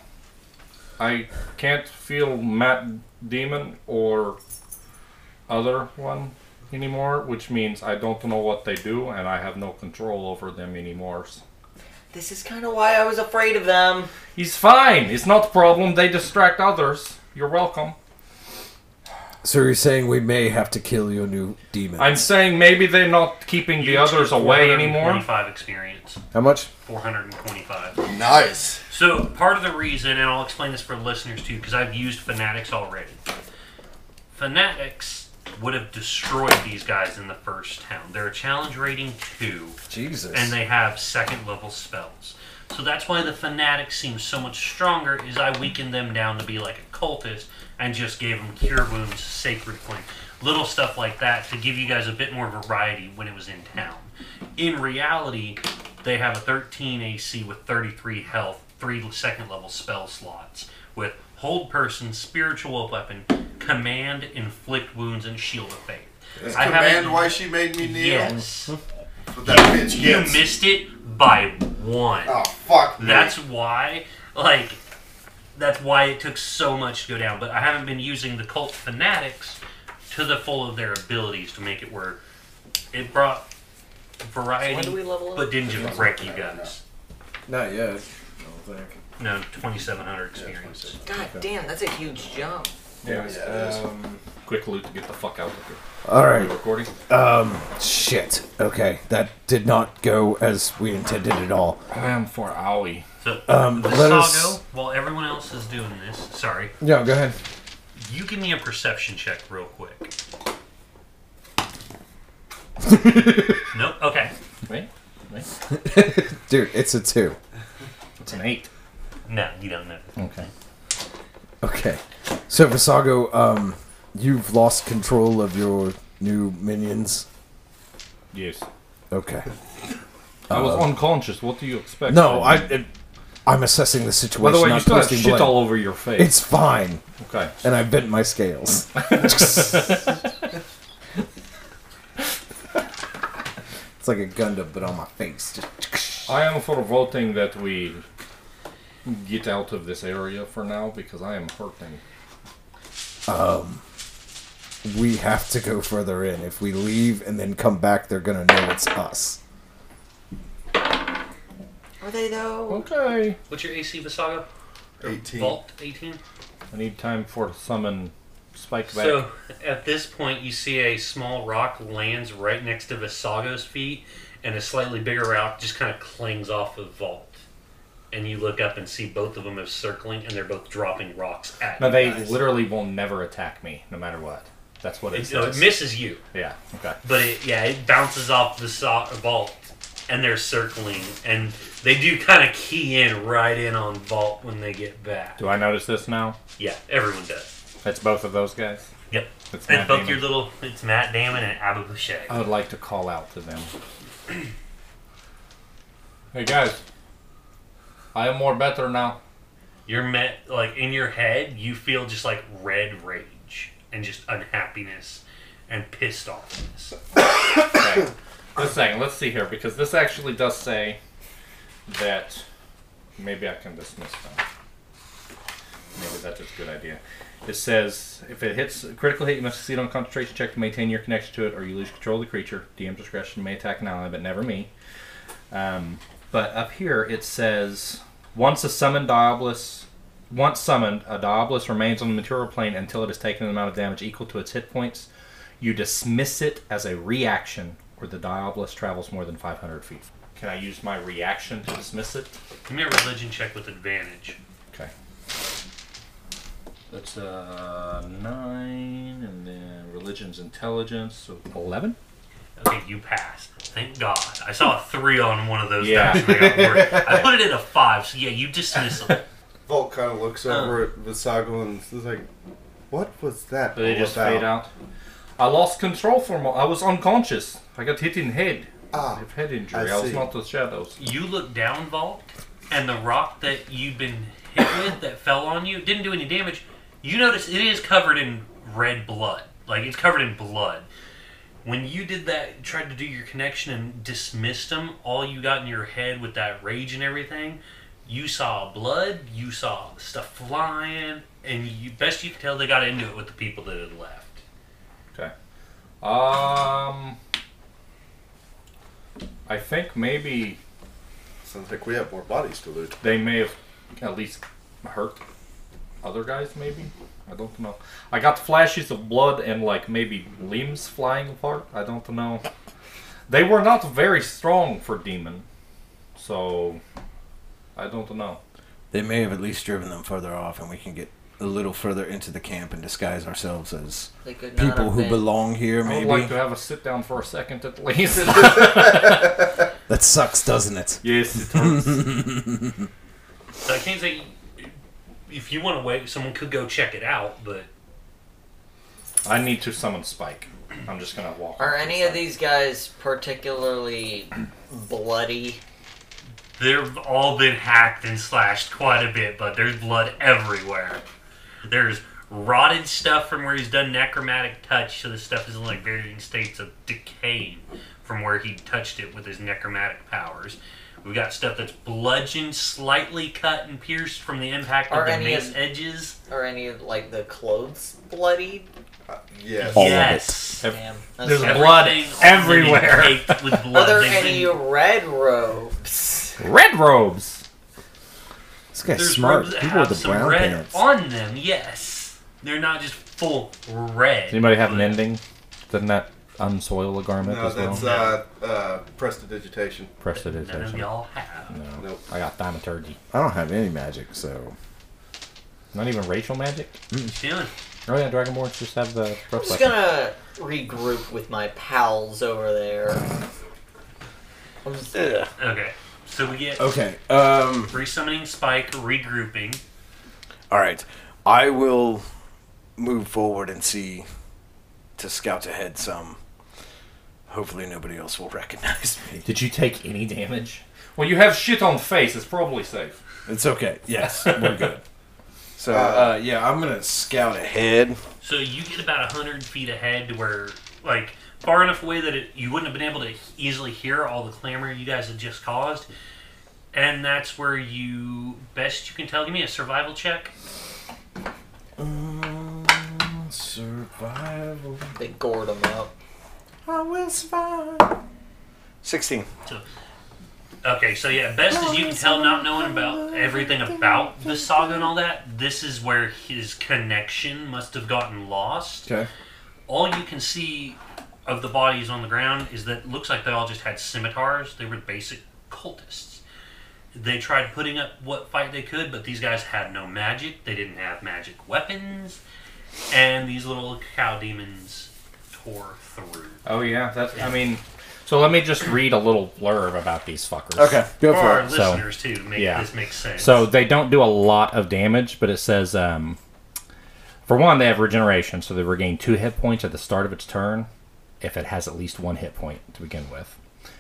[SPEAKER 9] I can't feel Matt Demon or other one anymore, which means I don't know what they do and I have no control over them anymore.
[SPEAKER 6] This is kinda why I was afraid of them.
[SPEAKER 9] He's fine. It's not a problem. They distract others. You're welcome.
[SPEAKER 3] So you're saying we may have to kill your new demon?
[SPEAKER 9] I'm saying maybe they're not keeping the others away anymore.
[SPEAKER 4] 425 experience.
[SPEAKER 3] How much?
[SPEAKER 4] 425.
[SPEAKER 8] Nice.
[SPEAKER 4] So part of the reason, and I'll explain this for listeners too, because I've used Fanatics already. Fanatics would have destroyed these guys in the first town. They're a challenge rating two,
[SPEAKER 3] Jesus.
[SPEAKER 4] and they have second level spells. So that's why the fanatic seems so much stronger. Is I weakened them down to be like a cultist and just gave them cure wounds, sacred flame, little stuff like that to give you guys a bit more variety when it was in town. In reality, they have a 13 AC with 33 health, three second level spell slots with hold person, spiritual weapon, command, inflict wounds, and shield of faith. I
[SPEAKER 8] Command
[SPEAKER 4] haven't-
[SPEAKER 8] why she made me kneel.
[SPEAKER 4] Yes.
[SPEAKER 8] But that bitch
[SPEAKER 4] You
[SPEAKER 8] gets.
[SPEAKER 4] missed it by one.
[SPEAKER 8] oh fuck. me.
[SPEAKER 4] That's why, like, that's why it took so much to go down. But I haven't been using the cult fanatics to the full of their abilities to make it work. It brought
[SPEAKER 6] When
[SPEAKER 4] variety,
[SPEAKER 6] do we level up?
[SPEAKER 4] but didn't just wreck you guys.
[SPEAKER 3] Not yet. I don't think.
[SPEAKER 4] No, 2,700 experience.
[SPEAKER 6] God damn, that's a huge jump.
[SPEAKER 9] Quick loot to get the fuck out of here.
[SPEAKER 3] Um, All right.
[SPEAKER 9] Recording.
[SPEAKER 3] Shit. Okay, that did not go as we intended at all.
[SPEAKER 9] I am for Owie.
[SPEAKER 4] So,
[SPEAKER 3] Um,
[SPEAKER 4] Visago,
[SPEAKER 3] let us-
[SPEAKER 4] while everyone else is doing this, sorry,
[SPEAKER 3] No, go ahead.
[SPEAKER 4] you give me a perception check real quick. nope. Okay.
[SPEAKER 9] Wait,
[SPEAKER 3] Dude, it's a two.
[SPEAKER 9] it's an eight.
[SPEAKER 4] No, you don't know.
[SPEAKER 9] Okay.
[SPEAKER 3] Okay. So, Visago, um, you've lost control of your new minions.
[SPEAKER 9] Yes.
[SPEAKER 3] Okay.
[SPEAKER 9] I was unconscious. What do you expect?
[SPEAKER 3] No,
[SPEAKER 9] from
[SPEAKER 3] I.
[SPEAKER 9] me?
[SPEAKER 3] It,
[SPEAKER 15] I'm assessing the situation.
[SPEAKER 9] By the way,
[SPEAKER 15] not
[SPEAKER 9] you still have
[SPEAKER 15] posting
[SPEAKER 9] shit
[SPEAKER 15] blame.
[SPEAKER 9] all over your face.
[SPEAKER 15] It's fine.
[SPEAKER 9] okay.
[SPEAKER 15] And I bent my scales. it's like a Gundam, but on my face. Just-
[SPEAKER 9] I am for voting that we get out of this area for now because I am hurting.
[SPEAKER 15] We have to go further in. If we leave and then come back, they're gonna know it's us.
[SPEAKER 6] Are they though?
[SPEAKER 9] Okay.
[SPEAKER 4] What's your AC, Visaga? Or
[SPEAKER 8] 18.
[SPEAKER 4] Vault 18?
[SPEAKER 9] I need time for summon Spike back.
[SPEAKER 4] So at this point, you see a small rock lands right next to Visago's feet, and a slightly bigger rock just kind of clings off of Vault. And you look up and see both of them are circling, and they're both dropping rocks at
[SPEAKER 16] No,
[SPEAKER 4] you
[SPEAKER 16] they
[SPEAKER 4] guys.
[SPEAKER 16] literally will never attack me, no matter what. That's what it
[SPEAKER 4] It, no, it
[SPEAKER 16] says.
[SPEAKER 4] misses you,
[SPEAKER 16] yeah. Okay.
[SPEAKER 4] but it, yeah, it bounces off the so- Vault, and they're circling, and they do kind of key in right in on Vault when they get back.
[SPEAKER 16] Do I notice this now?
[SPEAKER 4] Yeah, everyone does.
[SPEAKER 16] That's both of those guys.
[SPEAKER 4] Yep.
[SPEAKER 16] It's
[SPEAKER 4] and
[SPEAKER 16] Matt
[SPEAKER 4] both
[SPEAKER 16] Damon.
[SPEAKER 4] your little, it's Matt Damon and Abu Boucher.
[SPEAKER 9] Oh.
[SPEAKER 16] I would like to call out to them.
[SPEAKER 9] hey guys, I am more better now.
[SPEAKER 4] you're met like in your head you feel just like red rage and just unhappiness and pissed offness
[SPEAKER 9] Okay. this thing, let's see here because this actually does say that maybe I can dismiss them. Maybe that's just a good idea. It says if it hits a critical hit, you must succeed on a concentration check to maintain your connection to it, or you lose control of the creature. DM discretion may attack an ally, but never me. Um, but up here it says once a summoned Diabolus, once summoned, a Diabolus remains on the material plane until it has taken an amount of damage equal to its hit points. You dismiss it as a reaction, or the Diabolus travels more than 500 feet. Can I use my reaction to dismiss it?
[SPEAKER 4] give me a religion check with advantage
[SPEAKER 9] Okay. That's uh, nine, and then religion's intelligence, so 11?
[SPEAKER 4] okay you passed thank god i saw a three on one of those
[SPEAKER 9] Yeah.
[SPEAKER 4] dice and I, got worried. I put it at a five so yeah you dismiss them
[SPEAKER 8] Volt kind of looks over
[SPEAKER 4] Uh.
[SPEAKER 8] at Visago and is like, "What was that?"
[SPEAKER 9] They
[SPEAKER 8] all
[SPEAKER 9] just
[SPEAKER 8] about?"
[SPEAKER 9] fade out. I lost control for a mo- I was unconscious. I got hit in head. I
[SPEAKER 8] Ah,
[SPEAKER 9] have head injury.
[SPEAKER 8] I
[SPEAKER 9] I, was
[SPEAKER 8] see.
[SPEAKER 9] not the shadows.
[SPEAKER 4] you look down vault and the rock that you've been hit with that fell on you didn't do any damage you notice it is covered in red blood like it's covered in blood when you did that tried to do your connection and dismissed them all you got in your head with that rage and everything you saw blood you saw stuff flying and you best you could tell they got into it with the people that had left
[SPEAKER 9] Okay. Um. I think maybe
[SPEAKER 8] sounds like we have more bodies to loot.
[SPEAKER 9] they may have at least hurt other guys, maybe? I don't know. I got flashes of blood and, like, maybe limbs flying apart. I don't know. They were not very strong for Demon. So. I don't know.
[SPEAKER 3] They may have at least driven them further off, and we can get a little further into the camp and disguise ourselves as
[SPEAKER 6] They could not
[SPEAKER 3] people
[SPEAKER 6] have
[SPEAKER 3] who
[SPEAKER 6] been.
[SPEAKER 3] belong here,
[SPEAKER 9] I
[SPEAKER 3] maybe.
[SPEAKER 9] would like to have a sit down for a second at least.
[SPEAKER 3] That sucks, doesn't it?
[SPEAKER 9] yes, it hurts.
[SPEAKER 4] so i can't say if you want to wait someone could go check it out but
[SPEAKER 9] I need to summon Spike. I'm just gonna walk.
[SPEAKER 6] Are
[SPEAKER 9] up to
[SPEAKER 6] any of
[SPEAKER 9] Spike.
[SPEAKER 6] these guys particularly bloody?
[SPEAKER 4] They've all been hacked and slashed quite a bit, but there's blood everywhere. There's rotted stuff from where he's done necromantic touch, so this stuff is in like varying states of decay from where he touched it with his necromantic powers. We've got stuff that's bludgeoned, slightly cut and pierced from the impact
[SPEAKER 6] Are
[SPEAKER 4] of the
[SPEAKER 6] any of-
[SPEAKER 4] mace edges.
[SPEAKER 6] Are any of like the clothes bloodied?
[SPEAKER 9] Oh,
[SPEAKER 8] Yes.
[SPEAKER 3] All of it.
[SPEAKER 4] yes.
[SPEAKER 9] Ev-
[SPEAKER 6] Damn.
[SPEAKER 9] There's
[SPEAKER 6] That's-
[SPEAKER 9] blood
[SPEAKER 4] Everything all
[SPEAKER 9] everywhere.
[SPEAKER 4] been caked with blood.
[SPEAKER 6] Are there
[SPEAKER 4] They've been-
[SPEAKER 6] any red robes?
[SPEAKER 9] red robes.
[SPEAKER 15] This guy's
[SPEAKER 4] There's
[SPEAKER 15] smart.
[SPEAKER 4] rooms that
[SPEAKER 15] People with
[SPEAKER 4] have
[SPEAKER 15] the
[SPEAKER 4] some
[SPEAKER 15] brown
[SPEAKER 4] red
[SPEAKER 15] pants.
[SPEAKER 4] on them. Yes, they're not just full red.
[SPEAKER 9] Does anybody have an
[SPEAKER 4] but-
[SPEAKER 9] ending? Doesn't that unsoil a garment
[SPEAKER 8] No,
[SPEAKER 9] as well?
[SPEAKER 8] that's uh, uh, prestidigitation.
[SPEAKER 4] None of
[SPEAKER 9] Prestidigitation.
[SPEAKER 4] y'all have.
[SPEAKER 9] No.
[SPEAKER 8] Nope.
[SPEAKER 9] I got thaumaturgy.
[SPEAKER 15] I don't have any magic, so
[SPEAKER 9] Not even racial magic.
[SPEAKER 4] What you doing?
[SPEAKER 9] Oh yeah, dragonborns just have the.
[SPEAKER 6] I'm just gonna regroup with my pals over there. I'm just-
[SPEAKER 4] Okay, so we get
[SPEAKER 3] Okay. Um.
[SPEAKER 4] resummoning Spike, regrouping.
[SPEAKER 3] All right. I will move forward and see to scout ahead some. Hopefully, nobody else will recognize me.
[SPEAKER 16] Did you take any damage?
[SPEAKER 9] Well, you have shit on face. It's probably safe.
[SPEAKER 2] It's okay. Yes, we're good. So uh, yeah, I'm gonna scout ahead.
[SPEAKER 4] So you get about hundred feet ahead to where, like, far enough away that it, you wouldn't have been able to easily hear all the clamor you guys had just caused, and that's where you best you can tell. Give me a survival check.
[SPEAKER 2] Mm, Survival.
[SPEAKER 6] They gored him up.
[SPEAKER 2] I will survive. Sixteen.
[SPEAKER 4] Okay, so yeah, best as you can tell, not knowing about everything about the saga and all that, this is where his connection must have gotten lost.
[SPEAKER 7] Okay.
[SPEAKER 4] All you can see of the bodies on the ground is that it looks like they all just had scimitars. They were basic cultists. They tried putting up what fight they could, but these guys had no magic. They didn't have magic weapons, and these little cow demons tore through.
[SPEAKER 9] Oh yeah, that's. I mean, so let me just read a little blurb about these fuckers.
[SPEAKER 7] Okay, go
[SPEAKER 4] For
[SPEAKER 7] for
[SPEAKER 4] our
[SPEAKER 7] it.
[SPEAKER 9] So,
[SPEAKER 4] listeners too, to make
[SPEAKER 9] yeah.
[SPEAKER 4] this make sense.
[SPEAKER 9] So they don't do a lot of damage, but it says um, for one they have regeneration, so they regain two hit points at the start of its turn if it has at least one hit point to begin with,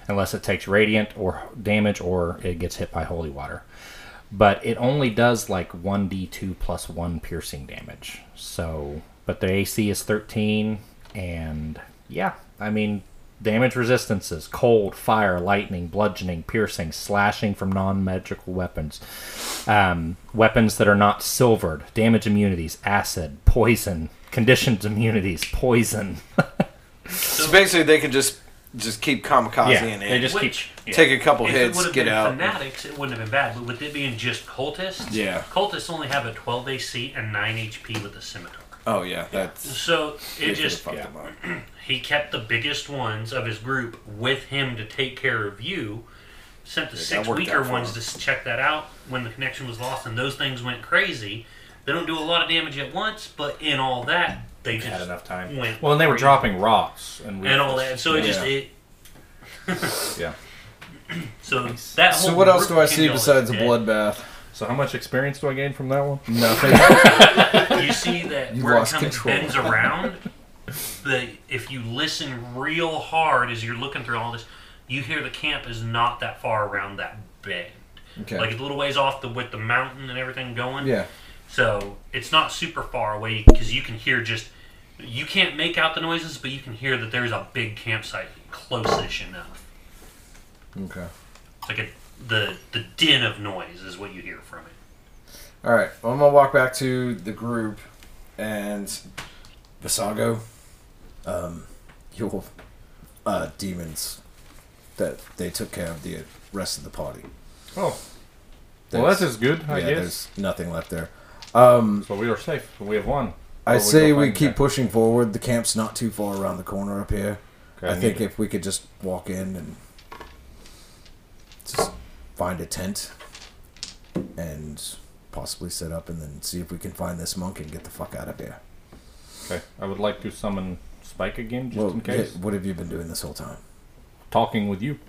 [SPEAKER 9] unless it takes radiant or damage or it gets hit by holy water. But it only does like one d two plus one piercing damage. So, but their AC is thirteen, and yeah, I mean. Damage resistances, cold, fire, lightning, bludgeoning, piercing, slashing from non magical weapons, um, weapons that are not silvered, damage immunities, acid, poison, conditioned immunities, poison.
[SPEAKER 2] So basically, they can just just keep kamikaze
[SPEAKER 9] Yeah,
[SPEAKER 2] in
[SPEAKER 9] they
[SPEAKER 2] it.
[SPEAKER 9] just keep.
[SPEAKER 4] Which-
[SPEAKER 2] Take a couple
[SPEAKER 4] If it would
[SPEAKER 2] hits,
[SPEAKER 4] have
[SPEAKER 2] get
[SPEAKER 4] been
[SPEAKER 2] out.
[SPEAKER 4] Fanatics, it wouldn't have been bad, but with it being just cultists,
[SPEAKER 2] Yeah.
[SPEAKER 4] cultists only have a 12 AC and 9 HP with a scimitar.
[SPEAKER 2] Oh yeah, that's
[SPEAKER 4] So it
[SPEAKER 2] they
[SPEAKER 4] just
[SPEAKER 2] could've fucked them up.
[SPEAKER 4] he kept the biggest ones of his group with him to take care of you. Sent the six
[SPEAKER 2] worked
[SPEAKER 4] weaker
[SPEAKER 2] out for
[SPEAKER 4] ones
[SPEAKER 2] him.
[SPEAKER 4] to s- check that out when the connection was lost, and those things went crazy. They don't do a lot of damage at once, but in all that, they just
[SPEAKER 9] had enough time.
[SPEAKER 4] went
[SPEAKER 5] Well, and they were dropping rocks, and we
[SPEAKER 4] and all that. So it just
[SPEAKER 2] Yeah.
[SPEAKER 4] it.
[SPEAKER 5] Yeah.
[SPEAKER 4] So that. Whole
[SPEAKER 7] So what else do I
[SPEAKER 4] group
[SPEAKER 7] see
[SPEAKER 4] can go
[SPEAKER 7] besides a
[SPEAKER 4] dead.
[SPEAKER 7] bloodbath?
[SPEAKER 5] So how much experience do I gain from that one?
[SPEAKER 7] Nothing.
[SPEAKER 4] you see that
[SPEAKER 7] You
[SPEAKER 4] where it
[SPEAKER 7] lost
[SPEAKER 4] comes
[SPEAKER 7] control.
[SPEAKER 4] bends around. The if you listen real hard as you're looking through all this, you hear the camp is not that far around that bend.
[SPEAKER 7] Okay.
[SPEAKER 4] Like it's a little ways off the with the mountain and everything going.
[SPEAKER 7] yeah.
[SPEAKER 4] So it's not super far away because you can hear just you can't make out the noises, but you can hear that there's a big campsite close-ish enough.
[SPEAKER 7] Okay.
[SPEAKER 4] It's like a, the the din of noise is what you hear from it.
[SPEAKER 7] All right. Well, I'm gonna walk back to the group, and Visago, um, your uh, demons that they took care of the rest of the party.
[SPEAKER 5] Oh, well, that's as good, I
[SPEAKER 7] yeah.
[SPEAKER 5] guess.
[SPEAKER 7] There's nothing left there. Um,
[SPEAKER 5] So we are safe. We have one.
[SPEAKER 7] I
[SPEAKER 5] Or
[SPEAKER 7] say
[SPEAKER 5] go
[SPEAKER 7] we
[SPEAKER 5] find
[SPEAKER 7] keep
[SPEAKER 5] that.
[SPEAKER 7] pushing forward. The camp's not too far around the corner up here.
[SPEAKER 5] Okay,
[SPEAKER 7] I
[SPEAKER 5] need
[SPEAKER 7] think
[SPEAKER 5] to-
[SPEAKER 7] if we could just walk in and just find a tent and possibly set up and then see if we can find this monk and get the fuck out of here.
[SPEAKER 5] Okay, I would like to summon Spike again, just
[SPEAKER 7] well,
[SPEAKER 5] in case.
[SPEAKER 7] yeah, what have you been doing this whole time?
[SPEAKER 5] Talking with you.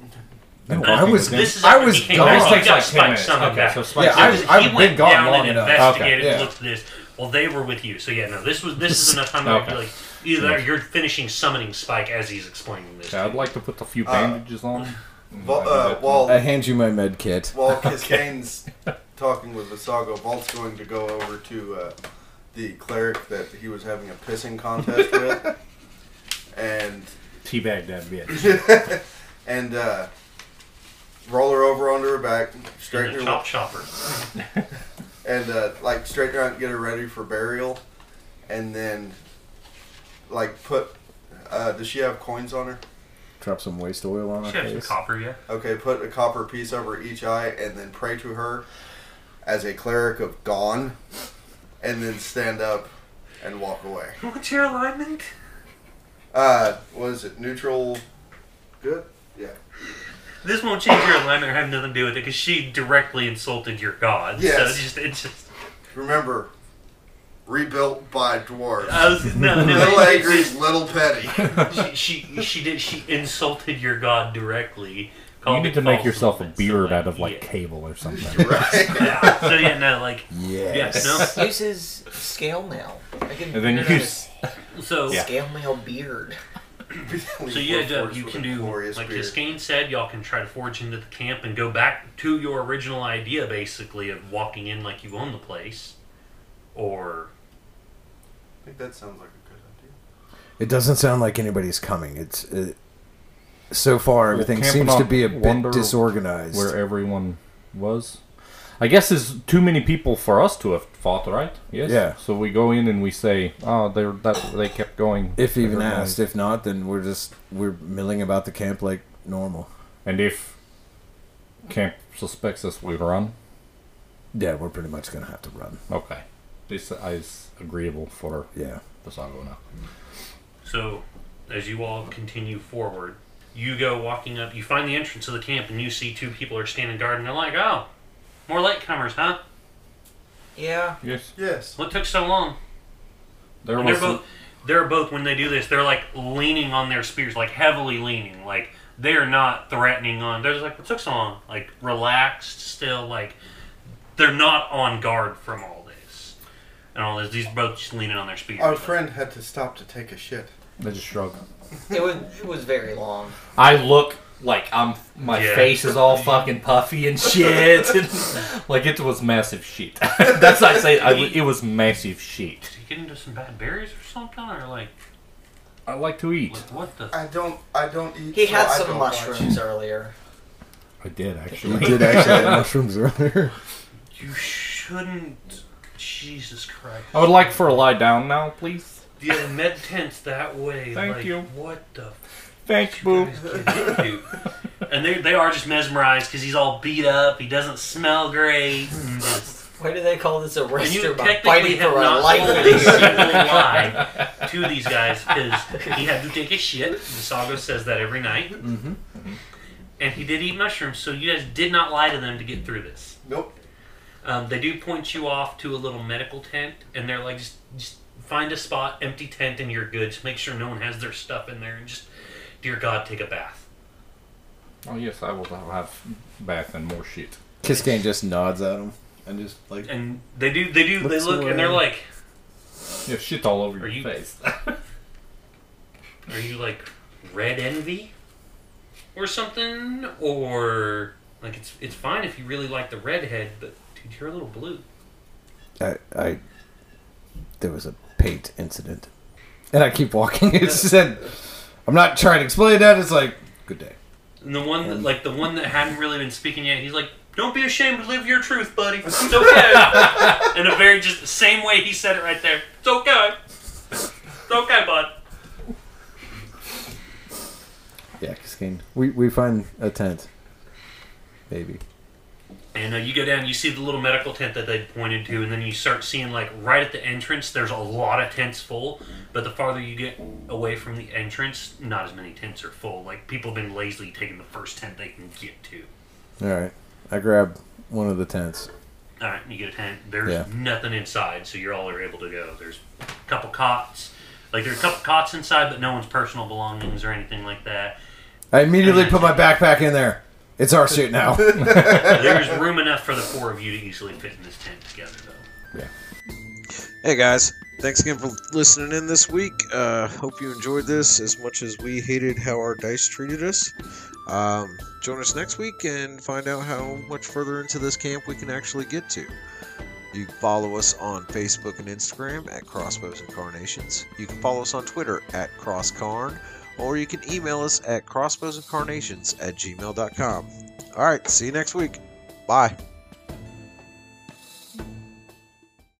[SPEAKER 7] No,
[SPEAKER 4] I
[SPEAKER 7] I
[SPEAKER 4] think
[SPEAKER 7] was
[SPEAKER 4] this is
[SPEAKER 7] I
[SPEAKER 4] after
[SPEAKER 7] was
[SPEAKER 4] he came
[SPEAKER 7] gone.
[SPEAKER 5] This
[SPEAKER 4] back.
[SPEAKER 5] takes
[SPEAKER 4] got
[SPEAKER 5] like
[SPEAKER 4] Spike
[SPEAKER 5] 10 minutes.
[SPEAKER 4] somehow
[SPEAKER 5] Okay,
[SPEAKER 4] back.
[SPEAKER 5] so Spike's
[SPEAKER 7] Yeah, I
[SPEAKER 4] Because
[SPEAKER 7] was- I've
[SPEAKER 4] he went
[SPEAKER 7] been gone
[SPEAKER 4] down
[SPEAKER 7] long
[SPEAKER 4] and
[SPEAKER 7] enough.
[SPEAKER 4] investigated
[SPEAKER 7] Okay,
[SPEAKER 4] and
[SPEAKER 7] yeah.
[SPEAKER 4] looked at this. Well, they were with you, so yeah, no, this was this is enough time to
[SPEAKER 5] Okay.
[SPEAKER 4] like either you're finishing summoning Spike as he's explaining this.
[SPEAKER 5] Okay, I'd like to put a few bandages on.
[SPEAKER 8] Vol- uh, while
[SPEAKER 7] I hand you my med kit.
[SPEAKER 8] while Kiskane's talking with Visago, Vault's going to go over to uh, the cleric that he was having a pissing contest with, and
[SPEAKER 9] Teabag that bitch.
[SPEAKER 8] and uh, roll her over onto her back,
[SPEAKER 4] to
[SPEAKER 8] straighten
[SPEAKER 4] the
[SPEAKER 8] her
[SPEAKER 4] chop chopper.
[SPEAKER 8] and uh, like straighten her out and get her ready for burial, and then like put. Uh, does she have coins on her?
[SPEAKER 7] Drop some waste oil on her
[SPEAKER 4] She has some
[SPEAKER 7] face.
[SPEAKER 4] copper, yeah.
[SPEAKER 8] Okay, put a copper piece over each eye and then pray to her as a cleric of Dawn, and then stand up and walk away.
[SPEAKER 4] What's your alignment?
[SPEAKER 8] Uh, what is it? Neutral. Good? Yeah.
[SPEAKER 4] This won't change your alignment or have nothing to do with it because she directly insulted your god. So
[SPEAKER 8] Yes.
[SPEAKER 4] it's just it's just
[SPEAKER 8] Remember, rebuilt by dwarves.
[SPEAKER 4] I was no
[SPEAKER 8] little
[SPEAKER 4] no.
[SPEAKER 8] angry, little petty.
[SPEAKER 4] she, she she did she insulted your god directly.
[SPEAKER 9] You
[SPEAKER 4] called
[SPEAKER 9] need
[SPEAKER 4] it
[SPEAKER 9] to make
[SPEAKER 4] false
[SPEAKER 9] yourself a
[SPEAKER 4] alignment, so,
[SPEAKER 9] beard out of
[SPEAKER 4] yeah.
[SPEAKER 9] like cable or something.
[SPEAKER 8] right?
[SPEAKER 4] yeah. So yeah, no, like
[SPEAKER 7] Yes.
[SPEAKER 4] yes,
[SPEAKER 6] Use his scale mail. I can
[SPEAKER 5] And then
[SPEAKER 6] figure out
[SPEAKER 5] you
[SPEAKER 6] his
[SPEAKER 4] no. So
[SPEAKER 6] scale mail beard.
[SPEAKER 4] So yeah, Doug, you can do like Kiskane said. Y'all can try to forge into the camp and go back to your original idea, basically of walking in like you own the place, or
[SPEAKER 8] I think that sounds like a good idea.
[SPEAKER 3] It doesn't sound like anybody's coming. It's it, so far everything
[SPEAKER 9] camp
[SPEAKER 3] seems
[SPEAKER 9] not
[SPEAKER 3] to be a
[SPEAKER 9] wander
[SPEAKER 3] bit disorganized.
[SPEAKER 9] where everyone was. I guess there's too many people for us to have fought, right? Yes.
[SPEAKER 3] Yeah.
[SPEAKER 9] So we go in and we say, "Oh, they that they kept going."
[SPEAKER 3] if even
[SPEAKER 9] Everyone-
[SPEAKER 3] asked, if not, then we're just we're milling about the camp like normal.
[SPEAKER 9] and if camp suspects us, we run.
[SPEAKER 3] Yeah, we're pretty much gonna have to run.
[SPEAKER 9] Okay. This is agreeable for
[SPEAKER 3] Yeah.
[SPEAKER 9] the Sago now.
[SPEAKER 4] So, as you all continue forward, you go walking up. You find the entrance of the camp, and you see two people are standing guard, and they're like, "Oh, more latecomers, huh?
[SPEAKER 6] Yeah.
[SPEAKER 9] Yes.
[SPEAKER 8] Yes.
[SPEAKER 4] What took so long?"
[SPEAKER 9] There
[SPEAKER 4] And they're
[SPEAKER 9] was
[SPEAKER 4] both. They're both when they do this, they're like leaning on their spears, like heavily leaning, like they're not threatening on. They're just like, "What took so long?" Like relaxed, still like they're not on guard from all this and all this. These are both just leaning on their spears.
[SPEAKER 8] Our friend had to stop to take a shit.
[SPEAKER 9] they just shrug.
[SPEAKER 6] It was it was very long.
[SPEAKER 17] I look like I'm my
[SPEAKER 4] Yeah.
[SPEAKER 17] face is all fucking puffy and shit. It's- like it was massive shit. That's what I say. I, it was massive
[SPEAKER 4] Did
[SPEAKER 17] shit.
[SPEAKER 4] he get into some bad berries or something, or like
[SPEAKER 9] I like to eat.
[SPEAKER 4] what- what the?
[SPEAKER 8] I don't. I don't eat.
[SPEAKER 6] He
[SPEAKER 8] so
[SPEAKER 6] had
[SPEAKER 8] I
[SPEAKER 6] some
[SPEAKER 8] don't watch.
[SPEAKER 6] mushrooms earlier.
[SPEAKER 9] I did
[SPEAKER 3] We
[SPEAKER 9] actually.
[SPEAKER 3] did actually have mushrooms earlier.
[SPEAKER 4] You shouldn't. Jesus Christ.
[SPEAKER 9] I would like for a lie down now, please.
[SPEAKER 4] Yeah, med tents that way.
[SPEAKER 9] Thank
[SPEAKER 4] like,
[SPEAKER 9] you.
[SPEAKER 4] What the
[SPEAKER 9] Thanks, boo.
[SPEAKER 4] fuck did you do? And they, they are just mesmerized because he's all beat up. He doesn't smell great.
[SPEAKER 9] Mm-hmm.
[SPEAKER 4] And, just-
[SPEAKER 6] Why do they call this a
[SPEAKER 4] and you
[SPEAKER 6] rooster about
[SPEAKER 4] technically
[SPEAKER 6] fighting
[SPEAKER 4] have
[SPEAKER 6] for our
[SPEAKER 4] not
[SPEAKER 6] life?
[SPEAKER 4] told a single lie to these guys because he had to take a shit. Misago says that every night. Mm-hmm. And he did eat mushrooms, so you guys did not lie to them to get through this.
[SPEAKER 8] Nope.
[SPEAKER 4] Um, they do point you off to a little medical tent, and they're like, just, just find a spot, empty tent, and you're good. Just make sure no one has their stuff in there, and just, dear God, take a bath.
[SPEAKER 9] Oh yes, I will have bath and more shit.
[SPEAKER 3] Kiskane just nods at him and just like
[SPEAKER 4] And they do, they do,
[SPEAKER 3] Looks
[SPEAKER 4] they look, and they're
[SPEAKER 3] around.
[SPEAKER 4] like,
[SPEAKER 9] Yeah, shit all over
[SPEAKER 4] Are
[SPEAKER 9] your
[SPEAKER 4] you-
[SPEAKER 9] face.
[SPEAKER 4] are you like red envy, or something, or like it's it's fine if you really like the redhead, but dude, you're a little blue.
[SPEAKER 3] I, I there was a paint incident. And I keep walking. It said I'm not trying to explain that, it's like good day.
[SPEAKER 4] And the one that, like the one that hadn't really been speaking yet, he's like, "Don't be ashamed to live your truth, buddy. It's okay." In a very just the same way he said it right there. It's okay. It's okay, bud.
[SPEAKER 3] Yeah, Kiskane. We we find a tent. Maybe.
[SPEAKER 4] And uh, you go down, you see the little medical tent that they pointed to, and then you start seeing like right at the entrance. There's a lot of tents full, but the farther you get away from the entrance, not as many tents are full. Like people have been lazily taking the first tent they can get to.
[SPEAKER 3] Alright. I grab one of the tents.
[SPEAKER 4] All right, you get a tent. There's
[SPEAKER 3] Yeah.
[SPEAKER 4] nothing inside, so you're all are able to go. There's a couple cots, like there's a couple cots inside, but no one's personal belongings or anything like that.
[SPEAKER 3] I immediately put my backpack in there. It's our shit now.
[SPEAKER 4] there's room enough for the four of you to easily fit in this tent together, though.
[SPEAKER 18] Hey guys, thanks again for listening in this week. Uh, hope you enjoyed this as much as we hated how our dice treated us. Um, join us next week and find out how much further into this camp we can actually get to. You can follow us on Facebook and Instagram at Crossbows and Carnations. You can follow us on Twitter at CrossCarn, or you can email us at crossbowsincarnations at gmail.com. Alright, see you next week. Bye.